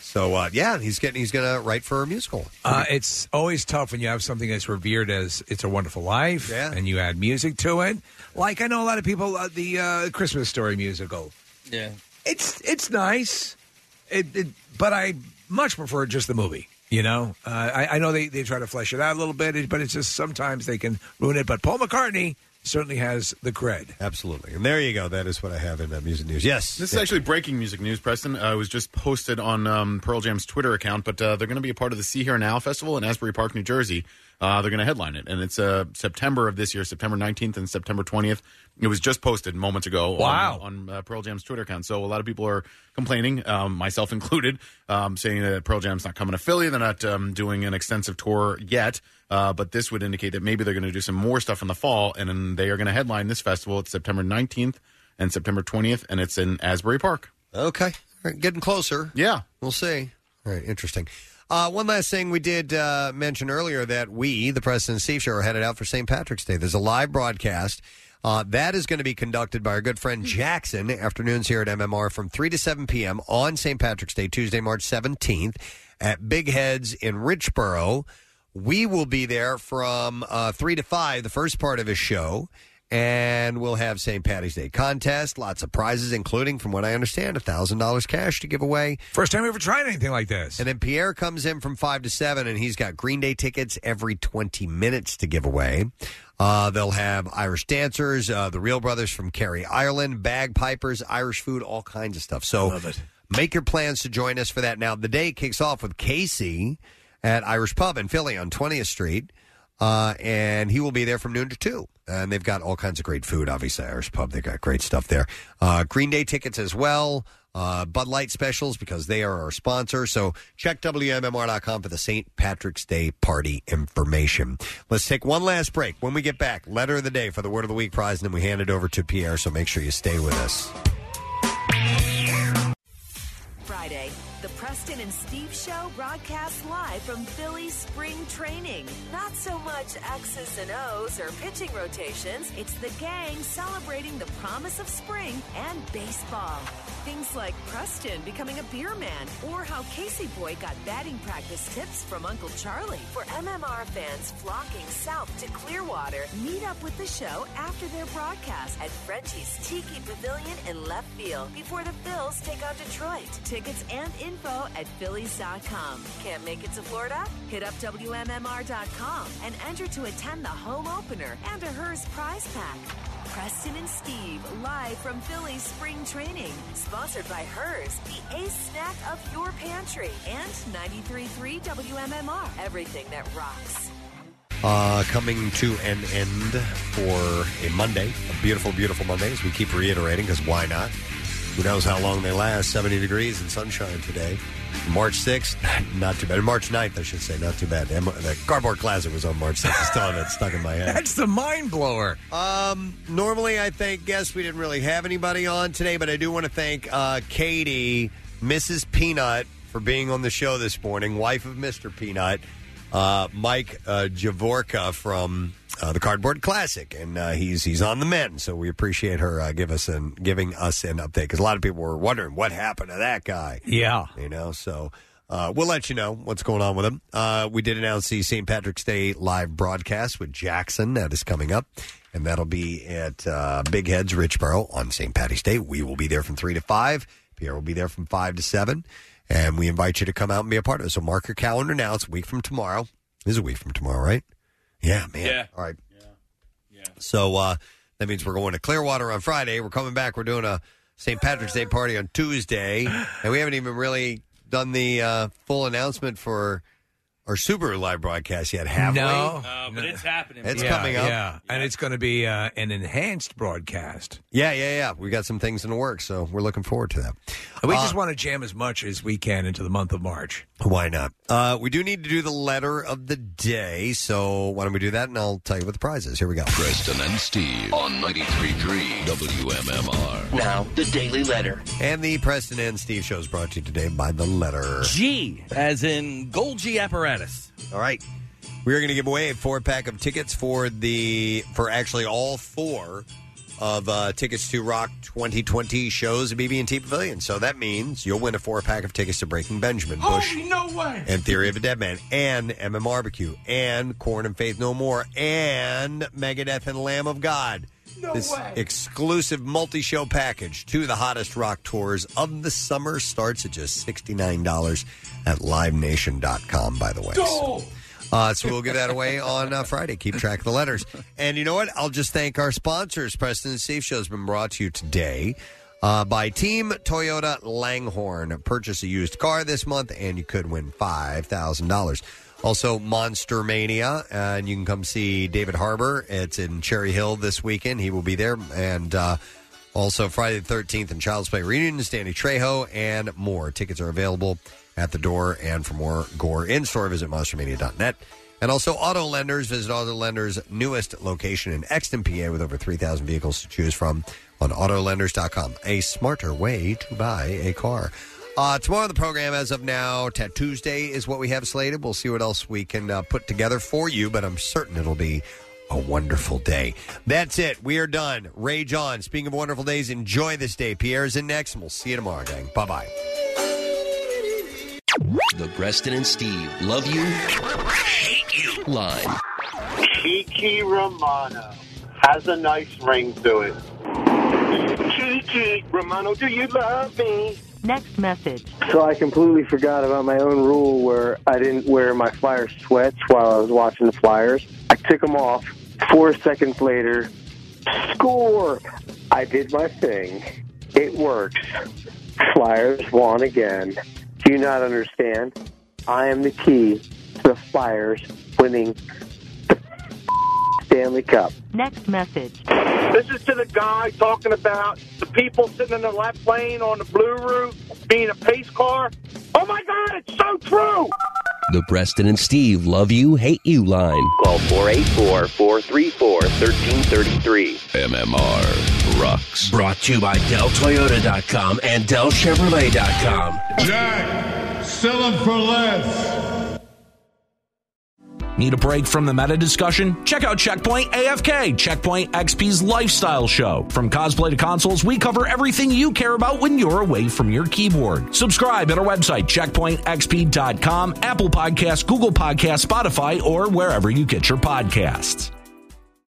Speaker 2: So uh, yeah, he's getting he's going to write for a musical.
Speaker 4: Uh, it's always tough when you have something that's revered as "It's a Wonderful Life," and you add music to it. Like I know a lot of people, uh, the uh, Christmas Story musical.
Speaker 11: Yeah.
Speaker 4: It's it's nice, it, it, but I much prefer just the movie. You know, uh, I, I know they, they try to flesh it out a little bit, but it's just sometimes they can ruin it. But Paul McCartney certainly has the cred.
Speaker 2: Absolutely, and there you go. That is what I have in uh, music news. Yes,
Speaker 10: This is actually breaking music news, Preston. Uh, it was just posted on um, Pearl Jam's Twitter account, but uh, they're going to be a part of the See Here Now Festival in Asbury Park, New Jersey. Uh, they're going to headline it, and it's uh, September of this year, September 19th and September 20th. It was just posted moments ago on-
Speaker 4: Wow.
Speaker 10: on, uh, Pearl Jam's Twitter account. So a lot of people are complaining, um, myself included, um, saying that Pearl Jam's not coming to Philly. They're not um, doing an extensive tour yet. Uh, but this would indicate that maybe they're going to do some more stuff in the fall, and then they are going to headline this festival. It's September 19th and September 20th, and it's in Asbury Park.
Speaker 2: Okay. All right, getting closer.
Speaker 10: Yeah,
Speaker 2: we'll see. All right, interesting. Uh, one last thing we did uh, mention earlier that we, the President Steve Show, are headed out for St. Patrick's Day. There's a live broadcast. Uh, that is going to be conducted by our good friend Jackson, afternoons here at MMR from 3 to 7 p.m. on St. Patrick's Day, Tuesday, March 17th, at Big Heads in Richboro. We will be there from uh, 3 to 5, the first part of his show, and we'll have St. Patty's Day contest, lots of prizes, including, from what I understand, $1,000 cash to give away.
Speaker 4: First time we ever tried anything like this.
Speaker 2: And then Pierre comes in from 5 to 7, and he's got Green Day tickets every 20 minutes to give away. Uh, they'll have Irish dancers, uh, the Real Brothers from Kerry, Ireland, bagpipers, Irish food, all kinds of stuff. So make your plans to join us for that. Now, the day kicks off with Casey at Irish Pub in Philly on 20th Street. Uh, and he will be there from noon to two. And they've got all kinds of great food, obviously. Irish Pub, they've got great stuff there. Uh, Green Day tickets as well. Uh, Bud Light specials because they are our sponsor. So check WMMR.com for the St. Patrick's Day party information. Let's take one last break. When we get back, letter of the day for the word of the week prize, and then we hand it over to Pierre. So make sure you stay with us.
Speaker 15: Friday, the Preston and Steve Show broadcasts live from Philly spring training. Not so much X's and O's or pitching rotations, it's the gang celebrating the promise of spring and baseball. Things like Preston becoming a beer man or how Casey Boy got batting practice tips from Uncle Charlie. For MMR fans flocking south to Clearwater, meet up with the show after their broadcast at Frenchie's Tiki Pavilion in left field before the Phils take on Detroit. Tickets and info at Phillies.com. Can't make it to Florida? Hit up WMMR.com and enter to attend the home opener and a HERS prize pack. Preston and Steve, live from Phillies spring training. Sponsored by HERS, the ace snack of your pantry. And 93.3 WMMR, everything that rocks.
Speaker 2: Uh, coming to an end for a Monday, a beautiful, beautiful Monday, as we keep reiterating, because why not? Who knows how long they last? 70 degrees and sunshine today. March 6th, not too bad. March 9th, I should say, not too bad. The the Cardboard Classic was on March 6th. I still have that stuck in my head.
Speaker 4: That's the mind blower.
Speaker 2: Um, normally, I thank guests. We didn't really have anybody on today, but I do want to thank uh, Katie, Mrs. Peanut, for being on the show this morning, wife of Mr. Peanut, uh, Mike uh, Javorka from uh, the Cardboard Classic, and uh, he's he's on the men. So we appreciate her uh, give us an giving us an update because a lot of people were wondering what happened to that guy.
Speaker 4: Yeah.
Speaker 2: you know. So uh, we'll let you know what's going on with him. Uh, we did announce the St. Patrick's Day live broadcast with Jackson that is coming up, and that'll be at uh, Big Heads Richboro on St. Patty's Day. We will be there from three to five. Pierre will be there from five to seven, and we invite you to come out and be a part of it. So mark your calendar now. It's a week from tomorrow. This is a week from tomorrow, right? Yeah, man.
Speaker 27: Yeah.
Speaker 2: All right. So uh, that means we're going to Clearwater on Friday. We're coming back. We're doing a St. Patrick's Day party on Tuesday, and we haven't even really done the uh, full announcement for our Subaru live broadcast yet, have
Speaker 4: No.
Speaker 2: we?
Speaker 27: Uh, but it's happening.
Speaker 2: It's
Speaker 4: Yeah,
Speaker 2: coming up.
Speaker 4: Yeah, and it's going to be uh, an enhanced broadcast.
Speaker 2: Yeah, yeah, yeah. We got some things in the works, so we're looking forward to that.
Speaker 4: We just want to jam as much as we can into the month of March.
Speaker 2: Why not? Uh, we do need to do the letter of the day, so why don't we do that, and I'll tell you what the prize is. Here we go.
Speaker 28: Preston and Steve on 93.3 WMMR.
Speaker 2: Now,
Speaker 28: the Daily Letter.
Speaker 2: And the Preston and Steve show is brought to you today by the letter
Speaker 27: G, as in Golgi apparatus.
Speaker 2: All right. We are going to give away a four pack of tickets for the for actually all four of uh, tickets to Rock 2020 shows at BB&T Pavilion. So that means you'll win a four pack of tickets to Breaking Benjamin, Bush,
Speaker 27: Oh, no way.
Speaker 2: and Theory of a Dead Man, and MM Barbecue, and Corn and Faith No More, and Megadeth and Lamb of God.
Speaker 27: No
Speaker 2: this
Speaker 27: way.
Speaker 2: exclusive multi-show package to the hottest rock tours of the summer starts at just $69 at livenation.com, by the way. So- uh, so we'll give that away on uh, Friday. Keep track of the letters. And you know what? I'll just thank our sponsors. Preston and Steve Show has been brought to you today uh, by Team Toyota Langhorn. Purchase a used car this month, and you could win five thousand dollars. Also, Monster Mania, uh, and you can come see David Harbour. It's in Cherry Hill this weekend. He will be there, and. Uh, also, Friday the 13th and Child's Play reunions, Danny Trejo, and more. Tickets are available at the door. And for more gore in store, visit monstermania.net. And also, Auto Lenders. Visit Auto Lenders' newest location in Exton, PA, with over 3,000 vehicles to choose from on autolenders.com. A smarter way to buy a car. Uh, tomorrow, on the program, as of now, Tat Tuesday is what we have slated. We'll see what else we can uh, put together for you, but I'm certain it'll be a wonderful day. That's it. We are done. Rage on. Speaking of wonderful days, enjoy this day. Pierre's in next, and we'll see you tomorrow, gang. Bye bye.
Speaker 1: The Preston and Steve love you, hate you line.
Speaker 7: Kiki Romano has a nice ring to it. Kiki Romano, do you love me?
Speaker 20: Next message.
Speaker 7: So I completely forgot about my own rule where I didn't wear my Flyers sweats while I was watching the Flyers. I took them off. Four seconds later, score! I did my thing. It works. Flyers won again. Do you not understand? I am the key to the Flyers winning the Stanley Cup.
Speaker 20: Next message.
Speaker 7: This is to the guy talking about the people sitting in the left lane on the blue roof being a pace car. Oh my God, it's so true!
Speaker 1: The Preston and Steve love you, hate you line. Call 484 434 1333.
Speaker 28: MMR rocks.
Speaker 1: Brought to you by DellToyota.com and DellChevrolet.com.
Speaker 29: Jack, sell them for less.
Speaker 11: Need a break from the meta discussion? Check out Checkpoint AFK, Checkpoint XP's lifestyle show. From cosplay to consoles, we cover everything you care about when you're away from your keyboard. Subscribe at our website, checkpointxp.com, Apple Podcasts, Google Podcasts, Spotify, or wherever you get your podcasts.